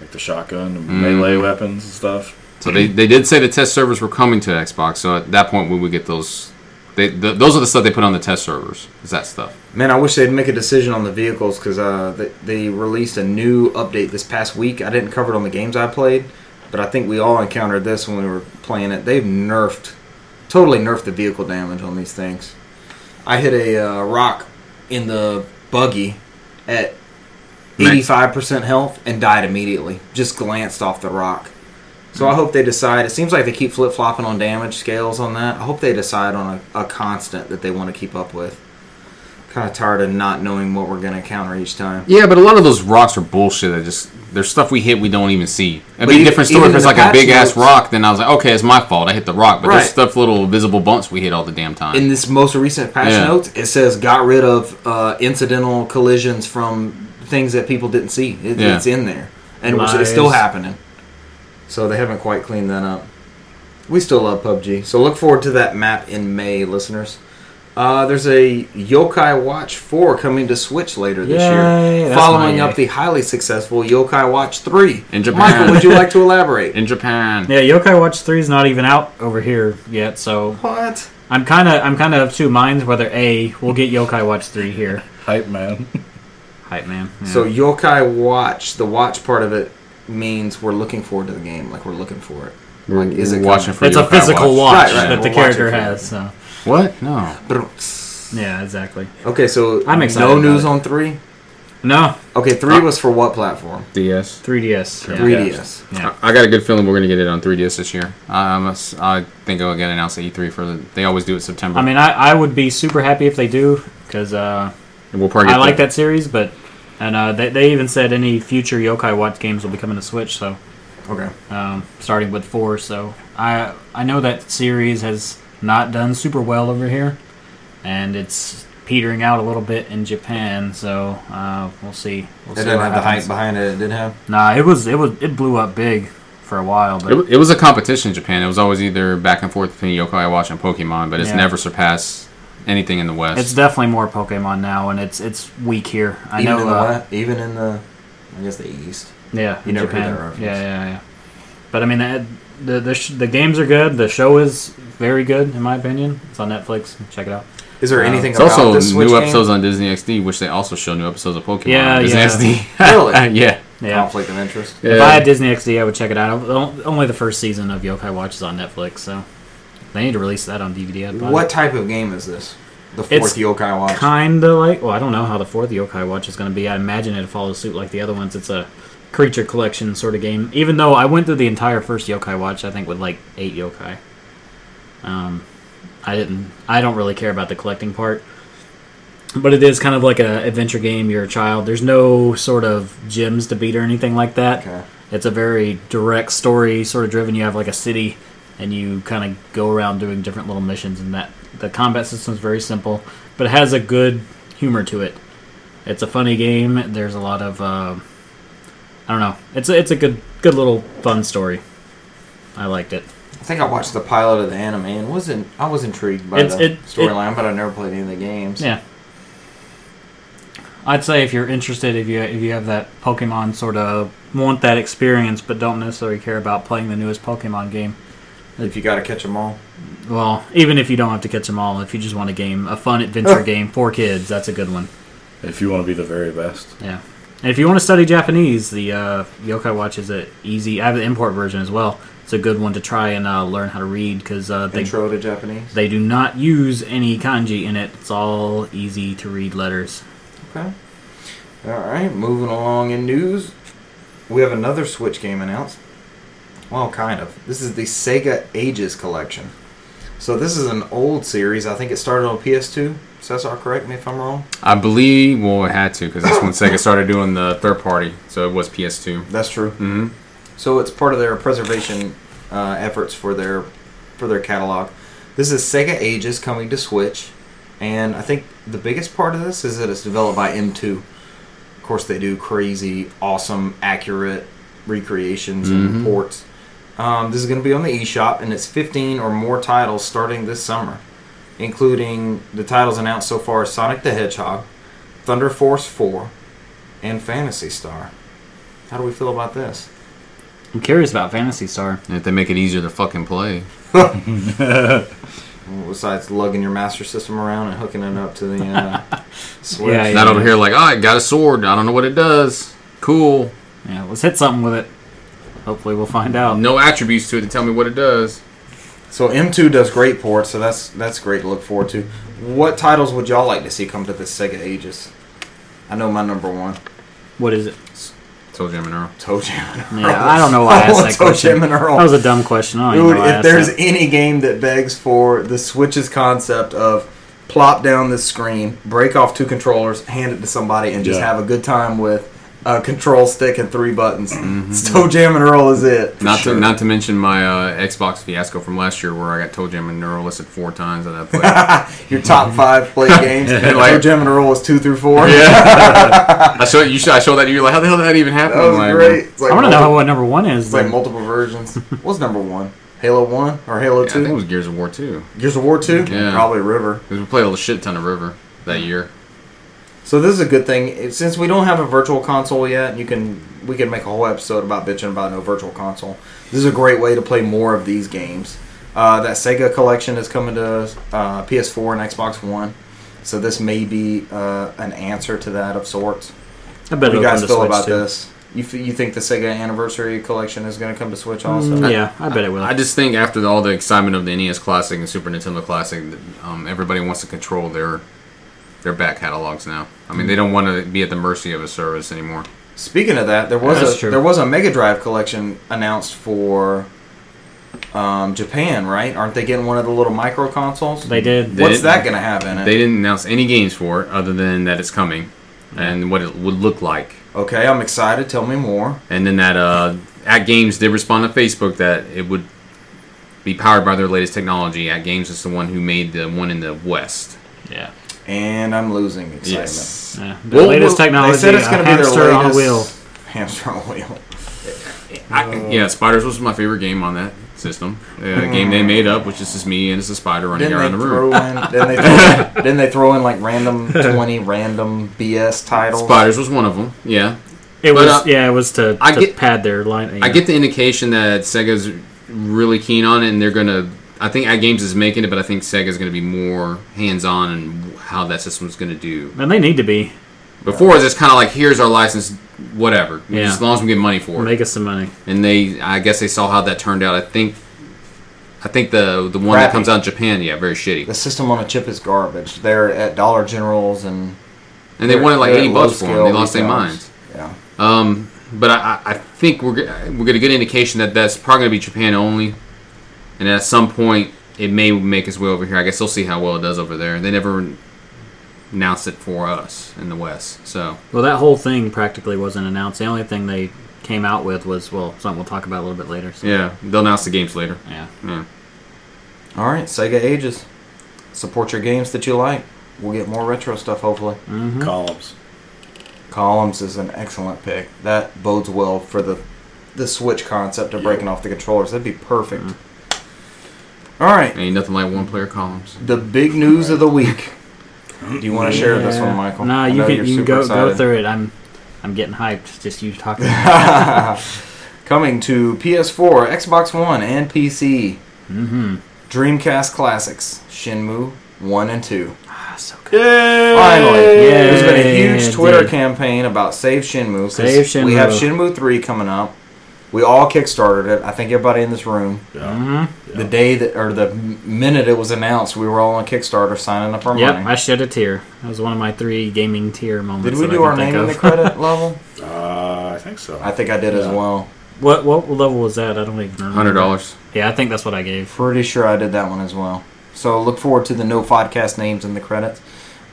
[SPEAKER 2] like the shotgun and
[SPEAKER 3] Mm-hmm.
[SPEAKER 2] melee weapons and stuff.
[SPEAKER 3] So they, they did say the test servers were coming to Xbox. So at that point, we would get those. They th those are the stuff they put on the test servers. Is that stuff?
[SPEAKER 1] Man, I wish they'd make a decision on the vehicles because uh, they, they released a new update this past week. I didn't cover it on the games I played, but I think we all encountered this when we were playing it. They've nerfed, totally nerfed the vehicle damage on these things. I hit a uh, rock in the buggy at
[SPEAKER 3] Nice.
[SPEAKER 1] 85% health and died immediately. Just glanced off the rock. So I hope they decide. It seems like they keep flip flopping on damage scales on that. I hope they decide on a, a constant that they want to keep up with. Kind of tired of not knowing what we're going to counter each time.
[SPEAKER 3] Yeah, but a lot of those rocks are bullshit. They just there's stuff we hit we don't even see. It'd
[SPEAKER 1] But
[SPEAKER 3] be a
[SPEAKER 1] even-
[SPEAKER 3] different story
[SPEAKER 1] even
[SPEAKER 3] if it's
[SPEAKER 1] in
[SPEAKER 3] like
[SPEAKER 1] the
[SPEAKER 3] a
[SPEAKER 1] patch
[SPEAKER 3] big ass
[SPEAKER 1] notes-
[SPEAKER 3] rock. Then I was like, okay, it's my fault. I hit the rock. But
[SPEAKER 1] Right.
[SPEAKER 3] there's stuff little visible bumps we hit all the damn time.
[SPEAKER 1] In this most recent patch
[SPEAKER 3] Yeah.
[SPEAKER 1] notes, it says got rid of uh, incidental collisions from things that people didn't see. It,
[SPEAKER 3] Yeah.
[SPEAKER 1] It's in there, and which it's still
[SPEAKER 4] Lies.
[SPEAKER 1] happening. So they haven't quite cleaned that up. We still love PUBG, so look forward to that map in May, listeners. Uh, there's a Yokai Watch 4 coming to Switch later this
[SPEAKER 4] Yay,
[SPEAKER 1] year,
[SPEAKER 4] that's
[SPEAKER 1] following
[SPEAKER 4] my
[SPEAKER 1] up
[SPEAKER 4] yay.
[SPEAKER 1] the highly successful Yokai Watch 3.
[SPEAKER 3] In Japan.
[SPEAKER 1] Michael, would you like to elaborate?
[SPEAKER 3] [LAUGHS] In Japan,
[SPEAKER 4] Yeah, Yokai Watch 3 is not even out over here yet, so
[SPEAKER 1] what?
[SPEAKER 4] I'm kind of I'm kind of of two minds whether A, we'll get Yokai Watch 3 here.
[SPEAKER 2] Hype man. [LAUGHS]
[SPEAKER 4] Hype man. Yeah.
[SPEAKER 1] So yokai watch, the watch part of it means we're looking forward to the game, like we're looking for it. Like is it
[SPEAKER 3] watching
[SPEAKER 1] coming?
[SPEAKER 3] for
[SPEAKER 4] it's a
[SPEAKER 3] Yokai
[SPEAKER 4] physical watch,
[SPEAKER 1] Right, right,
[SPEAKER 4] that the
[SPEAKER 1] we're
[SPEAKER 4] character
[SPEAKER 1] watching for
[SPEAKER 4] has, so
[SPEAKER 3] What? No.
[SPEAKER 4] yeah, exactly.
[SPEAKER 1] Okay, so
[SPEAKER 4] I'm excited
[SPEAKER 1] no
[SPEAKER 4] about
[SPEAKER 1] news
[SPEAKER 4] it.
[SPEAKER 1] on three.
[SPEAKER 4] No,
[SPEAKER 1] Okay, three was for what platform?
[SPEAKER 3] DS.
[SPEAKER 4] 3DS. Yeah.
[SPEAKER 1] 3ds.
[SPEAKER 4] Yeah.
[SPEAKER 3] I I got a good feeling we're gonna get it on 3DS this year. Um, I s- I think it'll get announced at E3 for the. They always do it September.
[SPEAKER 4] I mean, I, I would be super happy if they do because uh,
[SPEAKER 3] And we'll probably
[SPEAKER 4] I
[SPEAKER 3] get
[SPEAKER 4] like
[SPEAKER 3] the-
[SPEAKER 4] that series, but and uh, they, they even said any future Yokai Watch games will be coming to Switch, so
[SPEAKER 1] Okay.
[SPEAKER 4] um, starting with four. So I I know that series has not done super well over here, and it's petering out a little bit in Japan. So uh, we'll see. We'll
[SPEAKER 1] It
[SPEAKER 4] see
[SPEAKER 1] didn't
[SPEAKER 4] what
[SPEAKER 1] have the hype
[SPEAKER 4] happens.
[SPEAKER 1] behind it. It did have.
[SPEAKER 4] Nah, it was it was it blew up big for a while, but
[SPEAKER 3] It, wa- it was a competition in Japan. It was always either back and forth between Yokai Watch and Pokemon, but it's
[SPEAKER 4] Yeah.
[SPEAKER 3] never surpassed anything in the West.
[SPEAKER 4] it's definitely more Pokemon now, and it's it's weak here. I
[SPEAKER 1] even
[SPEAKER 4] know.
[SPEAKER 1] in the
[SPEAKER 4] uh,
[SPEAKER 1] West- even in the, I guess the East.
[SPEAKER 4] Yeah,
[SPEAKER 1] You
[SPEAKER 4] in
[SPEAKER 1] never heard
[SPEAKER 4] Japan.
[SPEAKER 1] that reference.
[SPEAKER 4] Yeah, yeah, yeah. But I mean, the the the, sh- the games are good. The show is very good, in my opinion. It's on Netflix. Check it out.
[SPEAKER 1] Is there
[SPEAKER 4] Um,
[SPEAKER 1] anything
[SPEAKER 3] It's
[SPEAKER 1] about
[SPEAKER 3] also
[SPEAKER 1] this Switch
[SPEAKER 3] new episodes
[SPEAKER 1] game?
[SPEAKER 3] on Disney XD, which they also show new episodes of Pokemon.
[SPEAKER 4] Yeah,
[SPEAKER 3] on Disney
[SPEAKER 4] yeah.
[SPEAKER 3] [LAUGHS] XD.
[SPEAKER 1] Really?
[SPEAKER 3] yeah.
[SPEAKER 4] Yeah.
[SPEAKER 1] Conflict of interest.
[SPEAKER 4] If I had Disney XD, I would check it out. O- Only the first season of Yokai Watch is on Netflix, so they need to release that on DVD. I'd buy
[SPEAKER 1] What
[SPEAKER 4] it.
[SPEAKER 1] type of game is this? The fourth
[SPEAKER 4] It's
[SPEAKER 1] yokai watch.
[SPEAKER 4] Kinda like. Well, I don't know how the fourth Yokai Watch is going to be. I imagine it follows suit like the other ones. It's a creature collection sort of game. Even though I went through the entire first Yokai Watch, I think with like eight Yokai. Um, I didn't. I don't really care about the collecting part. But it is kind of like a adventure game. You're a child. There's no sort of gems to beat or anything like that.
[SPEAKER 1] Okay.
[SPEAKER 4] It's a very direct story, sort of driven. You have like a city, and you kind of go around doing different little missions. And that the combat system is very simple, but it has a good humor to it. It's a funny game. There's a lot of uh, I don't know. It's a, it's a good good little fun story. I liked it.
[SPEAKER 1] I think I watched the pilot of the anime and wasn't I was intrigued by
[SPEAKER 4] It's-
[SPEAKER 1] the
[SPEAKER 4] it-
[SPEAKER 1] storyline, but I never played any of the games.
[SPEAKER 4] Yeah. I'd say if you're interested, if you if you have that Pokemon sort of want that experience, but don't necessarily care about playing the newest Pokemon game.
[SPEAKER 1] If you got to catch them all,
[SPEAKER 4] Well, even if you don't have to catch them all, if you just want a game, a fun
[SPEAKER 1] [LAUGHS]
[SPEAKER 4] adventure game for kids, that's a good one.
[SPEAKER 2] If you want to be the very best.
[SPEAKER 4] Yeah. And if you want to study Japanese, the uh, Yokai Watch is a easy. I have the import version as well. It's a good one to try and uh, learn how to read because uh, they
[SPEAKER 1] intro to Japanese.
[SPEAKER 4] they do not use any kanji in it. It's all easy to read letters.
[SPEAKER 1] Okay. All right, moving along in news, we have another Switch game announced. Well, kind of. This is the Sega Ages collection. So this is an old series. I think it started on PS2. Cesar, correct me if I'm wrong.
[SPEAKER 3] I believe, well, it had to because that's when Sega started doing the third party, so it was PS2.
[SPEAKER 1] That's true.
[SPEAKER 3] Mm-hmm.
[SPEAKER 1] So it's part of their preservation uh, efforts for their for their catalog. This is Sega Ages coming to Switch, and I think the biggest part of this is that it's developed by M2. Of course, they do crazy, awesome, accurate recreations and ports. Um, this is going to be on the eShop, and it's 15 or more titles starting this summer, including the titles announced so far: Sonic the Hedgehog, Thunder Force 4, and Fantasy Star. How do we feel about this?
[SPEAKER 4] I'm curious about Fantasy Star.
[SPEAKER 3] And if they make it easier to fucking play,
[SPEAKER 1] Besides lugging your master system around and hooking it up to the uh, [LAUGHS] switch.
[SPEAKER 4] Yeah, yeah.
[SPEAKER 3] not over here like, all right, got a sword. I don't know what it does. Cool.
[SPEAKER 4] Yeah, let's hit something with it. Hopefully, we'll find out.
[SPEAKER 3] No attributes to it to tell me what it does.
[SPEAKER 1] So M2 does great ports, so that's that's great to look forward to. What titles would y'all like to see come to the Sega Ages? I know my number one,
[SPEAKER 4] What is it?
[SPEAKER 3] Told you, Monero.
[SPEAKER 1] Toe Jam and Earl.
[SPEAKER 4] Yeah, I don't know why I
[SPEAKER 1] [LAUGHS]
[SPEAKER 4] asked
[SPEAKER 1] want
[SPEAKER 4] that
[SPEAKER 1] Toe
[SPEAKER 4] question.
[SPEAKER 1] Jam and
[SPEAKER 4] That
[SPEAKER 1] Earl.
[SPEAKER 4] was a dumb
[SPEAKER 1] [LAUGHS]
[SPEAKER 4] question. I don't even
[SPEAKER 1] Dude,
[SPEAKER 4] know why I
[SPEAKER 1] if
[SPEAKER 4] asked
[SPEAKER 1] there's
[SPEAKER 4] that.
[SPEAKER 1] any game that begs for the Switch's concept of plop down this screen, break off two controllers, hand it to somebody, and just
[SPEAKER 2] Yeah.
[SPEAKER 1] have a good time with a control stick and three buttons, [LAUGHS] Toe Jam and Earl is it. for
[SPEAKER 3] Not
[SPEAKER 1] sure.
[SPEAKER 3] to not to mention my uh, Xbox fiasco from last year where I got Toe Jam and Neural listed four times that I
[SPEAKER 1] [LAUGHS]
[SPEAKER 3] [LAUGHS]
[SPEAKER 1] [LAUGHS]
[SPEAKER 3] played.
[SPEAKER 1] your top five play games.
[SPEAKER 3] Yeah,
[SPEAKER 1] like,
[SPEAKER 3] like-
[SPEAKER 1] Toe Jam and Earl was two through four.
[SPEAKER 3] I showed you I showed that to you like how the hell did that even happen?
[SPEAKER 1] that was
[SPEAKER 3] Like,
[SPEAKER 1] Oh, great. It's like
[SPEAKER 4] I want to
[SPEAKER 1] multi-
[SPEAKER 4] know what number one is.
[SPEAKER 1] It's like
[SPEAKER 4] then.
[SPEAKER 1] multiple versions. What's number one? Halo One or Halo
[SPEAKER 3] Yeah, I think it
[SPEAKER 1] Two?
[SPEAKER 3] was Gears of War too.
[SPEAKER 1] Gears of War Two?
[SPEAKER 3] Yeah.
[SPEAKER 1] Probably River.
[SPEAKER 3] Because we played a shit ton of River that year.
[SPEAKER 1] So this is a good thing It- since we don't have a virtual console yet. You can we can make a whole episode about bitching about no virtual console. This is a great way to play more of these games. Uh, that Sega collection is coming to uh, PS4 and Xbox One, so this may be uh, an answer to that of sorts.
[SPEAKER 4] I bet
[SPEAKER 1] What
[SPEAKER 4] it'll
[SPEAKER 1] do you guys
[SPEAKER 4] come to
[SPEAKER 1] feel
[SPEAKER 4] Switch
[SPEAKER 1] about
[SPEAKER 4] too.
[SPEAKER 1] this? You, f- you think the Sega Anniversary Collection is going to come to Switch also?
[SPEAKER 4] Mm, yeah, I bet it will.
[SPEAKER 3] I just think after all the excitement of the NES Classic and Super Nintendo Classic, um, everybody wants to control their their back catalogs now. I mean, they don't want to be at the mercy of a service anymore.
[SPEAKER 1] Speaking of that, there was
[SPEAKER 4] That's
[SPEAKER 1] a
[SPEAKER 4] true.
[SPEAKER 1] there was a Mega Drive collection announced for um, Japan, right? Aren't they getting one of the little micro consoles?
[SPEAKER 4] they did.
[SPEAKER 3] They-
[SPEAKER 1] What's that going to have in it?
[SPEAKER 3] They didn't announce any games for it other than that it's coming and what it would look like.
[SPEAKER 1] okay, I'm excited. Tell me more.
[SPEAKER 3] And then that uh, at Games did respond to Facebook that it would be powered by their latest technology. At Games is the one who made the one in the West.
[SPEAKER 4] yeah.
[SPEAKER 1] And I'm losing excitement.
[SPEAKER 4] yeah. The
[SPEAKER 3] Well,
[SPEAKER 4] latest
[SPEAKER 3] well,
[SPEAKER 4] technology.
[SPEAKER 1] they said it's
[SPEAKER 4] going to
[SPEAKER 1] be their latest
[SPEAKER 4] on a wheel.
[SPEAKER 1] Hamster on a
[SPEAKER 3] [LAUGHS]
[SPEAKER 1] wheel.
[SPEAKER 3] I, yeah, Spiders was my favorite game on that system. Uh, a game they made up, which is just me and it's a spider running
[SPEAKER 1] Then
[SPEAKER 3] around
[SPEAKER 1] they,
[SPEAKER 3] the
[SPEAKER 1] throw
[SPEAKER 3] room.
[SPEAKER 1] in, then, they throw, then they throw in like
[SPEAKER 4] [LAUGHS]
[SPEAKER 1] random 20 random BS titles.
[SPEAKER 3] Spiders was one of them. Yeah, But,
[SPEAKER 4] It was
[SPEAKER 3] uh,
[SPEAKER 4] yeah, it was to,
[SPEAKER 3] I
[SPEAKER 4] to
[SPEAKER 3] get-
[SPEAKER 4] pad their line. you
[SPEAKER 3] I
[SPEAKER 4] know.
[SPEAKER 3] get the indication that Sega's really keen on it, and they're gonna. I think At Games is making it, but I think Sega's gonna be more hands-on and how that system's gonna do.
[SPEAKER 4] and they need to be
[SPEAKER 3] Before it's just kind of like, here's our license, whatever,
[SPEAKER 4] Yeah.
[SPEAKER 3] as long as we get money for it.
[SPEAKER 4] make us some money.
[SPEAKER 3] and they I guess they saw how that turned out. I think I think the the one
[SPEAKER 1] Crappy.
[SPEAKER 3] that comes out in Japan, yeah, very
[SPEAKER 1] The
[SPEAKER 3] shitty.
[SPEAKER 1] system on a chip is garbage. They're at Dollar Generals and
[SPEAKER 3] And they wanted like
[SPEAKER 1] they're at
[SPEAKER 3] eighty bucks for them. They
[SPEAKER 1] low-scale
[SPEAKER 3] lost their
[SPEAKER 1] retailers.
[SPEAKER 3] minds.
[SPEAKER 1] Yeah.
[SPEAKER 3] Um, but I, I I think we're g- we get a good indication that that's probably gonna be Japan only, and at some point it may make its way over here. I guess we'll see how well it does over there. They never announced it for us in the West, so
[SPEAKER 4] Well, that whole thing practically wasn't announced. The only thing they came out with was well, something we'll talk about a little bit later. So,
[SPEAKER 3] yeah, they'll announce the games later.
[SPEAKER 4] yeah.
[SPEAKER 3] Yeah.
[SPEAKER 1] All right, Sega Ages. Support your games that you like. We'll get more retro stuff hopefully.
[SPEAKER 4] Mm-hmm.
[SPEAKER 2] columns.
[SPEAKER 1] Columns is an excellent pick. That bodes well for the the Switch concept of breaking off the controllers. That'd be perfect.
[SPEAKER 4] Mm-hmm.
[SPEAKER 1] All right,
[SPEAKER 3] Ain't nothing like one player columns.
[SPEAKER 1] the big news of the week. Do you want to share this one, Michael?
[SPEAKER 4] Nah,
[SPEAKER 1] I
[SPEAKER 4] you
[SPEAKER 1] know
[SPEAKER 4] can
[SPEAKER 1] you're
[SPEAKER 4] you can
[SPEAKER 1] super
[SPEAKER 4] go go
[SPEAKER 1] excited.
[SPEAKER 4] through it. I'm I'm getting hyped. Just you talking.
[SPEAKER 1] Coming to PS4, Xbox One, and PC. [LAUGHS]
[SPEAKER 4] mm-hmm.
[SPEAKER 1] Dreamcast classics: Shinmu one and two.
[SPEAKER 4] Ah, so good.
[SPEAKER 2] Yay!
[SPEAKER 1] Finally,
[SPEAKER 4] Yay.
[SPEAKER 1] there's been a huge
[SPEAKER 4] Dude.
[SPEAKER 1] Twitter campaign about Save Shinmu. 'cause
[SPEAKER 4] Save Shinmu.
[SPEAKER 1] We have Shinmu 3 coming up. We all kickstarted it. I think everybody in this room,
[SPEAKER 2] Yeah.
[SPEAKER 4] Mm-hmm.
[SPEAKER 1] the day that, or the m- minute it was announced, we were all on Kickstarter signing up our
[SPEAKER 4] Yep, I
[SPEAKER 1] money.
[SPEAKER 4] shed a tear. That was one of my three gaming tear moments.
[SPEAKER 1] Did we
[SPEAKER 4] that I
[SPEAKER 1] do
[SPEAKER 4] can
[SPEAKER 1] our
[SPEAKER 4] think
[SPEAKER 1] name in
[SPEAKER 4] of.
[SPEAKER 1] the
[SPEAKER 4] [LAUGHS]
[SPEAKER 1] credit level?
[SPEAKER 2] Uh, I think so.
[SPEAKER 1] I think I did as
[SPEAKER 2] Yeah.
[SPEAKER 1] well.
[SPEAKER 4] what what level was that? I don't even remember.
[SPEAKER 3] Hundred dollars.
[SPEAKER 4] Yeah, I think that's what I gave.
[SPEAKER 1] Pretty sure I did that one as well. So look forward to the no podcast names in the credits.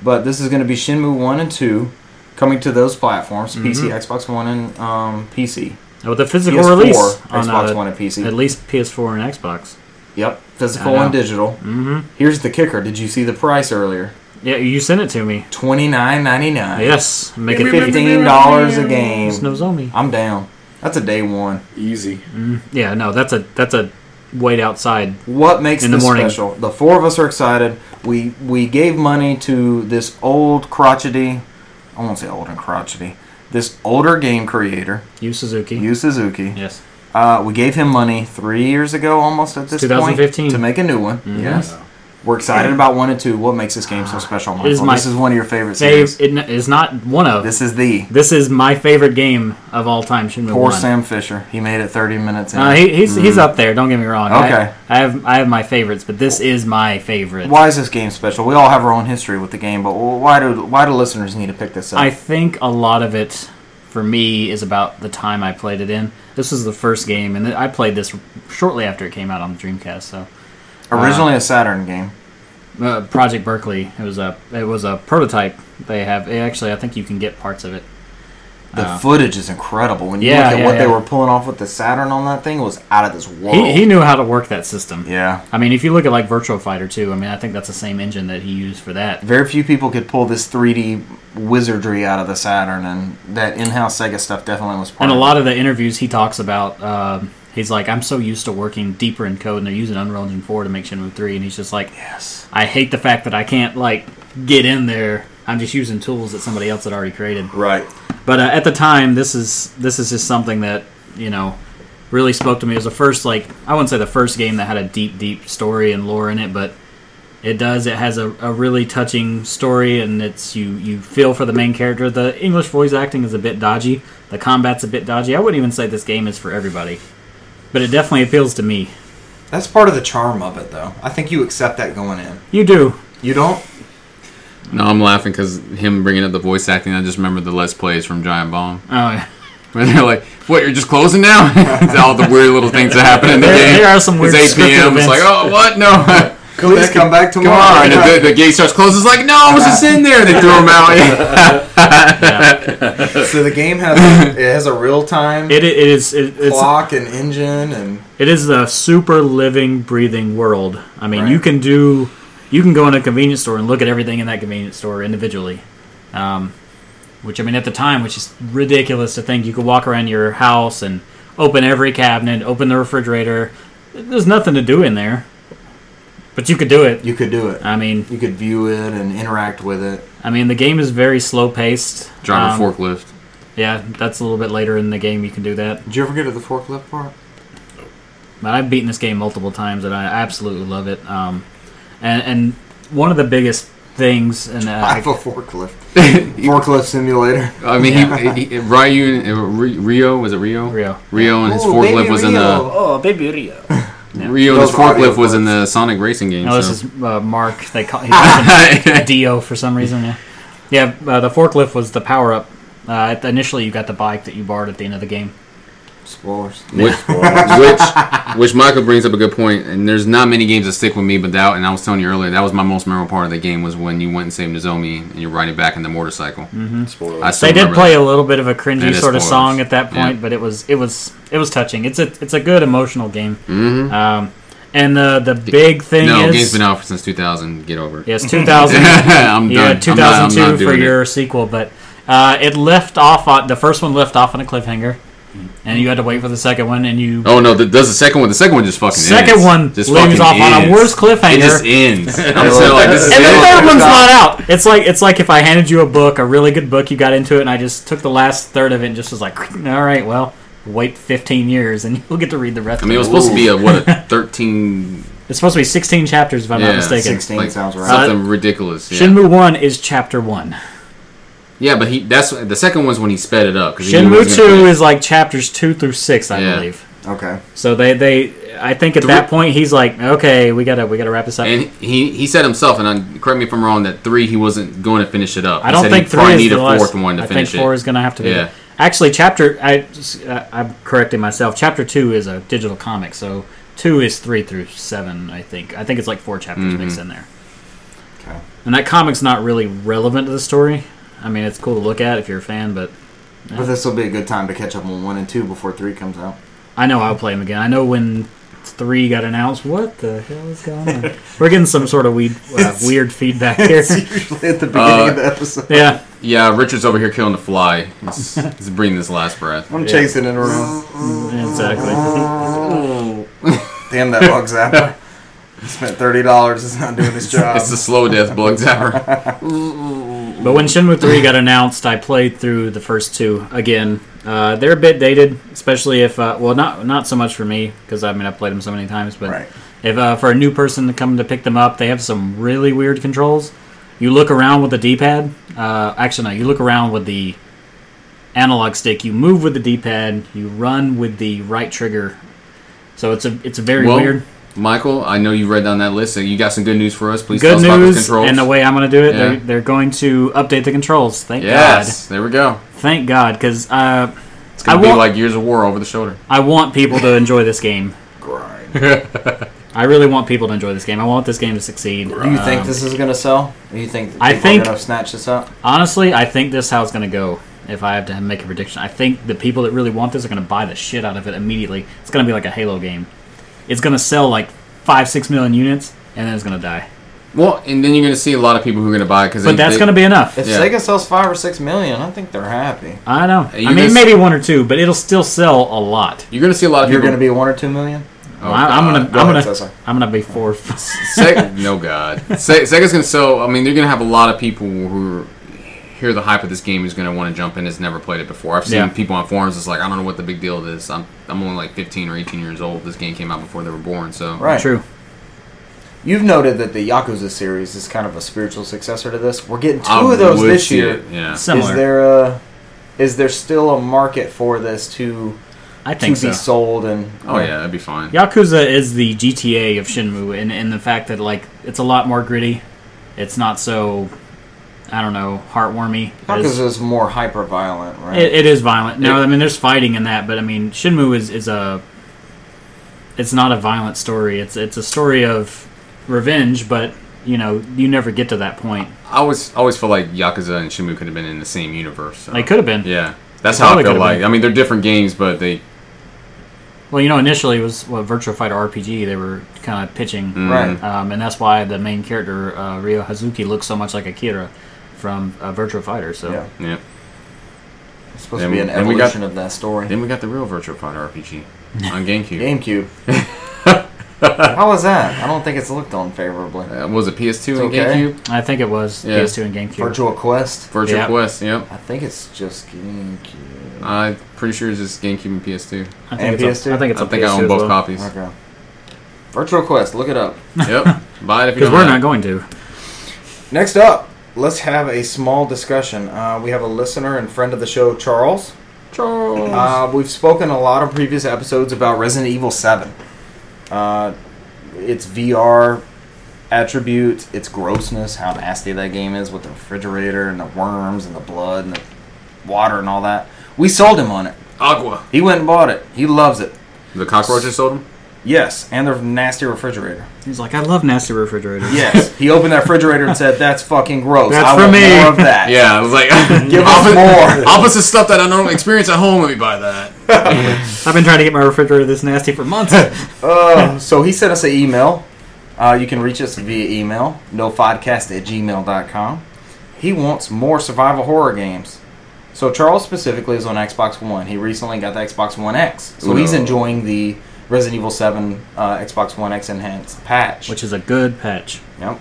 [SPEAKER 1] But this is going to be Shinmu 1 and 2 coming to those platforms PC,
[SPEAKER 4] Mm-hmm.
[SPEAKER 1] Xbox One, and um, PC.
[SPEAKER 4] Oh, With the physical
[SPEAKER 1] PS4,
[SPEAKER 4] release on
[SPEAKER 1] Xbox
[SPEAKER 4] uh,
[SPEAKER 1] One, and PC.
[SPEAKER 4] at least PS4 and Xbox.
[SPEAKER 1] Yep,
[SPEAKER 4] I
[SPEAKER 1] physical
[SPEAKER 4] know.
[SPEAKER 1] and digital.
[SPEAKER 4] hmm
[SPEAKER 1] Here's the kicker. Did you see the price earlier?
[SPEAKER 4] Yeah, you sent it to me.
[SPEAKER 1] Twenty nine ninety nine.
[SPEAKER 4] Yes, make it
[SPEAKER 1] fifteen dollars a game.
[SPEAKER 4] Snows on me.
[SPEAKER 1] I'm down. That's a day one.
[SPEAKER 2] Easy.
[SPEAKER 4] Yeah, no, that's a that's a wait outside.
[SPEAKER 1] What makes
[SPEAKER 4] In the
[SPEAKER 1] this
[SPEAKER 4] morning.
[SPEAKER 1] special? The four of us are excited. We we gave money to this old crotchety, I won't say old and crotchety. This older game creator,
[SPEAKER 4] You Suzuki.
[SPEAKER 1] Yu Suzuki.
[SPEAKER 4] Yes.
[SPEAKER 1] Uh, we gave him money three years ago, almost at this point,
[SPEAKER 4] 2015.
[SPEAKER 1] to make a new one.
[SPEAKER 4] Mm-hmm.
[SPEAKER 1] Yes, we're excited about one and two. What makes this game so special, Michael?
[SPEAKER 4] Ah, is my
[SPEAKER 1] this is one of your favorite series.
[SPEAKER 4] Dave, it n- is not one of. This,
[SPEAKER 1] This is the
[SPEAKER 4] is my favorite game of all time. Shinmu
[SPEAKER 1] Poor
[SPEAKER 4] One.
[SPEAKER 1] Sam Fisher. He made it 30 minutes in.
[SPEAKER 4] Uh, he, he's he's up there. Don't get me wrong. I-
[SPEAKER 1] Okay.
[SPEAKER 4] I, have I have my favorites, but this is my favorite.
[SPEAKER 1] why is this game special? We all have our own history with the game, but why do why do listeners need to pick this up?
[SPEAKER 4] I uh, think a lot of it for me is about the time I played it in. This was the first game, and I played this shortly after it came out on the Dreamcast. So,
[SPEAKER 1] Originally a Saturn game.
[SPEAKER 4] uh, Project Berkeley. It was a it was a prototype. They have it actually. I think you can get parts of it.
[SPEAKER 1] The footage is incredible. When you
[SPEAKER 4] uh, Yeah,
[SPEAKER 1] look at
[SPEAKER 4] yeah,
[SPEAKER 1] what they
[SPEAKER 4] yeah.
[SPEAKER 1] were pulling off with the Saturn on that thing, it was out of this world.
[SPEAKER 4] He, he knew how to work that system.
[SPEAKER 1] yeah.
[SPEAKER 4] I mean, if you look at like Virtual Fighter too, I mean, I think that's the same engine that he used for that.
[SPEAKER 1] Very few people could pull this 3D wizardry out of the Saturn, and that in-house Sega stuff definitely was part
[SPEAKER 4] And a
[SPEAKER 1] of
[SPEAKER 4] lot of the interviews he talks about, um, he's like, I'm so used to working deeper in code, and they're using Unreal Engine 4 to make Shenmue 3, and he's just like,
[SPEAKER 1] Yes.
[SPEAKER 4] I hate the fact that I can't like get in there. I'm just using tools that somebody else had already created.
[SPEAKER 1] Right.
[SPEAKER 4] But uh, at the time, this is this is just something that you know really spoke to me. It was the first like I wouldn't say the first game that had a deep, deep story and lore in it, but it does. It has a, a really touching story, and it's you you feel for the main character. The English voice acting is a bit dodgy. The combat's a bit dodgy. I wouldn't even say this game is for everybody, but it definitely appeals to me.
[SPEAKER 1] That's part of the charm of it, though. I think you accept that going in.
[SPEAKER 4] You do.
[SPEAKER 1] You don't?
[SPEAKER 3] No, I'm laughing because him bringing up the voice acting. I just remember the Let's Plays from Giant Bomb. [LAUGHS]
[SPEAKER 4] Uh,
[SPEAKER 3] Where they're like, "What? You're just closing now?" [LAUGHS] it's all the weird little things that happen in the
[SPEAKER 4] There-
[SPEAKER 3] game.
[SPEAKER 4] there are some weird
[SPEAKER 3] It's 8
[SPEAKER 4] scripted
[SPEAKER 3] p.m. It's
[SPEAKER 4] events.
[SPEAKER 3] like, "Oh, what?
[SPEAKER 4] [LAUGHS]
[SPEAKER 3] No."
[SPEAKER 1] Please come back
[SPEAKER 3] Come
[SPEAKER 4] Oh,
[SPEAKER 1] tomorrow. [LAUGHS]
[SPEAKER 3] on! And the, the gate starts closing. It's like, no, I was just in there. And they threw him
[SPEAKER 4] [LAUGHS]
[SPEAKER 3] out. [LAUGHS]
[SPEAKER 1] So the game has [LAUGHS] it has a real time
[SPEAKER 4] it, it is it, it's
[SPEAKER 1] clock and engine and
[SPEAKER 4] It is a super living, breathing world. I mean,
[SPEAKER 1] Right.
[SPEAKER 4] you can do, you can go in a convenience store and look at everything in that convenience store individually. Um, which I mean, at the time, which is ridiculous to think you could walk around your house and open every cabinet, open the refrigerator. There's nothing to do in there, but you could do it.
[SPEAKER 1] you could do it.
[SPEAKER 4] I mean,
[SPEAKER 1] You could view it and interact with it.
[SPEAKER 4] I mean, the game is very slow paced. Um,
[SPEAKER 3] Driving a forklift.
[SPEAKER 4] Yeah, that's a little bit later in the game. You can do that.
[SPEAKER 1] Did you ever get to the forklift part?
[SPEAKER 4] But I've beaten this game multiple times, and I absolutely love it. Um, and and one of the biggest things, and
[SPEAKER 1] [LAUGHS] I
[SPEAKER 4] uh,
[SPEAKER 1] have a [LAUGHS] forklift. forklift simulator.
[SPEAKER 3] I mean, he, he, Ryu and uh, Ri- Rio was it Rio?
[SPEAKER 4] Rio.
[SPEAKER 3] Rio and his forklift was in the
[SPEAKER 1] Oh, baby Rio.
[SPEAKER 3] Rio and his
[SPEAKER 1] Those audio
[SPEAKER 3] forklift was in the Sonic Racing game.
[SPEAKER 4] no, this
[SPEAKER 3] so. [LAUGHS]
[SPEAKER 4] is uh, Mark. They call, he calls him Dio for some reason. Yeah, yeah. Uh, the forklift was the power up. Uh, initially, you got the bike that you borrowed at the end of the game,
[SPEAKER 1] Spoilers.
[SPEAKER 3] Which, which,
[SPEAKER 4] [LAUGHS]
[SPEAKER 3] which Michael brings up a good point, and there's not many games that stick with me, but that, and I was telling you earlier, that was my most memorable part of the game was when you went and saved Nozomi and you're riding back in the motorcycle.
[SPEAKER 4] Mm-hmm.
[SPEAKER 2] Spoiler.
[SPEAKER 3] I
[SPEAKER 4] They
[SPEAKER 3] still
[SPEAKER 4] did
[SPEAKER 3] remember
[SPEAKER 4] play a little bit of a
[SPEAKER 3] It
[SPEAKER 4] cringy
[SPEAKER 3] is
[SPEAKER 4] sort of
[SPEAKER 3] spoilers.
[SPEAKER 4] song at that point,
[SPEAKER 3] Yeah.
[SPEAKER 4] but it was it was it was touching. It's a it's a good emotional game. Um, and the the big
[SPEAKER 3] that.
[SPEAKER 4] thing
[SPEAKER 3] Mm-hmm. No,
[SPEAKER 4] is
[SPEAKER 3] game's been out since 2000. Get over it.
[SPEAKER 4] yes,
[SPEAKER 3] [LAUGHS]
[SPEAKER 4] 2000
[SPEAKER 3] I'm
[SPEAKER 4] yeah,
[SPEAKER 3] done. I'm not- I'm
[SPEAKER 4] 2002
[SPEAKER 3] not
[SPEAKER 4] for
[SPEAKER 3] doing it.
[SPEAKER 4] your sequel, but uh, it left off on the first one left off on a cliffhanger, and you had to wait for the second one, and you
[SPEAKER 3] Oh no, th- does the second one? The second one just fucking
[SPEAKER 4] Second
[SPEAKER 3] ends.
[SPEAKER 4] one
[SPEAKER 3] just
[SPEAKER 4] leaves
[SPEAKER 3] fucking
[SPEAKER 4] off on a
[SPEAKER 3] ends.
[SPEAKER 4] worse cliffhanger.
[SPEAKER 3] It
[SPEAKER 1] [LAUGHS]
[SPEAKER 3] just ends. I'm
[SPEAKER 1] Yeah.
[SPEAKER 3] still like, this is
[SPEAKER 4] And the
[SPEAKER 1] Yeah.
[SPEAKER 3] it.
[SPEAKER 4] third one's
[SPEAKER 1] Yeah.
[SPEAKER 4] not out. It's like it's like if I handed you a book, a really good book, you got into it, and I just took the last third of it and just was like, all right, well, wait 15 years and [LAUGHS] you'll get to read the rest.
[SPEAKER 3] I mean, it was
[SPEAKER 4] of it.
[SPEAKER 3] supposed to be a what
[SPEAKER 4] [LAUGHS]
[SPEAKER 3] a 13
[SPEAKER 4] it's supposed to be 16 chapters, if I'm
[SPEAKER 3] Yeah,
[SPEAKER 4] not mistaken.
[SPEAKER 1] 16.
[SPEAKER 3] like
[SPEAKER 1] sounds right.
[SPEAKER 3] something ridiculous. Yeah.
[SPEAKER 4] Shinmu one is chapter one.
[SPEAKER 3] yeah, but he that's the second one's when he sped it up. 'cause he knew he
[SPEAKER 4] Shinmu
[SPEAKER 3] was gonna
[SPEAKER 4] two
[SPEAKER 3] finish.
[SPEAKER 4] is like chapters two through six, I
[SPEAKER 3] Yeah.
[SPEAKER 4] believe.
[SPEAKER 1] Okay.
[SPEAKER 4] So they they I think at
[SPEAKER 3] Three-
[SPEAKER 4] that point he's like, okay, we gotta we gotta wrap this up.
[SPEAKER 3] And he, he said himself, and I, correct me if I'm wrong, that three he wasn't going to finish it up.
[SPEAKER 4] I
[SPEAKER 3] He
[SPEAKER 4] don't
[SPEAKER 3] said
[SPEAKER 4] think
[SPEAKER 3] he
[SPEAKER 4] three
[SPEAKER 3] probably
[SPEAKER 4] is
[SPEAKER 3] need
[SPEAKER 4] the
[SPEAKER 3] a
[SPEAKER 4] last-
[SPEAKER 3] fourth one to
[SPEAKER 4] I
[SPEAKER 3] finish
[SPEAKER 4] think four
[SPEAKER 3] it.
[SPEAKER 4] is going to have to be.
[SPEAKER 3] Yeah.
[SPEAKER 4] Actually, chapter I just- I- I'm correcting myself. Chapter two is a digital comic, so two is three through seven. I think I think it's like four chapters
[SPEAKER 3] Mm-hmm.
[SPEAKER 4] mixed in there.
[SPEAKER 1] Okay.
[SPEAKER 4] And that comic's not really relevant to the story. I mean, it's cool to look at if you're a fan, but
[SPEAKER 1] But this will be a good time to catch up on one and two before three comes out.
[SPEAKER 4] I know I'll play them again. I know when three got announced. What the hell is going on?
[SPEAKER 3] [LAUGHS]
[SPEAKER 4] We're getting some sort of weed, uh, weird feedback here.
[SPEAKER 1] It's [LAUGHS] usually at the beginning of the episode.
[SPEAKER 4] yeah.
[SPEAKER 3] yeah, Richard's over here killing the fly. He's, he's breathing his last breath.
[SPEAKER 1] I'm chasing it around.
[SPEAKER 4] Exactly.
[SPEAKER 1] [LAUGHS] Damn [LAUGHS] that bug zapper. He spent thirty dollars. It's not doing his job.
[SPEAKER 3] It's the slow death bug zapper.
[SPEAKER 4] But when Shinmu 3 got announced, I played through the first two again. Uh, they're a bit dated, especially if, uh, well, not not so much for me, because I mean, I've played them so many times, but
[SPEAKER 1] Right.
[SPEAKER 4] if uh, for a new person to come to pick them up, they have some really weird controls. You look around with the D pad. Uh, actually, no, you look around with the analog stick. You move with the D pad. You run with the right trigger. So it's a it's a very
[SPEAKER 3] Well,
[SPEAKER 4] weird.
[SPEAKER 3] Michael, I know you read down that list, so you got some good news for us. Please tell
[SPEAKER 4] Good
[SPEAKER 3] us about those
[SPEAKER 4] news,
[SPEAKER 3] controls.
[SPEAKER 4] and the way I'm going to do it,
[SPEAKER 3] Yeah.
[SPEAKER 4] they're, they're going to update the controls. Thank God.
[SPEAKER 3] yes, there we go.
[SPEAKER 4] Thank God, because uh,
[SPEAKER 3] It's
[SPEAKER 4] I
[SPEAKER 3] gonna be
[SPEAKER 4] want
[SPEAKER 3] like Years of War over the shoulder.
[SPEAKER 4] I want people to enjoy this game.
[SPEAKER 1] grind.
[SPEAKER 4] I really want people to enjoy this game. I want this game to succeed.
[SPEAKER 1] Do you think
[SPEAKER 4] Um,
[SPEAKER 1] this is gonna sell? Do you think
[SPEAKER 4] I
[SPEAKER 1] people
[SPEAKER 4] think-
[SPEAKER 1] are gonna snatch this up?
[SPEAKER 4] Honestly, I think this is how it's going to go. If I have to make a prediction, I think the people that really want this are going to buy the shit out of it immediately. It's going to be like a Halo game. It's going to sell like five, six million units, and then it's going to die.
[SPEAKER 3] Well, and then you're going to see a lot of people who are going to buy it because
[SPEAKER 4] But that's going to be enough.
[SPEAKER 1] If
[SPEAKER 3] Yeah.
[SPEAKER 1] Sega sells five or six million, I think they're happy.
[SPEAKER 4] I know.
[SPEAKER 3] You
[SPEAKER 4] I mean,
[SPEAKER 3] guys-
[SPEAKER 4] maybe one or two, but it'll still sell a lot.
[SPEAKER 3] You're going to see a lot of
[SPEAKER 1] You're
[SPEAKER 3] people.
[SPEAKER 1] gonna be one or two million.
[SPEAKER 3] Oh,
[SPEAKER 4] I,
[SPEAKER 3] God.
[SPEAKER 4] am gonna,
[SPEAKER 1] uh, Go
[SPEAKER 4] I'm
[SPEAKER 1] ahead,
[SPEAKER 4] gonna,
[SPEAKER 1] Cesar.
[SPEAKER 4] I'm gonna be four. [LAUGHS]
[SPEAKER 3] Sega, no god. Se- Sega's gonna sell. I mean, they're gonna have a lot of people who hear the hype of this game is gonna want to jump in. Has never played it before. I've seen
[SPEAKER 4] Yeah.
[SPEAKER 3] people on forums. It's like I don't know what the big deal is. I'm I'm only like 15 or 18 years old. This game came out before they were born. So
[SPEAKER 1] Right.
[SPEAKER 4] True.
[SPEAKER 1] You've noted that the Yakuza series is kind of a spiritual successor to this. We're getting two
[SPEAKER 3] I
[SPEAKER 1] of those
[SPEAKER 3] would
[SPEAKER 1] this
[SPEAKER 3] see
[SPEAKER 1] year.
[SPEAKER 3] it, Yeah.
[SPEAKER 4] Similar.
[SPEAKER 1] Is there a is there still a market for this to
[SPEAKER 4] I
[SPEAKER 1] to be
[SPEAKER 4] think so.
[SPEAKER 1] sold and
[SPEAKER 3] Oh yeah, that'd be fine.
[SPEAKER 4] Yakuza is the GTA of Shinmu, and in the fact that like it's a lot more gritty, it's not so, I don't know, heartwarmy. It
[SPEAKER 1] Yakuza
[SPEAKER 4] is,
[SPEAKER 1] is more hyper violent, right?
[SPEAKER 4] it, it is violent. No,
[SPEAKER 3] It-
[SPEAKER 4] I mean there's fighting in that, but I mean Shinmu is is a, it's not a violent story. It's it's a story of revenge, but you know you never get to that point.
[SPEAKER 3] I always I always feel like Yakuza and Shimu could have been in the same universe. so.
[SPEAKER 4] They could have been.
[SPEAKER 3] Yeah. That's
[SPEAKER 4] They
[SPEAKER 3] how I
[SPEAKER 4] probably
[SPEAKER 3] feel
[SPEAKER 4] could've
[SPEAKER 3] like.
[SPEAKER 4] been.
[SPEAKER 3] I mean, they're different games, but they
[SPEAKER 4] Well, you know initially it was what Virtua Fighter RPG they were kind of pitching.
[SPEAKER 1] right.
[SPEAKER 4] Um, and that's why the main character uh, Ryo Hazuki looks so much like Akira from uh, Virtua Fighter. So
[SPEAKER 1] Yeah.
[SPEAKER 3] yeah.
[SPEAKER 1] It's supposed
[SPEAKER 3] And-
[SPEAKER 1] to be an
[SPEAKER 3] and we got-
[SPEAKER 1] evolution of that story.
[SPEAKER 3] Then we got the real Virtual Fighter RPG
[SPEAKER 4] [LAUGHS]
[SPEAKER 3] on GameCube.
[SPEAKER 1] GameCube.
[SPEAKER 3] [LAUGHS]
[SPEAKER 1] How was that? I don't think it's looked on favorably.
[SPEAKER 3] Uh, was it PS2 and
[SPEAKER 1] It's okay.
[SPEAKER 3] GameCube?
[SPEAKER 4] I think it was
[SPEAKER 3] Yeah.
[SPEAKER 4] PS2 and GameCube.
[SPEAKER 1] Virtual Quest.
[SPEAKER 3] Virtual
[SPEAKER 4] Yeah.
[SPEAKER 3] Quest. Yep.
[SPEAKER 1] I think it's just GameCube.
[SPEAKER 3] I'm pretty sure it's just GameCube and PS2.
[SPEAKER 4] I
[SPEAKER 1] and
[SPEAKER 4] think it's a-
[SPEAKER 1] PS2?
[SPEAKER 4] I think it's
[SPEAKER 3] I
[SPEAKER 4] a
[SPEAKER 3] think I
[SPEAKER 4] PS2
[SPEAKER 3] own
[SPEAKER 4] as
[SPEAKER 3] both
[SPEAKER 4] well.
[SPEAKER 3] copies.
[SPEAKER 1] Okay. Virtual Quest. Look it up.
[SPEAKER 4] [LAUGHS]
[SPEAKER 3] Yep. Buy it if you
[SPEAKER 4] Because
[SPEAKER 3] don't
[SPEAKER 4] we're
[SPEAKER 3] have
[SPEAKER 4] not
[SPEAKER 3] it.
[SPEAKER 4] going to.
[SPEAKER 1] Next up, let's have a small discussion. Uh, we have a listener and friend of the show, Charles.
[SPEAKER 3] Charles.
[SPEAKER 1] Uh, we've spoken a lot of previous episodes about Resident Evil 7. Uh, its VR attributes, its grossness, how nasty that game is with the refrigerator and the worms and the blood and the water and all that. We sold him on it.
[SPEAKER 3] Agua.
[SPEAKER 1] He went and bought it. He loves it.
[SPEAKER 3] The cockroaches sold them.
[SPEAKER 1] Yes, and their nasty refrigerator.
[SPEAKER 4] He's like, I love nasty refrigerators.
[SPEAKER 1] Yes, he opened that refrigerator and said, "That's fucking gross.
[SPEAKER 4] That's
[SPEAKER 1] I
[SPEAKER 4] for
[SPEAKER 1] want
[SPEAKER 4] me."
[SPEAKER 1] more of that."
[SPEAKER 3] Yeah, I was
[SPEAKER 4] [LAUGHS]
[SPEAKER 3] like,
[SPEAKER 1] Give us
[SPEAKER 3] [LAUGHS]
[SPEAKER 1] more.
[SPEAKER 3] opposite stuff that I normally experience at home. Let me buy that.
[SPEAKER 4] I've been trying to get my refrigerator this nasty for
[SPEAKER 1] [LAUGHS]
[SPEAKER 4] months.
[SPEAKER 1] Uh, so he sent us an email. Uh, you can reach us via email, nofodcast at gmail.com. He wants more survival horror games. So Charles specifically is on Xbox One. He recently got the Xbox One X. So he's
[SPEAKER 3] Ooh.
[SPEAKER 1] enjoying the Resident Evil 7 uh, Xbox One X enhanced patch.
[SPEAKER 4] Which is a good patch.
[SPEAKER 1] Yep.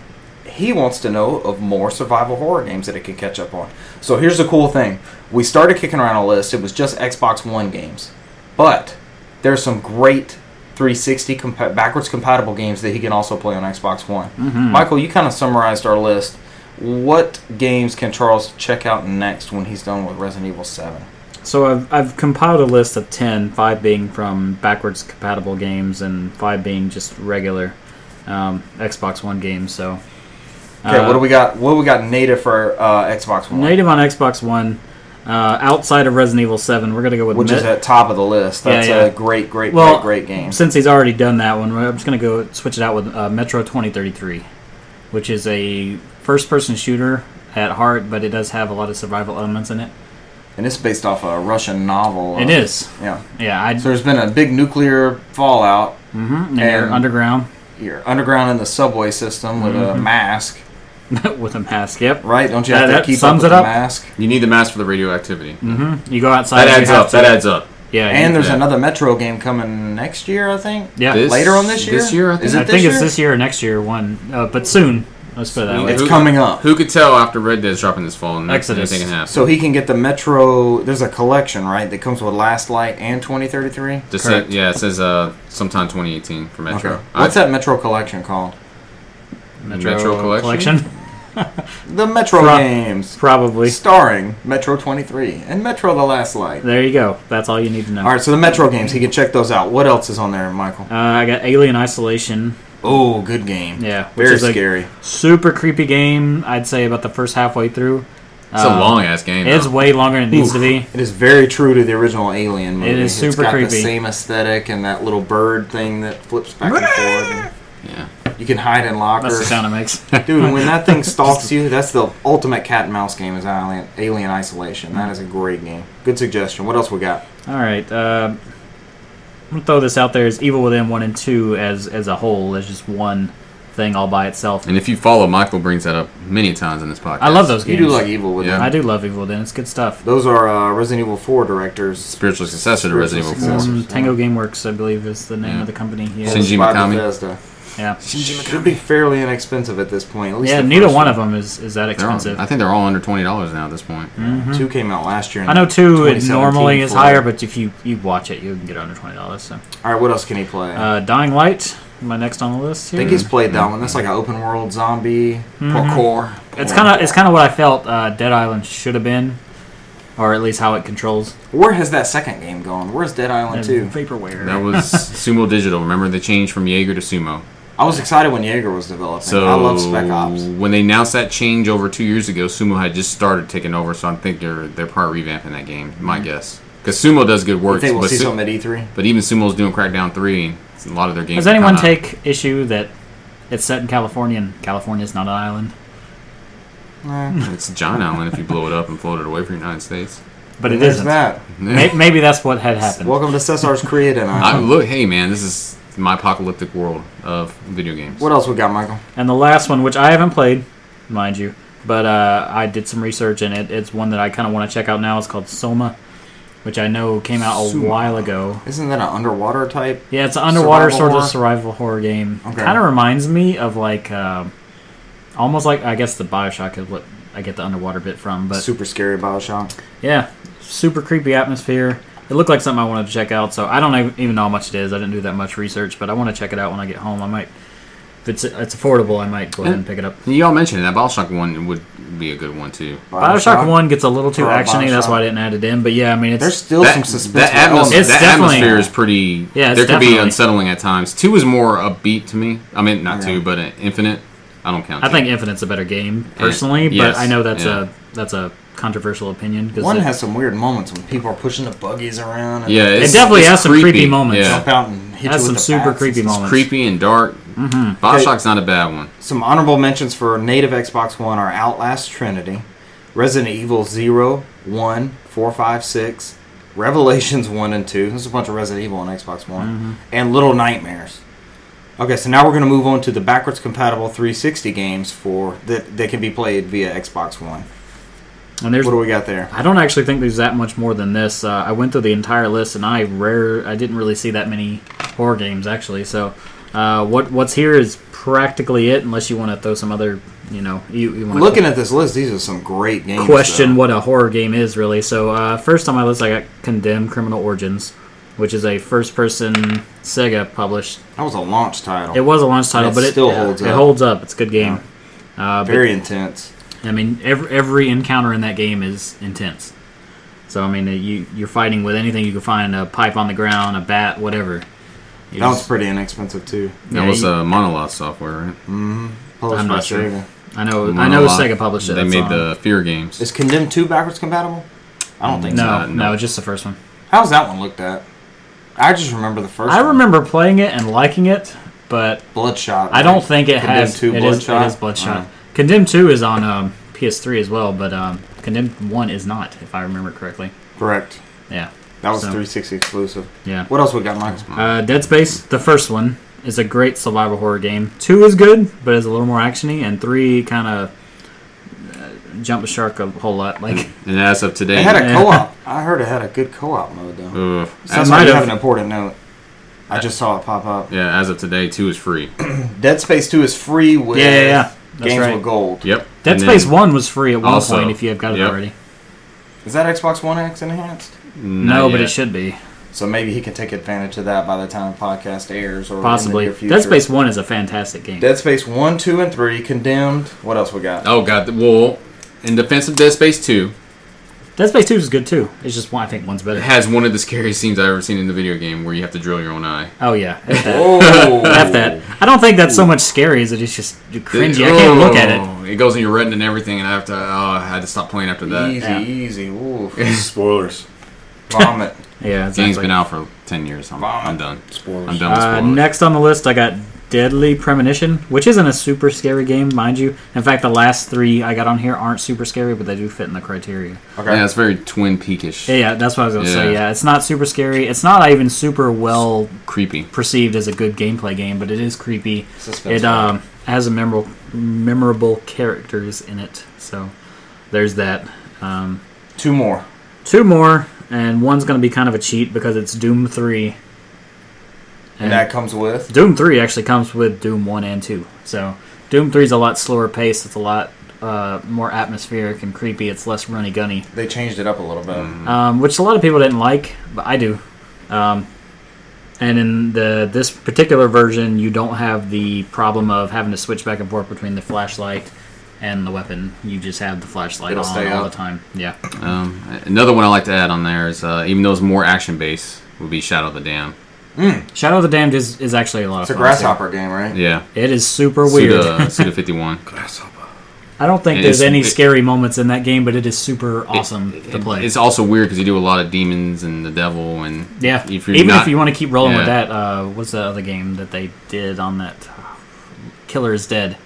[SPEAKER 1] He wants to know of more survival horror games that it can catch up on. So here's the cool thing. We started kicking around a list. It was just Xbox One games. But there's some great 360 compa- backwards compatible games that he can also play on Xbox One.
[SPEAKER 4] Hmm. Mm-hmm.
[SPEAKER 1] Michael, you kind of summarized our list. What games can Charles check out next when he's done with Resident Evil 7?
[SPEAKER 4] So I've, I've compiled a list of 10, 5 being from backwards compatible games and 5 being just regular um, Xbox One games. So
[SPEAKER 1] Okay,
[SPEAKER 4] Uh,
[SPEAKER 1] what do we got? What do we got native for uh, Xbox One?
[SPEAKER 4] native on Xbox One, uh, outside of Resident Evil 7, we're going to go with
[SPEAKER 1] which
[SPEAKER 4] Mid-
[SPEAKER 1] is at top of the list.
[SPEAKER 4] Yeah,
[SPEAKER 1] That's
[SPEAKER 4] yeah.
[SPEAKER 1] a great, great,
[SPEAKER 4] Well,
[SPEAKER 1] great, great game.
[SPEAKER 4] Since he's already done that one, I'm just going to go switch it out with uh, Metro 2033, which is a first person shooter at heart, but it does have a lot of survival elements in it.
[SPEAKER 1] And it's based off a Russian novel.
[SPEAKER 4] It
[SPEAKER 1] uh,
[SPEAKER 4] is.
[SPEAKER 1] Yeah.
[SPEAKER 4] Yeah, I,
[SPEAKER 1] So there's been a big nuclear fallout.
[SPEAKER 4] and you're
[SPEAKER 1] and-
[SPEAKER 4] underground [LAUGHS]
[SPEAKER 1] You're underground in the subway system with a mask,
[SPEAKER 4] with a mask. Yep.
[SPEAKER 1] right? Don't you
[SPEAKER 4] Mm-hmm. That-
[SPEAKER 1] have
[SPEAKER 4] that
[SPEAKER 1] to keep
[SPEAKER 4] sums
[SPEAKER 1] up with
[SPEAKER 4] it
[SPEAKER 1] the
[SPEAKER 4] up.
[SPEAKER 1] mask?
[SPEAKER 3] You need the mask for the radioactivity.
[SPEAKER 4] You go outside.
[SPEAKER 3] That
[SPEAKER 4] you
[SPEAKER 3] adds
[SPEAKER 4] Mm-hmm. have
[SPEAKER 3] up. That
[SPEAKER 4] to-
[SPEAKER 3] adds up.
[SPEAKER 4] Yeah. you-
[SPEAKER 1] And there's
[SPEAKER 3] Yeah.
[SPEAKER 1] another Metro game coming next year, I think.
[SPEAKER 4] yeah.
[SPEAKER 3] This-
[SPEAKER 1] Later on this year.
[SPEAKER 3] this year, I
[SPEAKER 1] Is
[SPEAKER 3] think.
[SPEAKER 1] it
[SPEAKER 4] I
[SPEAKER 1] this
[SPEAKER 4] think
[SPEAKER 1] year?
[SPEAKER 4] it's this year or next year. One, uh, but soon. Let's put it that way.
[SPEAKER 1] It's
[SPEAKER 3] Who-
[SPEAKER 1] coming up.
[SPEAKER 3] Who could tell after Red Dead's dropping this fall? And
[SPEAKER 4] Exodus.
[SPEAKER 3] Anything can happen.
[SPEAKER 1] So he can get the Metro. There's a collection, right, that comes with Last Light and 2033.
[SPEAKER 3] This
[SPEAKER 4] Correct.
[SPEAKER 3] yeah, it says uh, sometime 2018 for Metro.
[SPEAKER 1] Okay. What's
[SPEAKER 3] I-
[SPEAKER 1] that Metro collection called?
[SPEAKER 3] Metro Collection?
[SPEAKER 1] The Metro
[SPEAKER 4] Fra-
[SPEAKER 1] games,
[SPEAKER 4] [LAUGHS] Probably.
[SPEAKER 1] starring Metro 23 and Metro: The Last Light.
[SPEAKER 4] There you go. That's all you need to know.
[SPEAKER 1] All right, so the Metro games. He can check those out. What else is on there, Michael?
[SPEAKER 4] Uh, I got Alien Isolation.
[SPEAKER 1] Oh, good game.
[SPEAKER 4] Yeah, which
[SPEAKER 1] very
[SPEAKER 4] is a-
[SPEAKER 1] scary.
[SPEAKER 4] Super creepy game. I'd say about the first halfway through.
[SPEAKER 3] It's a long ass game.
[SPEAKER 4] It's
[SPEAKER 3] though.
[SPEAKER 4] way longer than it needs to be.
[SPEAKER 1] It is very true to the original Alien movie.
[SPEAKER 4] It is
[SPEAKER 1] It's
[SPEAKER 4] super
[SPEAKER 1] got the
[SPEAKER 4] creepy.
[SPEAKER 1] same aesthetic and that little bird thing that flips back and forth.
[SPEAKER 3] yeah.
[SPEAKER 1] And you can hide in
[SPEAKER 4] That's the
[SPEAKER 1] lockers,
[SPEAKER 4] sound it makes.
[SPEAKER 1] dude. When
[SPEAKER 4] [LAUGHS]
[SPEAKER 1] that thing stalks you, that's the ultimate cat and mouse game. Is Alien Alien Isolation? That is a great game. Good suggestion. What else we got?
[SPEAKER 4] All right. Uh, I'm gonna throw this out there as Evil Within one and two as as a whole as just one thing all by itself.
[SPEAKER 3] And if you follow, Michael brings that up many times in this podcast.
[SPEAKER 4] I love those
[SPEAKER 1] You
[SPEAKER 4] games.
[SPEAKER 1] do like Evil with
[SPEAKER 3] Yeah.
[SPEAKER 1] them.
[SPEAKER 4] I do love Evil Within. It's good stuff.
[SPEAKER 1] Those are uh, Resident Evil Four directors.
[SPEAKER 3] Spiritual successor to
[SPEAKER 1] Spiritual
[SPEAKER 3] Resident Evil 4.
[SPEAKER 1] successor.
[SPEAKER 4] Um, Tango Gameworks, I believe, is the name
[SPEAKER 3] Yeah.
[SPEAKER 4] of the company. Yeah.
[SPEAKER 3] Shinji
[SPEAKER 1] by
[SPEAKER 3] Mikami.
[SPEAKER 1] Bethesda.
[SPEAKER 4] Yeah.
[SPEAKER 1] Should be fairly inexpensive at this point. At least
[SPEAKER 4] Yeah,
[SPEAKER 1] the
[SPEAKER 4] neither
[SPEAKER 1] first
[SPEAKER 4] one of them is, is that
[SPEAKER 3] They're all-
[SPEAKER 4] expensive.
[SPEAKER 3] I think they're all under twenty dollars now at this point.
[SPEAKER 1] Two came out last year. in
[SPEAKER 4] I know two it
[SPEAKER 1] 2017
[SPEAKER 4] normally is
[SPEAKER 1] for-
[SPEAKER 4] higher, but if you, you watch it, you can get it under twenty dollars. So,
[SPEAKER 1] All right, what else can he play?
[SPEAKER 4] uh, Dying Light, my next on the list
[SPEAKER 1] I
[SPEAKER 4] here.
[SPEAKER 1] think he's played that one. That's like an open world zombie parkour.
[SPEAKER 4] Mm-hmm. It's kind of it's kind of what I felt uh, Dead Island should have been, or at least how it controls
[SPEAKER 1] Where has that second game gone? Where's Dead Island
[SPEAKER 4] and
[SPEAKER 1] Two?
[SPEAKER 4] vaporware.
[SPEAKER 3] That was Sumo Digital. Remember they changed from Jaeger to Sumo.
[SPEAKER 1] I was excited when Jaeger was developing.
[SPEAKER 3] So
[SPEAKER 1] I love Spec Ops.
[SPEAKER 3] When they announced that change over two years ago, Sumo had just started taking over. So I think they're they're probably revamping that game. My guess, because Sumo does good
[SPEAKER 1] I
[SPEAKER 3] work.
[SPEAKER 1] think we'll Mm-hmm.
[SPEAKER 3] But,
[SPEAKER 1] see
[SPEAKER 3] Su-
[SPEAKER 1] some at E E3.
[SPEAKER 3] but even Sumo's doing Crackdown three. and A lot of their games.
[SPEAKER 4] Does
[SPEAKER 3] are
[SPEAKER 4] anyone
[SPEAKER 3] kinda-
[SPEAKER 4] take issue that it's set in California and California's not an island,
[SPEAKER 3] It's John Allen if you blow it up and float it away from the United States.
[SPEAKER 4] but it
[SPEAKER 1] There's
[SPEAKER 4] isn't.
[SPEAKER 1] that.
[SPEAKER 4] May- [LAUGHS] Maybe that's what had happened.
[SPEAKER 1] Welcome to Cesar's Creed and
[SPEAKER 3] [LAUGHS]
[SPEAKER 1] uh,
[SPEAKER 3] I,
[SPEAKER 1] I.
[SPEAKER 3] look, hey man, this is my apocalyptic world of video games.
[SPEAKER 1] What else we got, Michael?
[SPEAKER 4] And the last one, which I haven't played, mind you, but uh, I did some research and it, it's one that I kind of want to check out now. It's called Soma, which I know came out a
[SPEAKER 3] Soma.
[SPEAKER 4] while ago.
[SPEAKER 1] Isn't that an underwater type?
[SPEAKER 4] Yeah, it's an underwater
[SPEAKER 1] Survival
[SPEAKER 4] sort
[SPEAKER 1] horror?
[SPEAKER 4] of survival horror game.
[SPEAKER 1] Okay.
[SPEAKER 4] Kind of reminds me of like, uh, almost like I guess the Bioshock is what I get the underwater bit from. But
[SPEAKER 1] Super scary Bioshock.
[SPEAKER 4] yeah, super creepy atmosphere. It looked like something I wanted to check out, so I don't ev- even know how much it is. I didn't do that much research, but I want to check it out when I get home. I might, if it's it's affordable, I might go ahead and pick it up.
[SPEAKER 3] Y'all mentioned that Bioshock one would be a good one too.
[SPEAKER 4] Bioshock One gets a little too
[SPEAKER 1] Or
[SPEAKER 4] actiony. That's
[SPEAKER 1] Bioshock.
[SPEAKER 4] why I didn't add it in. But yeah, I mean, it's
[SPEAKER 1] There's still
[SPEAKER 3] that,
[SPEAKER 1] some suspense.
[SPEAKER 3] that, atmos-
[SPEAKER 4] It's
[SPEAKER 3] that
[SPEAKER 4] definitely-
[SPEAKER 3] atmosphere is pretty.
[SPEAKER 4] Yeah, it's
[SPEAKER 3] there could be
[SPEAKER 4] definitely-
[SPEAKER 3] unsettling at times. Two is more upbeat to me. I mean, not
[SPEAKER 1] Yeah.
[SPEAKER 3] two, but uh, infinite. I don't count.
[SPEAKER 4] I
[SPEAKER 3] two.
[SPEAKER 4] think Infinite's a better game personally,
[SPEAKER 3] yes,
[SPEAKER 4] but I know that's
[SPEAKER 3] yeah.
[SPEAKER 4] a that's a controversial opinion because
[SPEAKER 1] One has some weird moments when people are pushing the buggies around. And
[SPEAKER 3] Yeah, it's,
[SPEAKER 4] definitely
[SPEAKER 3] it's
[SPEAKER 4] has some creepy moments.
[SPEAKER 3] Yeah.
[SPEAKER 1] Jump out and hit
[SPEAKER 4] Has
[SPEAKER 1] you
[SPEAKER 4] some
[SPEAKER 1] with the
[SPEAKER 4] super
[SPEAKER 1] bats and
[SPEAKER 4] creepy
[SPEAKER 1] stuff.
[SPEAKER 4] moments. Mm-hmm.
[SPEAKER 3] It's creepy and dark. Bioshock's not a bad one.
[SPEAKER 1] Some honorable mentions for native Xbox One are Outlast Trinity, Resident Evil 0, 1, 4, 5, 6, Revelations [LAUGHS] 1 and 2. There's a bunch of Resident Evil on Xbox One.
[SPEAKER 4] Mm-hmm.
[SPEAKER 1] And Little Nightmares. Okay, so now we're going to move on to the backwards compatible 360 games for that, that can be played via Xbox One.
[SPEAKER 4] and there's
[SPEAKER 1] What do we got there?
[SPEAKER 4] I don't actually think there's that much more than this. Uh, I went through the entire list, and I rare I didn't really see that many horror games actually. So, uh, what what's here is practically it, unless you want to throw some other, you know, you, you want to
[SPEAKER 1] Looking at this list, these are some great games.
[SPEAKER 4] question
[SPEAKER 1] though.
[SPEAKER 4] what a horror game is really. So, uh, first on my list, I got Condemned: Criminal Origins, which is a first-person Sega published.
[SPEAKER 1] That was a launch
[SPEAKER 4] It
[SPEAKER 1] title.
[SPEAKER 4] was a launch title,
[SPEAKER 1] It
[SPEAKER 4] but it
[SPEAKER 1] still holds
[SPEAKER 4] it
[SPEAKER 1] up.
[SPEAKER 4] holds up. It's a good game. Uh, but
[SPEAKER 1] Very intense.
[SPEAKER 4] I mean, every, every encounter in that game is intense. So I mean, you you're fighting with anything you can find—a pipe on the ground, a bat, whatever. You
[SPEAKER 1] That was
[SPEAKER 4] just-
[SPEAKER 1] pretty inexpensive, too.
[SPEAKER 3] That
[SPEAKER 4] Yeah,
[SPEAKER 3] was
[SPEAKER 4] you-
[SPEAKER 3] uh, Monolith software, right?
[SPEAKER 1] Published
[SPEAKER 4] I'm
[SPEAKER 1] by
[SPEAKER 4] not sure.
[SPEAKER 1] Sega.
[SPEAKER 4] I know. I know.
[SPEAKER 3] Monolith.
[SPEAKER 4] Sega published it.
[SPEAKER 3] They
[SPEAKER 4] that's
[SPEAKER 3] made
[SPEAKER 4] on-
[SPEAKER 3] the Fear games.
[SPEAKER 1] Is Condemned 2 backwards compatible? I don't think so.
[SPEAKER 4] No,
[SPEAKER 3] uh,
[SPEAKER 4] no,
[SPEAKER 3] no.
[SPEAKER 4] just the first one.
[SPEAKER 1] How's that one looked at? I just remember the first.
[SPEAKER 4] I
[SPEAKER 1] one.
[SPEAKER 4] remember playing it and liking it, but
[SPEAKER 1] Bloodshot.
[SPEAKER 4] I don't think it
[SPEAKER 1] Condemned
[SPEAKER 4] has.
[SPEAKER 1] 2
[SPEAKER 4] it, is, it
[SPEAKER 1] Bloodshot?
[SPEAKER 4] is Bloodshot.
[SPEAKER 1] Uh.
[SPEAKER 4] Condemned Two is on um, PS3 as well, but um, Condemned One is not, if I remember correctly.
[SPEAKER 1] Correct.
[SPEAKER 4] Yeah,
[SPEAKER 1] That was
[SPEAKER 4] So-
[SPEAKER 1] 360 exclusive.
[SPEAKER 4] yeah.
[SPEAKER 1] What else we got, Mike?
[SPEAKER 4] Uh, Dead Space, the first one, is a great survival horror game. Two is good, but it's a little more actiony, and three kind of uh, jump the shark a whole lot. Like
[SPEAKER 3] And as of today,
[SPEAKER 1] It had a
[SPEAKER 4] yeah.
[SPEAKER 1] co-op. I heard it had a good co-op mode though.
[SPEAKER 3] Ugh.
[SPEAKER 1] So that's
[SPEAKER 4] might
[SPEAKER 1] why you
[SPEAKER 4] have.
[SPEAKER 1] have an important note. I just saw it pop up.
[SPEAKER 3] yeah, as of today, two is free.
[SPEAKER 1] Dead Space 2 is free with
[SPEAKER 4] Yeah, yeah, yeah. That's
[SPEAKER 1] games
[SPEAKER 4] right.
[SPEAKER 1] with gold.
[SPEAKER 3] Yep.
[SPEAKER 4] Dead
[SPEAKER 3] And
[SPEAKER 4] Space
[SPEAKER 3] then-
[SPEAKER 4] One was free at one
[SPEAKER 3] Also,
[SPEAKER 4] point if you have got it
[SPEAKER 3] yep.
[SPEAKER 4] already.
[SPEAKER 1] Is that Xbox One X enhanced?
[SPEAKER 3] Not
[SPEAKER 4] No, but
[SPEAKER 3] yet.
[SPEAKER 4] it should be
[SPEAKER 1] So maybe he can take advantage of that by the time the podcast airs or in the
[SPEAKER 4] possibly.
[SPEAKER 1] near
[SPEAKER 4] Dead
[SPEAKER 1] future.
[SPEAKER 4] Space One is a fantastic game.
[SPEAKER 1] Dead Space 1, 2, and 3, Condemned. What else we got?
[SPEAKER 3] Oh god, well, in defense of Dead Space Two,
[SPEAKER 4] Dead Space Two is good too. It's just one. I think one's
[SPEAKER 3] it [LAUGHS]
[SPEAKER 4] better.
[SPEAKER 3] has one of the scariest scenes I've ever seen in a video game, where you have to drill your own eye.
[SPEAKER 4] Oh yeah, F that.
[SPEAKER 1] Oh,
[SPEAKER 4] [LAUGHS] F that. I don't think that's so much scary as it is just cringy. I can't look at it.
[SPEAKER 3] Oh, It goes in your retina and everything, and I have to. Oh, I had to stop playing after that.
[SPEAKER 1] Easy,
[SPEAKER 4] Yeah.
[SPEAKER 1] easy. Ooh,
[SPEAKER 3] [LAUGHS]
[SPEAKER 2] Spoilers.
[SPEAKER 1] vomit.
[SPEAKER 4] Yeah,
[SPEAKER 3] Game's
[SPEAKER 4] exactly.
[SPEAKER 3] been out for ten years. I'm, I'm done.
[SPEAKER 2] Spoilers.
[SPEAKER 3] I'm done with
[SPEAKER 4] Uh,
[SPEAKER 3] spoilers.
[SPEAKER 4] next on the list, I got Deadly Premonition, which isn't a super scary game, mind you. In fact, the last three I got on here aren't super scary, but they do fit in the criteria.
[SPEAKER 1] Okay.
[SPEAKER 3] yeah, it's very Twin Peakish,
[SPEAKER 4] Yeah, yeah that's what I was gonna say.
[SPEAKER 3] Yeah.
[SPEAKER 4] Yeah, it's not super scary. It's not even super well
[SPEAKER 3] creepy.
[SPEAKER 4] perceived as a good gameplay game, but it is creepy.
[SPEAKER 1] Suspense.
[SPEAKER 4] It um, has a memorable memorable characters in it, so there's that. Um,
[SPEAKER 1] Two more.
[SPEAKER 4] two more, and one's gonna be kind of a cheat because it's Doom three.
[SPEAKER 1] And that comes with
[SPEAKER 4] Doom 3 actually comes with Doom 1 and 2. So Doom 3 is a lot slower paced. It's a lot uh, more atmospheric and creepy. It's less runny gunny,
[SPEAKER 1] they changed it up a little bit.
[SPEAKER 3] Mm.
[SPEAKER 4] um, which a lot of people didn't like, but I do. Um, and in the this particular version, you don't have the problem of having to switch back and forth between the flashlight and the weapon. You just have the flashlight
[SPEAKER 1] It'll
[SPEAKER 4] on
[SPEAKER 1] stay
[SPEAKER 4] all
[SPEAKER 1] up.
[SPEAKER 4] the time. Yeah.
[SPEAKER 3] Um, another one I like to add on there is, uh, even though it's more action based, would be Shadow of the Dam.
[SPEAKER 4] Shadow of the Damned is, is actually a lot
[SPEAKER 1] It's a
[SPEAKER 4] of fun. too.
[SPEAKER 1] grasshopper game, right?
[SPEAKER 3] Yeah,
[SPEAKER 4] It is super weird.
[SPEAKER 3] Suda, Suda
[SPEAKER 4] [LAUGHS]
[SPEAKER 3] 51.
[SPEAKER 2] Grasshopper.
[SPEAKER 4] I don't think
[SPEAKER 3] It
[SPEAKER 4] there's
[SPEAKER 3] is-
[SPEAKER 4] any
[SPEAKER 3] it-
[SPEAKER 4] scary moments in that game, but it is super awesome to play.
[SPEAKER 3] It's also weird because you do a lot of demons and the devil, and
[SPEAKER 4] Yeah.
[SPEAKER 3] if you're
[SPEAKER 4] Even
[SPEAKER 3] not,
[SPEAKER 4] if you want to keep rolling with
[SPEAKER 3] Yeah.
[SPEAKER 4] that, uh, what's the other game that they did on that? Killer is Dead.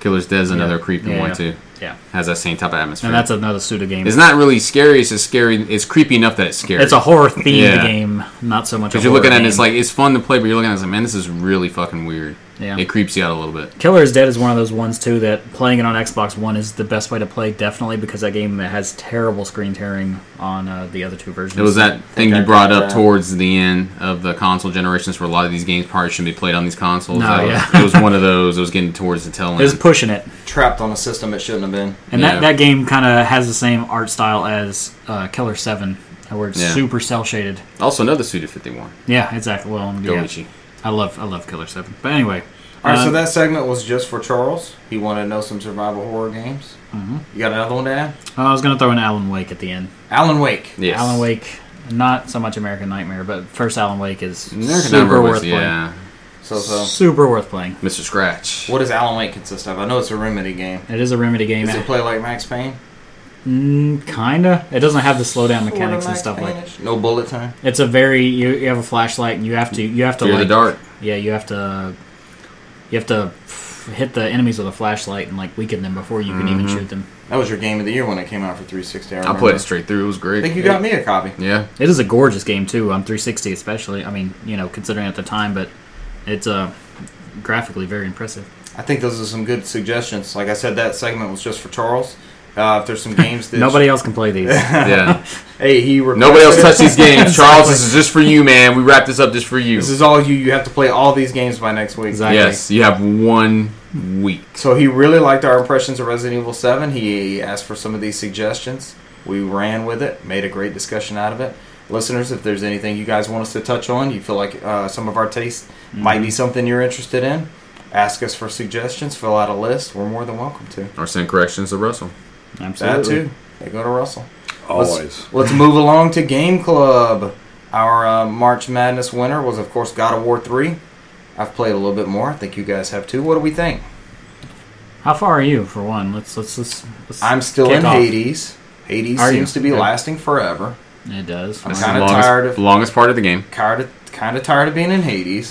[SPEAKER 3] Killer's Dead's another creepy
[SPEAKER 4] Yeah,
[SPEAKER 3] one
[SPEAKER 4] yeah.
[SPEAKER 3] too.
[SPEAKER 4] Yeah.
[SPEAKER 3] Has that same type of atmosphere.
[SPEAKER 4] And that's another pseudo game.
[SPEAKER 3] it's not really scary. It's just scary. It's creepy enough that it's scary.
[SPEAKER 4] It's a horror themed
[SPEAKER 3] Yeah.
[SPEAKER 4] game, not so
[SPEAKER 3] because
[SPEAKER 4] much. Because
[SPEAKER 3] you're looking at it, it's like it's fun to play, but you're looking at it, it's like, man, this is really fucking weird.
[SPEAKER 4] Yeah.
[SPEAKER 3] It creeps you out a little bit.
[SPEAKER 4] Killer is Dead is one of those ones too that playing it on Xbox One is the best way to play, definitely because that game has terrible screen tearing on uh, the other two versions.
[SPEAKER 3] It was that thing
[SPEAKER 1] I
[SPEAKER 3] you brought
[SPEAKER 1] got
[SPEAKER 3] up
[SPEAKER 1] that.
[SPEAKER 3] towards the end of the console generations, where a lot of these games probably shouldn't be played on these consoles.
[SPEAKER 4] No,
[SPEAKER 3] That was-
[SPEAKER 4] yeah.
[SPEAKER 3] it was one of those. It was getting towards the tail
[SPEAKER 4] It was
[SPEAKER 3] end.
[SPEAKER 4] pushing it,
[SPEAKER 1] Trapped on a system it shouldn't have been.
[SPEAKER 4] and
[SPEAKER 3] Yeah.
[SPEAKER 4] that, that game kind of has the same art style as uh, Killer Seven, where it's
[SPEAKER 3] Yeah.
[SPEAKER 4] super cell shaded.
[SPEAKER 3] also, another Suda 51.
[SPEAKER 4] Yeah, exactly. Well, yeah.
[SPEAKER 3] Goichi.
[SPEAKER 4] I love I love Killer Seven, but anyway.
[SPEAKER 1] All right, so
[SPEAKER 4] Um,
[SPEAKER 1] that segment was just for Charles. He wanted to know some survival horror games.
[SPEAKER 4] Mm-hmm.
[SPEAKER 1] You got another one to add?
[SPEAKER 4] Uh, I was gonna throw in Alan Wake at the end.
[SPEAKER 1] Alan Wake.
[SPEAKER 3] Yes.
[SPEAKER 4] Alan Wake, not so much American Nightmare, but first Alan Wake is
[SPEAKER 3] American
[SPEAKER 4] super
[SPEAKER 3] Number was-
[SPEAKER 4] worth playing.
[SPEAKER 3] yeah.
[SPEAKER 1] So, so
[SPEAKER 4] Super worth playing.
[SPEAKER 3] Mr. Scratch.
[SPEAKER 1] what does Alan Wake consist of? I know it's a remedy game.
[SPEAKER 4] It is a Remedy game.
[SPEAKER 1] Does it play like Max Payne?
[SPEAKER 4] Mm, kinda. It doesn't have the slowdown mechanics and stuff like.
[SPEAKER 1] No bullet time.
[SPEAKER 4] It's a very you, you have a flashlight and you have to you have to
[SPEAKER 3] Fear
[SPEAKER 4] like
[SPEAKER 3] the dark.
[SPEAKER 4] yeah you have to you have to f- hit the enemies with a flashlight and like weaken them before you can even
[SPEAKER 3] Mm-hmm.
[SPEAKER 4] shoot them.
[SPEAKER 1] That was your game of the year when it came out for 360. I,
[SPEAKER 3] I
[SPEAKER 1] remember.
[SPEAKER 3] played it straight through. It was great.
[SPEAKER 1] I think you got me a copy. [LAUGHS]
[SPEAKER 3] Yeah.
[SPEAKER 4] It is a gorgeous game too on 360 especially. I mean you know considering at the time, but it's uh graphically very impressive.
[SPEAKER 1] I think those are some good suggestions. Like I said, that segment was just for Charles. Uh, if there's some games that
[SPEAKER 4] Nobody else can
[SPEAKER 1] [LAUGHS]
[SPEAKER 4] play these.
[SPEAKER 3] Yeah.
[SPEAKER 1] hey, he
[SPEAKER 3] Nobody else
[SPEAKER 1] [LAUGHS]
[SPEAKER 3] touched these games. Charles,
[SPEAKER 4] Exactly.
[SPEAKER 3] this is just for you, man. We wrapped this up just for you.
[SPEAKER 1] This is all you. You have to play all these games by next week.
[SPEAKER 4] Exactly.
[SPEAKER 3] Yes, you have one week.
[SPEAKER 1] So he really liked our impressions of Resident Evil 7. He asked for some of these suggestions. We ran with it, made a great discussion out of it. Listeners, if there's anything you guys want us to touch on, you feel like uh, some of our taste might be something you're interested in, ask us for suggestions, fill out a list. We're more than welcome to.
[SPEAKER 3] Or send corrections to Russell.
[SPEAKER 1] That
[SPEAKER 4] Absolutely.
[SPEAKER 1] too. They go to Russell.
[SPEAKER 2] Always.
[SPEAKER 1] Let's move along to Game Club. Our uh, March Madness winner was, of course, God of War 3. I've played a little bit more. I think you guys have too. What do we think?
[SPEAKER 4] How far are you for one? Let's let's let's. let's
[SPEAKER 1] I'm still
[SPEAKER 4] kick
[SPEAKER 1] in
[SPEAKER 4] off.
[SPEAKER 1] Hades. Hades
[SPEAKER 4] Are you?
[SPEAKER 1] seems to be
[SPEAKER 4] Okay.
[SPEAKER 1] lasting forever.
[SPEAKER 4] It does.
[SPEAKER 1] I'm
[SPEAKER 3] This is
[SPEAKER 1] kinda
[SPEAKER 3] the longest,
[SPEAKER 1] tired of-
[SPEAKER 3] longest part of the game.
[SPEAKER 1] Tired of, kind of tired of being in Hades.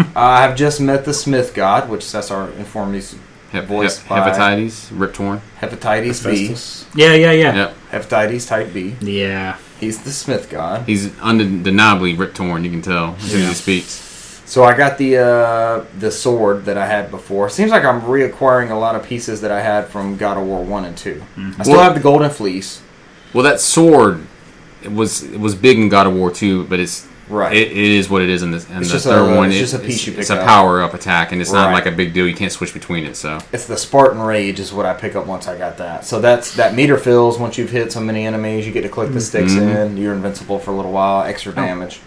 [SPEAKER 1] [LAUGHS] uh, I've just met the Smith God, which that's our informed me's
[SPEAKER 3] Hep, hep,
[SPEAKER 1] Voiced by-
[SPEAKER 3] hepatitis, rip torn.
[SPEAKER 1] hepatitis
[SPEAKER 2] Festus.
[SPEAKER 4] Yeah, yeah, yeah.
[SPEAKER 3] Yep.
[SPEAKER 1] B, hepatitis type B.
[SPEAKER 4] Yeah.
[SPEAKER 1] He's the Smith God.
[SPEAKER 3] He's undeniably rip torn. You can tell as soon as he speaks.
[SPEAKER 1] So I got the uh, the sword that I had before. Seems like I'm reacquiring a lot of pieces that I had from God of War One and 2 I still
[SPEAKER 3] Well-
[SPEAKER 1] have the Golden Fleece.
[SPEAKER 3] Well, that sword it was it was big in God of War too, but it's
[SPEAKER 1] Right.
[SPEAKER 3] It, it is what it is in this. And
[SPEAKER 1] It's
[SPEAKER 3] the
[SPEAKER 1] just
[SPEAKER 3] third
[SPEAKER 1] a-
[SPEAKER 3] one,
[SPEAKER 1] it's
[SPEAKER 3] it-
[SPEAKER 1] just a piece
[SPEAKER 3] it's,
[SPEAKER 1] you pick
[SPEAKER 3] it's a
[SPEAKER 1] up.
[SPEAKER 3] power up attack, and it's not
[SPEAKER 1] Right.
[SPEAKER 3] like a big deal. You can't switch between it. So
[SPEAKER 1] It's the Spartan Rage is what I pick up once I got that. So that's that meter fills once you've hit so many enemies. You get to click the sticks in. You're invincible for a little while. Extra damage.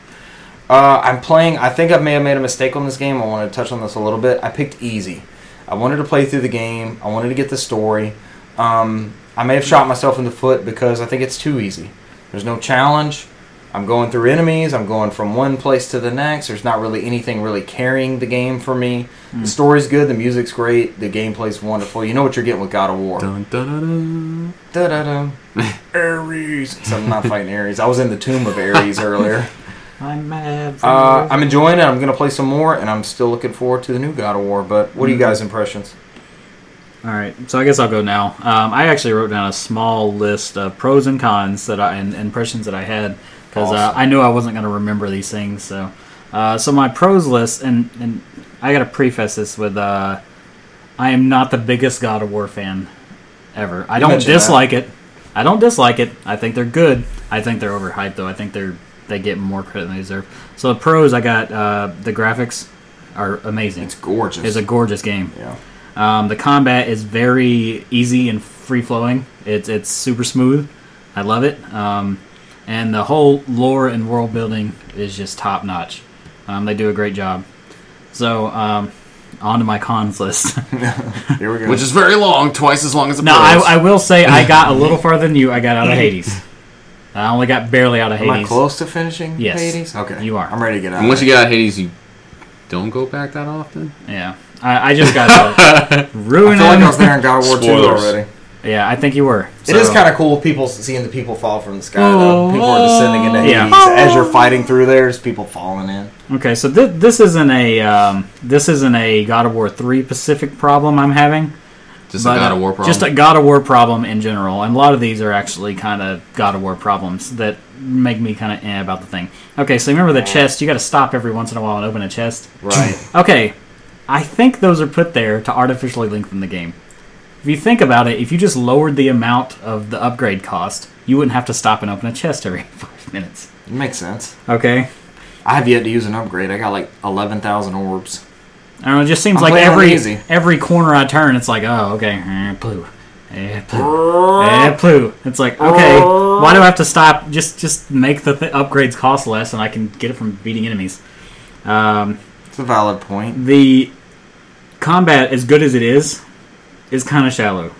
[SPEAKER 1] Uh, I'm playing. I think I may have made a mistake on this game. I want to touch on this a little bit. I picked easy. I wanted to play through the game. I wanted to get the story. Um, I may have shot myself in the foot because I think it's too easy. There's no challenge. I'm going through enemies. I'm going from one place to the next. There's not really anything really carrying the game for me. The story's good. The music's great. The gameplay's wonderful. You know what you're getting with God of War.
[SPEAKER 3] dun, dun, dun, dun.
[SPEAKER 1] Da-da-dum. Ares. So I'm not fighting Ares. I was in the tomb of Ares earlier.
[SPEAKER 4] I'm mad.
[SPEAKER 1] Uh, I'm enjoying it. I'm going to play some more, and I'm still looking forward to the new God of War. But what are you guys' impressions?
[SPEAKER 4] All right, so I guess I'll go now. Um, I actually wrote down a small list of pros and cons that I and impressions that I had because uh,
[SPEAKER 1] Awesome.
[SPEAKER 4] I knew I wasn't going to remember these things. So, uh, so my pros list, and and I got to preface this with uh, I am not the biggest God of War fan ever. I don't
[SPEAKER 1] mentioned that.
[SPEAKER 4] dislike it. I don't dislike it. I think they're good. I think they're overhyped though. I think they're they get more credit than they deserve. So the pros, I got uh, the graphics are amazing.
[SPEAKER 1] It's gorgeous.
[SPEAKER 4] It's a gorgeous game.
[SPEAKER 1] yeah.
[SPEAKER 4] Um, the combat is very easy and free flowing. It's it's super smooth. I love it. Um, and the whole lore and world building is just top notch. Um, they do a great job. So um, on to my cons list. [LAUGHS]
[SPEAKER 1] Here we go.
[SPEAKER 3] [LAUGHS] which is very long, twice as long as a
[SPEAKER 4] now I, I will say
[SPEAKER 1] [LAUGHS]
[SPEAKER 4] I got a little farther than you. I got out of Hades. I only got barely out of
[SPEAKER 1] Am I
[SPEAKER 4] Hades.
[SPEAKER 1] close to finishing
[SPEAKER 4] Yes.
[SPEAKER 1] Hades? Okay.
[SPEAKER 4] You are.
[SPEAKER 1] I'm ready to get out.
[SPEAKER 3] And once you get out of Hades, you don't go back that often.
[SPEAKER 4] Yeah, I, I just
[SPEAKER 1] [LAUGHS]
[SPEAKER 4] got
[SPEAKER 1] I
[SPEAKER 4] ruined.
[SPEAKER 1] feel like I was there in God of War 2
[SPEAKER 2] Spoilers.
[SPEAKER 1] already.
[SPEAKER 4] Yeah, I think you were.
[SPEAKER 1] It is kind of cool people seeing the people fall from the sky, though.
[SPEAKER 3] Oh.
[SPEAKER 1] People are descending into Hades.
[SPEAKER 4] Yeah.
[SPEAKER 1] As you're fighting through there, there's people falling in.
[SPEAKER 4] Okay, so th- this isn't a um, this isn't a God of War three Pacific problem I'm having.
[SPEAKER 3] Just
[SPEAKER 4] but,
[SPEAKER 3] a God
[SPEAKER 4] uh,
[SPEAKER 3] of War problem.
[SPEAKER 4] Just a God of War problem in general, and a lot of these are actually kind of God of War problems that make me kind of eh about the thing. Okay, so you remember the chest? You got to stop every once in a while and open a chest.
[SPEAKER 1] Right.
[SPEAKER 4] Okay, I think those are put there to artificially lengthen the game. If you think about it, if you just lowered the amount of the upgrade cost, you wouldn't have to stop and open a chest every [LAUGHS] five minutes.
[SPEAKER 1] Makes sense.
[SPEAKER 4] Okay,
[SPEAKER 1] I have yet to use an upgrade. I got like 11,000 orbs.
[SPEAKER 4] I don't know. It just seems
[SPEAKER 1] I'm
[SPEAKER 4] like
[SPEAKER 1] playing on
[SPEAKER 4] every
[SPEAKER 1] easy.
[SPEAKER 4] every corner I turn, it's like, oh, okay, eh, blue, eh, blue, eh, blue. It's like, okay, why do I have to stop? Just just make the th- upgrades cost less, and I can get it from beating enemies. Um,
[SPEAKER 1] It's a valid point.
[SPEAKER 4] the combat, as good as it is, is kind of shallow.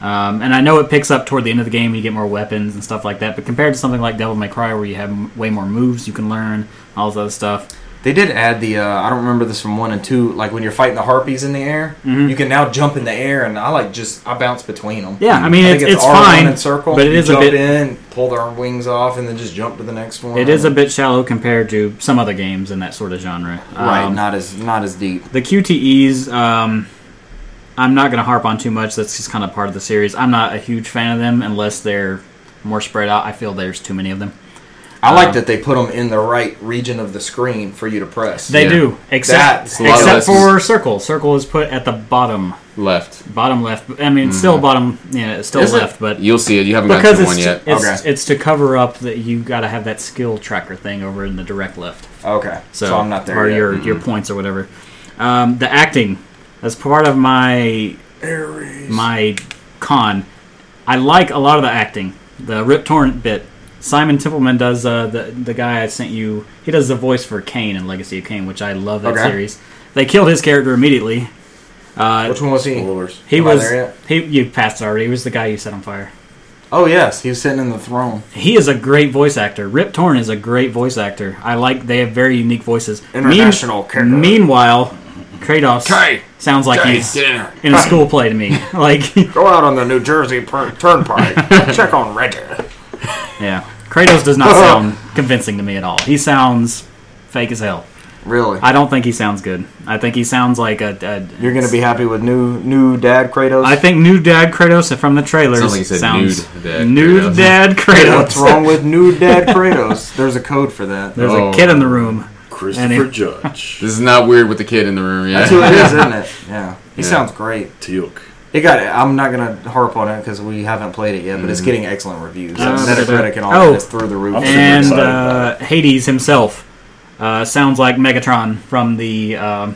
[SPEAKER 4] Um, and I know it picks up toward the end of the game, you get more weapons and stuff like that. But compared to something like Devil May Cry, where you have m- way more moves you can learn, all this other stuff,
[SPEAKER 1] They did add the uh, I don't remember this from one and two. Like when you're fighting the harpies in the air,
[SPEAKER 4] Mm-hmm.
[SPEAKER 1] you can now jump in the air, and I like just I bounce between them.
[SPEAKER 4] Yeah, I mean, it's- it's
[SPEAKER 1] R1
[SPEAKER 4] fine,
[SPEAKER 1] and circle,
[SPEAKER 4] but it
[SPEAKER 1] You
[SPEAKER 4] is a
[SPEAKER 1] jump
[SPEAKER 4] bit-
[SPEAKER 1] in, pull their wings off, and then just jump to the next one.
[SPEAKER 4] It is a bit shallow compared to some other games in that sort of genre.
[SPEAKER 1] right,
[SPEAKER 4] Um,
[SPEAKER 1] not as not as deep.
[SPEAKER 4] the QTEs, um, I'm not going to harp on too much. That's just kind of part of the series. I'm not a huge fan of them unless they're more spread out. I feel there's too many of them.
[SPEAKER 1] I
[SPEAKER 4] uh,
[SPEAKER 1] like that they put them in the right region of the screen for you to press.
[SPEAKER 4] They
[SPEAKER 3] Yeah.
[SPEAKER 4] do, except
[SPEAKER 1] That's a lot
[SPEAKER 3] of
[SPEAKER 4] except
[SPEAKER 3] lessons.
[SPEAKER 4] for circle. Circle is put at the bottom,
[SPEAKER 3] Left.
[SPEAKER 4] bottom left. I mean, it's still bottom. Yeah, it's still
[SPEAKER 1] Mm. Is it?
[SPEAKER 4] left, but
[SPEAKER 3] You'll see it. You haven't gotten
[SPEAKER 4] because
[SPEAKER 3] to
[SPEAKER 4] it's
[SPEAKER 3] one yet.
[SPEAKER 4] to, it's,
[SPEAKER 1] Okay.
[SPEAKER 4] it's to cover up that you got to have that skill tracker thing over in the direct left.
[SPEAKER 1] okay, so,
[SPEAKER 4] So,
[SPEAKER 1] I'm not there
[SPEAKER 4] Or
[SPEAKER 1] yet.
[SPEAKER 4] your your points or whatever. Um, the acting that's part of my my con. I like a lot of the acting. The Rip Torrent bit. Simon Templeman does uh, the the guy I sent you. He does the voice for Kane in Legacy of Kane, which I love that
[SPEAKER 1] Okay.
[SPEAKER 4] series. They killed his character immediately. Uh,
[SPEAKER 1] Which one was he?
[SPEAKER 2] Spoilers.
[SPEAKER 4] he
[SPEAKER 1] Am I
[SPEAKER 4] was
[SPEAKER 1] there yet?
[SPEAKER 4] he. You passed it already. He was the guy you set on fire.
[SPEAKER 1] Oh yes, he was sitting in the throne.
[SPEAKER 4] He is a great voice actor. Rip Torn is a great voice actor. I like they have very unique voices. Mean-
[SPEAKER 1] International character.
[SPEAKER 4] meanwhile, Kratos
[SPEAKER 3] Kay.
[SPEAKER 4] sounds like he's
[SPEAKER 3] dinner.
[SPEAKER 4] in a school play to me. Like,
[SPEAKER 1] Go out on the New Jersey
[SPEAKER 4] [LAUGHS]
[SPEAKER 1] Turnpike. Check on Reggie.
[SPEAKER 4] yeah, Kratos does not sound convincing to me at all. He sounds fake as hell.
[SPEAKER 1] Really?
[SPEAKER 4] I don't think he sounds good. I think he sounds like a. a
[SPEAKER 1] You're gonna be happy with new new dad Kratos.
[SPEAKER 4] I think new dad Kratos from the trailers
[SPEAKER 3] Sounds like you said
[SPEAKER 4] sounds
[SPEAKER 3] nude dad
[SPEAKER 4] nude
[SPEAKER 3] Kratos.
[SPEAKER 4] dad Kratos.
[SPEAKER 1] What's wrong with new dad Kratos? There's a code for that.
[SPEAKER 4] There's
[SPEAKER 3] Oh.
[SPEAKER 4] a kid in the room.
[SPEAKER 2] Christopher Judge.
[SPEAKER 3] [LAUGHS] This is not weird with the kid in the room yet.
[SPEAKER 1] That's who it is, isn't it? Yeah. He
[SPEAKER 3] Yeah.
[SPEAKER 1] sounds great.
[SPEAKER 2] Teal'c.
[SPEAKER 1] It got. I'm not gonna harp on it because we haven't played it yet, but it's getting excellent reviews.
[SPEAKER 4] Uh,
[SPEAKER 1] Metacritic and all
[SPEAKER 4] oh.
[SPEAKER 1] that is through the roof.
[SPEAKER 2] I'm super
[SPEAKER 4] and
[SPEAKER 2] excited about
[SPEAKER 4] uh, Hades himself uh, sounds like Megatron from the um,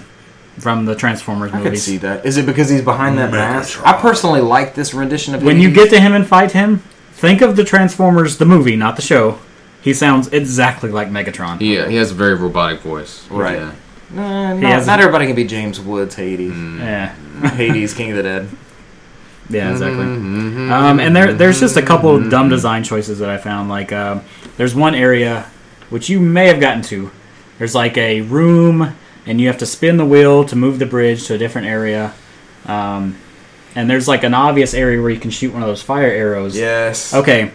[SPEAKER 4] from the Transformers
[SPEAKER 1] I could
[SPEAKER 4] movies.
[SPEAKER 1] see that. Is it because he's behind that mask?
[SPEAKER 2] Megatron.
[SPEAKER 1] I personally like this rendition of
[SPEAKER 4] When you
[SPEAKER 1] Hades.
[SPEAKER 4] get to him and fight him, think of the Transformers the movie, not the show. He sounds exactly like Megatron.
[SPEAKER 3] Yeah, he has a very robotic voice.
[SPEAKER 1] Right.
[SPEAKER 3] Yeah.
[SPEAKER 1] Nah,
[SPEAKER 4] He Mm.
[SPEAKER 1] not,
[SPEAKER 4] has
[SPEAKER 1] Uh, not
[SPEAKER 4] a-
[SPEAKER 1] everybody can be James Woods Hades.
[SPEAKER 4] yeah,
[SPEAKER 1] [LAUGHS] Hades, King of the Dead.
[SPEAKER 4] yeah, exactly.
[SPEAKER 1] Mm-hmm.
[SPEAKER 4] Um, and there, there's just a couple of dumb design choices that I found. Like, um, there's one area which you may have gotten to. There's like a room, and you have to spin the wheel to move the bridge to a different area. Um, and there's like an obvious area where you can shoot one of those fire arrows.
[SPEAKER 1] Yes.
[SPEAKER 4] Okay.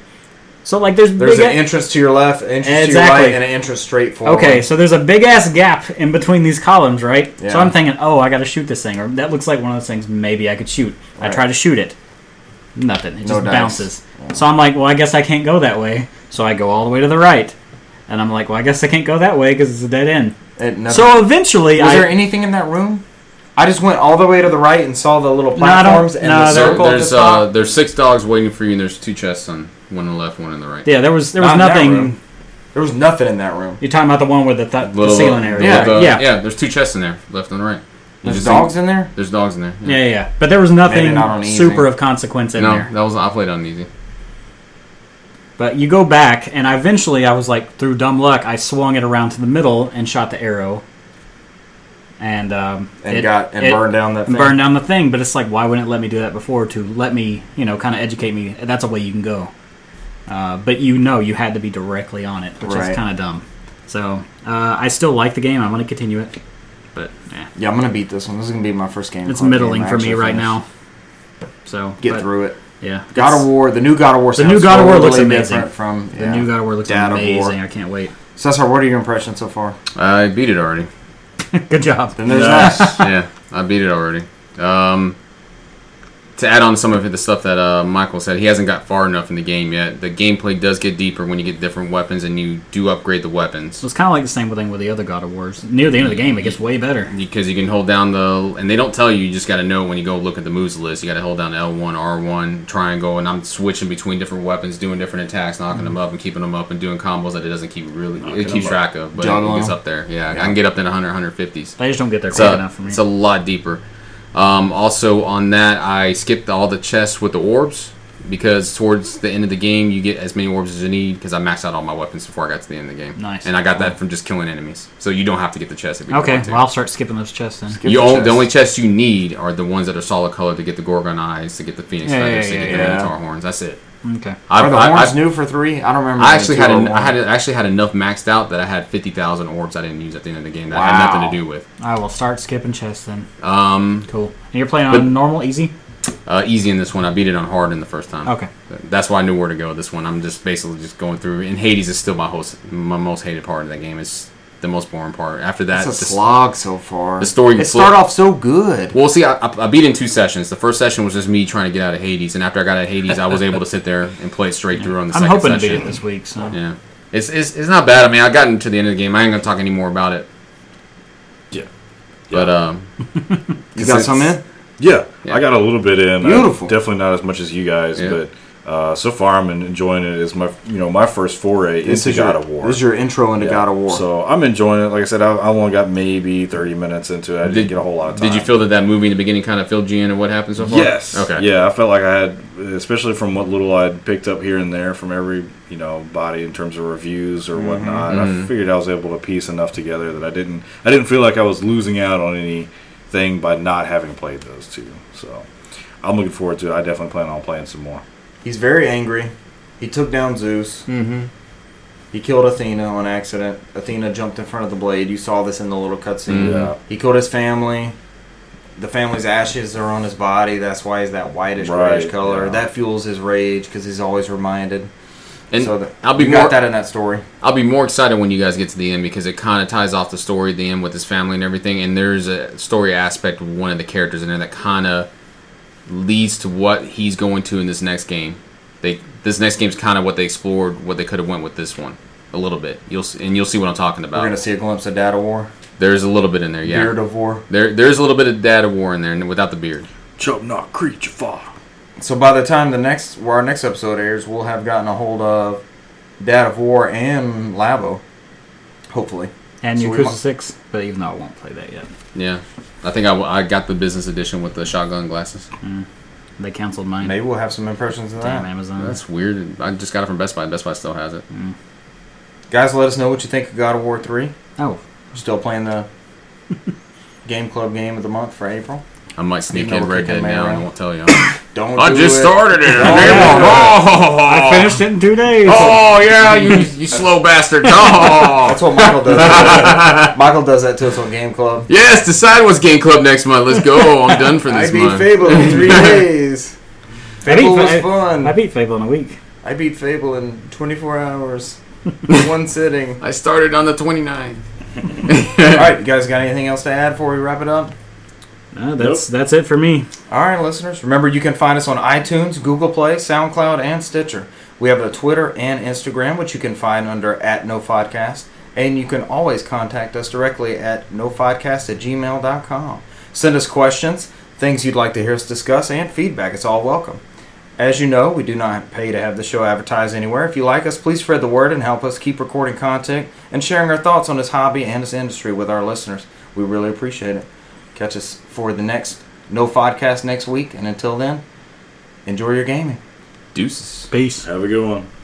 [SPEAKER 4] So like, there's
[SPEAKER 1] There's
[SPEAKER 4] big e-
[SPEAKER 1] an entrance to your left, an entrance to
[SPEAKER 4] Exactly.
[SPEAKER 1] your right, and an entrance straight forward.
[SPEAKER 4] Okay, so there's a big ass gap in between these columns, right?
[SPEAKER 1] Yeah.
[SPEAKER 4] So I'm thinking, oh, I got to shoot this thing, or that looks like one of those things. Maybe I could shoot. I
[SPEAKER 1] Right.
[SPEAKER 4] try to shoot it, nothing. It
[SPEAKER 1] No
[SPEAKER 4] just
[SPEAKER 1] dice.
[SPEAKER 4] bounces. So I'm like, well, I guess I can't go that way. So I go all the way to the right, and I'm like, well, I guess I can't go that way because it's a dead end.
[SPEAKER 1] It- nothing-
[SPEAKER 4] So eventually,
[SPEAKER 1] Was
[SPEAKER 4] I
[SPEAKER 1] there anything in that room? I just went all the way to the right and saw the little
[SPEAKER 4] No, I don't-
[SPEAKER 1] platforms and
[SPEAKER 4] no,
[SPEAKER 1] the
[SPEAKER 4] there-
[SPEAKER 3] So
[SPEAKER 1] circle. at the
[SPEAKER 3] there's
[SPEAKER 1] top.
[SPEAKER 3] uh, there's six dogs waiting for you, and there's two chests on one on the left, one on the right.
[SPEAKER 4] yeah, there was there was
[SPEAKER 1] Not in that
[SPEAKER 4] nothing.
[SPEAKER 1] room. there was nothing in that room.
[SPEAKER 4] You're talking about the one with the, th- the
[SPEAKER 3] Little-
[SPEAKER 4] ceiling area.
[SPEAKER 1] Yeah,
[SPEAKER 3] little-
[SPEAKER 4] yeah.
[SPEAKER 3] yeah. There's two chests in there, left and right. You
[SPEAKER 1] There's
[SPEAKER 3] just
[SPEAKER 1] dogs
[SPEAKER 3] think-
[SPEAKER 1] in there.
[SPEAKER 3] There's dogs in there.
[SPEAKER 4] Yeah, yeah, yeah. But there was nothing
[SPEAKER 1] Maybe not on easy.
[SPEAKER 4] super of consequence in
[SPEAKER 3] No,
[SPEAKER 4] there.
[SPEAKER 3] that was I played on easy.
[SPEAKER 4] But you go back, and I eventually, I was like, through dumb luck, I swung it around to the middle and shot the arrow, and um,
[SPEAKER 1] And
[SPEAKER 4] it-
[SPEAKER 1] got and
[SPEAKER 4] it
[SPEAKER 1] burned down that. Thing.
[SPEAKER 4] burned down the thing. But it's like, why wouldn't it let me do that before? To let me, you know, kind of educate me. That's a way you can go. Uh, but you know, you had to be directly on it, which
[SPEAKER 1] Right.
[SPEAKER 4] is kind of dumb. So uh, I still like the game. I'm going to continue it, but eh,
[SPEAKER 1] Yeah, I'm gonna beat this one. This is gonna be my first game.
[SPEAKER 4] it's
[SPEAKER 1] club game
[SPEAKER 4] middling
[SPEAKER 1] I
[SPEAKER 4] for me
[SPEAKER 1] actually
[SPEAKER 4] right
[SPEAKER 1] finished.
[SPEAKER 4] now. So
[SPEAKER 1] Get
[SPEAKER 4] but,
[SPEAKER 1] through it.
[SPEAKER 4] Yeah,
[SPEAKER 1] God
[SPEAKER 4] It's-
[SPEAKER 1] of War. The new God of War.
[SPEAKER 4] The new
[SPEAKER 1] sounds
[SPEAKER 4] God of War
[SPEAKER 1] totally
[SPEAKER 4] looks amazing.
[SPEAKER 1] different From
[SPEAKER 4] The new God of War looks
[SPEAKER 1] Dad of War.
[SPEAKER 4] amazing. I can't wait. [LAUGHS]
[SPEAKER 1] Cesar, what are your impressions so far?
[SPEAKER 3] I beat it already.
[SPEAKER 4] Good job.
[SPEAKER 1] Then there's
[SPEAKER 2] Yes.
[SPEAKER 1] that.
[SPEAKER 3] yeah, I beat it already. Um, to add on some of the stuff that uh, Michael said, he hasn't got far enough in the game yet. The gameplay does get deeper when you get different weapons and you do upgrade the weapons
[SPEAKER 4] So it's kind of like the same thing with the other God of Wars. Near the end of the game, it gets way better.
[SPEAKER 3] because you can hold down the and they don't tell you. You just got to know when you go look at the moves list. You got to hold down L one, R one, triangle, and I'm switching between different weapons, doing different attacks, knocking them up and keeping them up, and doing combos that it doesn't keep really
[SPEAKER 2] Mm-hmm. Knocking
[SPEAKER 3] it
[SPEAKER 2] 'em
[SPEAKER 3] keeps
[SPEAKER 2] up.
[SPEAKER 3] track of, but
[SPEAKER 1] Juggle
[SPEAKER 3] it gets
[SPEAKER 1] 'em.
[SPEAKER 3] up there. Yeah,
[SPEAKER 1] Yeah.
[SPEAKER 3] I can get up to 100, 150s.
[SPEAKER 4] They just don't get there
[SPEAKER 3] It's
[SPEAKER 4] quick
[SPEAKER 3] a-
[SPEAKER 4] enough for me.
[SPEAKER 3] It's a lot deeper. Um, also on that, I skipped all the chests with the orbs because towards the end of the game you get as many orbs as you need because I maxed out all my weapons before I got to the end of the game.
[SPEAKER 4] Nice.
[SPEAKER 3] And I got that from just killing enemies, so you don't have to get the chest if you don't
[SPEAKER 4] okay,
[SPEAKER 3] want to.
[SPEAKER 4] well, I'll start skipping those chests then.
[SPEAKER 3] You
[SPEAKER 1] Give the
[SPEAKER 3] only, the
[SPEAKER 1] chest.
[SPEAKER 3] only chests you need are the ones that are solid color to get the Gorgon eyes, to get the Phoenix
[SPEAKER 4] Yeah, yeah,
[SPEAKER 3] feathers,
[SPEAKER 4] yeah,
[SPEAKER 3] to get
[SPEAKER 1] yeah.
[SPEAKER 3] the Minotaur horns. That's it.
[SPEAKER 4] Okay.
[SPEAKER 3] I,
[SPEAKER 1] Are the
[SPEAKER 3] I,
[SPEAKER 1] horns
[SPEAKER 3] I,
[SPEAKER 1] new for three? I don't remember.
[SPEAKER 3] I
[SPEAKER 1] when
[SPEAKER 3] actually
[SPEAKER 1] two
[SPEAKER 3] had
[SPEAKER 1] or
[SPEAKER 3] en-
[SPEAKER 1] one.
[SPEAKER 3] I had actually had enough maxed out that I had fifty thousand orbs I didn't use at the end of the game that I had
[SPEAKER 1] Wow.
[SPEAKER 3] nothing to do with.
[SPEAKER 4] I will start skipping chess then.
[SPEAKER 3] Um,
[SPEAKER 4] Cool. And you're playing on
[SPEAKER 3] But-
[SPEAKER 4] normal, easy?
[SPEAKER 3] uh, easy in this one. I beat it on hard in the first time.
[SPEAKER 4] Okay.
[SPEAKER 3] That's why I knew where to go. This one, I'm just basically just going through. And Hades is still my host, my most hated part of that game. It's the most boring part. After that,
[SPEAKER 1] It's a
[SPEAKER 3] the s-
[SPEAKER 1] slog so far.
[SPEAKER 3] the story
[SPEAKER 1] It
[SPEAKER 3] you
[SPEAKER 1] started
[SPEAKER 3] flip-
[SPEAKER 1] off so good.
[SPEAKER 3] Well, see, I, I I beat in two sessions. The first session was just me trying to get out of Hades, and after I got out of Hades, I was able to sit there and play it straight through on the
[SPEAKER 4] I'm
[SPEAKER 3] second
[SPEAKER 4] hoping
[SPEAKER 3] session.
[SPEAKER 4] to beat it this week, so.
[SPEAKER 3] Yeah, it's, it's it's not bad. I mean, I got into the end of the game. I ain't gonna talk any more about it.
[SPEAKER 2] Yeah.
[SPEAKER 3] But um,
[SPEAKER 1] You got
[SPEAKER 3] it's-
[SPEAKER 1] some in?
[SPEAKER 2] Yeah,
[SPEAKER 3] Yeah.
[SPEAKER 2] I got a little bit in. Uh,
[SPEAKER 1] Beautiful.
[SPEAKER 2] definitely not as much as you guys,
[SPEAKER 3] Yeah.
[SPEAKER 2] but uh, so far I'm en- enjoying it. It's my you know my first foray into
[SPEAKER 1] your,
[SPEAKER 2] God of War.
[SPEAKER 1] This is your intro into
[SPEAKER 2] Yeah.
[SPEAKER 1] God of War.
[SPEAKER 2] So I'm enjoying it. Like I said, I, I only got maybe 30 minutes into it. I didn't
[SPEAKER 3] Did-
[SPEAKER 2] get a whole lot of time.
[SPEAKER 3] Did you feel that that movie in the beginning kind of filled you in on what happened so far?
[SPEAKER 2] Yes.
[SPEAKER 3] Okay.
[SPEAKER 2] Yeah, I felt like I had, especially from what little I'd picked up here and there from every you know body in terms of reviews or whatnot. I figured I was able to piece enough together that I didn't. I didn't feel like I was losing out on anything by not having played those two. So I'm looking forward to it. I definitely plan on playing some more.
[SPEAKER 1] He's very angry. He took down Zeus.
[SPEAKER 3] Mm-hmm.
[SPEAKER 1] He killed Athena on accident. Athena jumped in front of the blade. You saw this in the little cutscene.
[SPEAKER 2] Yeah.
[SPEAKER 1] He killed his family. The family's ashes are on his body. That's why he's that whitish grayish
[SPEAKER 2] Right,
[SPEAKER 1] color.
[SPEAKER 2] yeah.
[SPEAKER 1] That fuels his rage because he's always reminded.
[SPEAKER 3] And
[SPEAKER 1] so that,
[SPEAKER 3] I'll be
[SPEAKER 1] you
[SPEAKER 3] more
[SPEAKER 1] got that in that story.
[SPEAKER 3] I'll be more excited when you guys get to the end because it kind of ties off the story at the end with his family and everything. And there's a story aspect of one of the characters in there that kind of leads to what he's going to in this next game. They this next game's kind of what they explored, what they could have went with this one a little bit. You'll s- and you'll see what I'm talking
[SPEAKER 1] We're gonna
[SPEAKER 3] about.
[SPEAKER 1] see a glimpse of Data War,
[SPEAKER 3] There's a little bit in there, Oh. yeah.
[SPEAKER 1] Beard of War.
[SPEAKER 3] There there's a little bit of data war in there and without the beard.
[SPEAKER 2] Chub not creature far.
[SPEAKER 1] So by the time the next where our next episode airs, we'll have gotten a hold of Dad of War and Labo, hopefully.
[SPEAKER 4] And
[SPEAKER 1] So we
[SPEAKER 4] Yakuza
[SPEAKER 1] mu-
[SPEAKER 4] 6, but even though I won't play that yet.
[SPEAKER 3] Yeah, I think I, w- I got the business edition with the shotgun glasses.
[SPEAKER 4] They canceled mine.
[SPEAKER 1] Maybe we'll have some impressions of
[SPEAKER 4] Damn,
[SPEAKER 1] that.
[SPEAKER 4] Amazon.
[SPEAKER 3] That's weird. I just got it from Best Buy. Best Buy still has it.
[SPEAKER 1] Guys, let us know what you think of God of War three.
[SPEAKER 4] oh,
[SPEAKER 1] We're still playing the game club game of the month for April.
[SPEAKER 3] I might sneak
[SPEAKER 1] Even though
[SPEAKER 3] in
[SPEAKER 1] we're
[SPEAKER 3] Red Dead
[SPEAKER 1] kicking
[SPEAKER 3] now
[SPEAKER 1] Mary
[SPEAKER 3] and
[SPEAKER 1] out.
[SPEAKER 3] won't tell you.
[SPEAKER 1] Don't.
[SPEAKER 3] I
[SPEAKER 1] do
[SPEAKER 3] just
[SPEAKER 1] it.
[SPEAKER 3] started it.
[SPEAKER 1] Oh, yeah.
[SPEAKER 3] Oh,
[SPEAKER 4] I finished it in two days.
[SPEAKER 3] Oh yeah, you you slow bastard. Oh.
[SPEAKER 1] [LAUGHS] That's what Michael
[SPEAKER 3] [LAUGHS]
[SPEAKER 1] does. Michael does that to us on Game Club.
[SPEAKER 3] Yes, decide what's game club next month. Let's go. I'm done for
[SPEAKER 1] [LAUGHS] I
[SPEAKER 3] this
[SPEAKER 1] beat
[SPEAKER 3] month.
[SPEAKER 1] Fable in
[SPEAKER 3] [LAUGHS]
[SPEAKER 1] three days.
[SPEAKER 4] I beat
[SPEAKER 1] Fable was
[SPEAKER 4] Fa-
[SPEAKER 1] fun.
[SPEAKER 4] I beat Fable in a week.
[SPEAKER 1] I beat Fable in 24
[SPEAKER 4] [LAUGHS]
[SPEAKER 1] hours, in one sitting.
[SPEAKER 3] I started on the 29th.
[SPEAKER 1] All right, you guys got anything else to add before we wrap it up?
[SPEAKER 4] No, Uh, that's that's it for me.
[SPEAKER 1] All right, listeners. Remember, you can find us on iTunes, Google Play, SoundCloud, and Stitcher. We have a Twitter and Instagram, which you can find under at NoFodcast. And you can always contact us directly at nofodcast at gmail.com. Send us questions, things you'd like to hear us discuss, and feedback. It's all welcome. As you know, we do not pay to have the show advertised anywhere. If you like us, please spread the word and help us keep recording content and sharing our thoughts on this hobby and this industry with our listeners. We really appreciate it. Catch us for the next No Podcast next week, and until then, enjoy your gaming.
[SPEAKER 3] [LAUGHS] Deuces.
[SPEAKER 4] Peace.
[SPEAKER 2] Have a good one.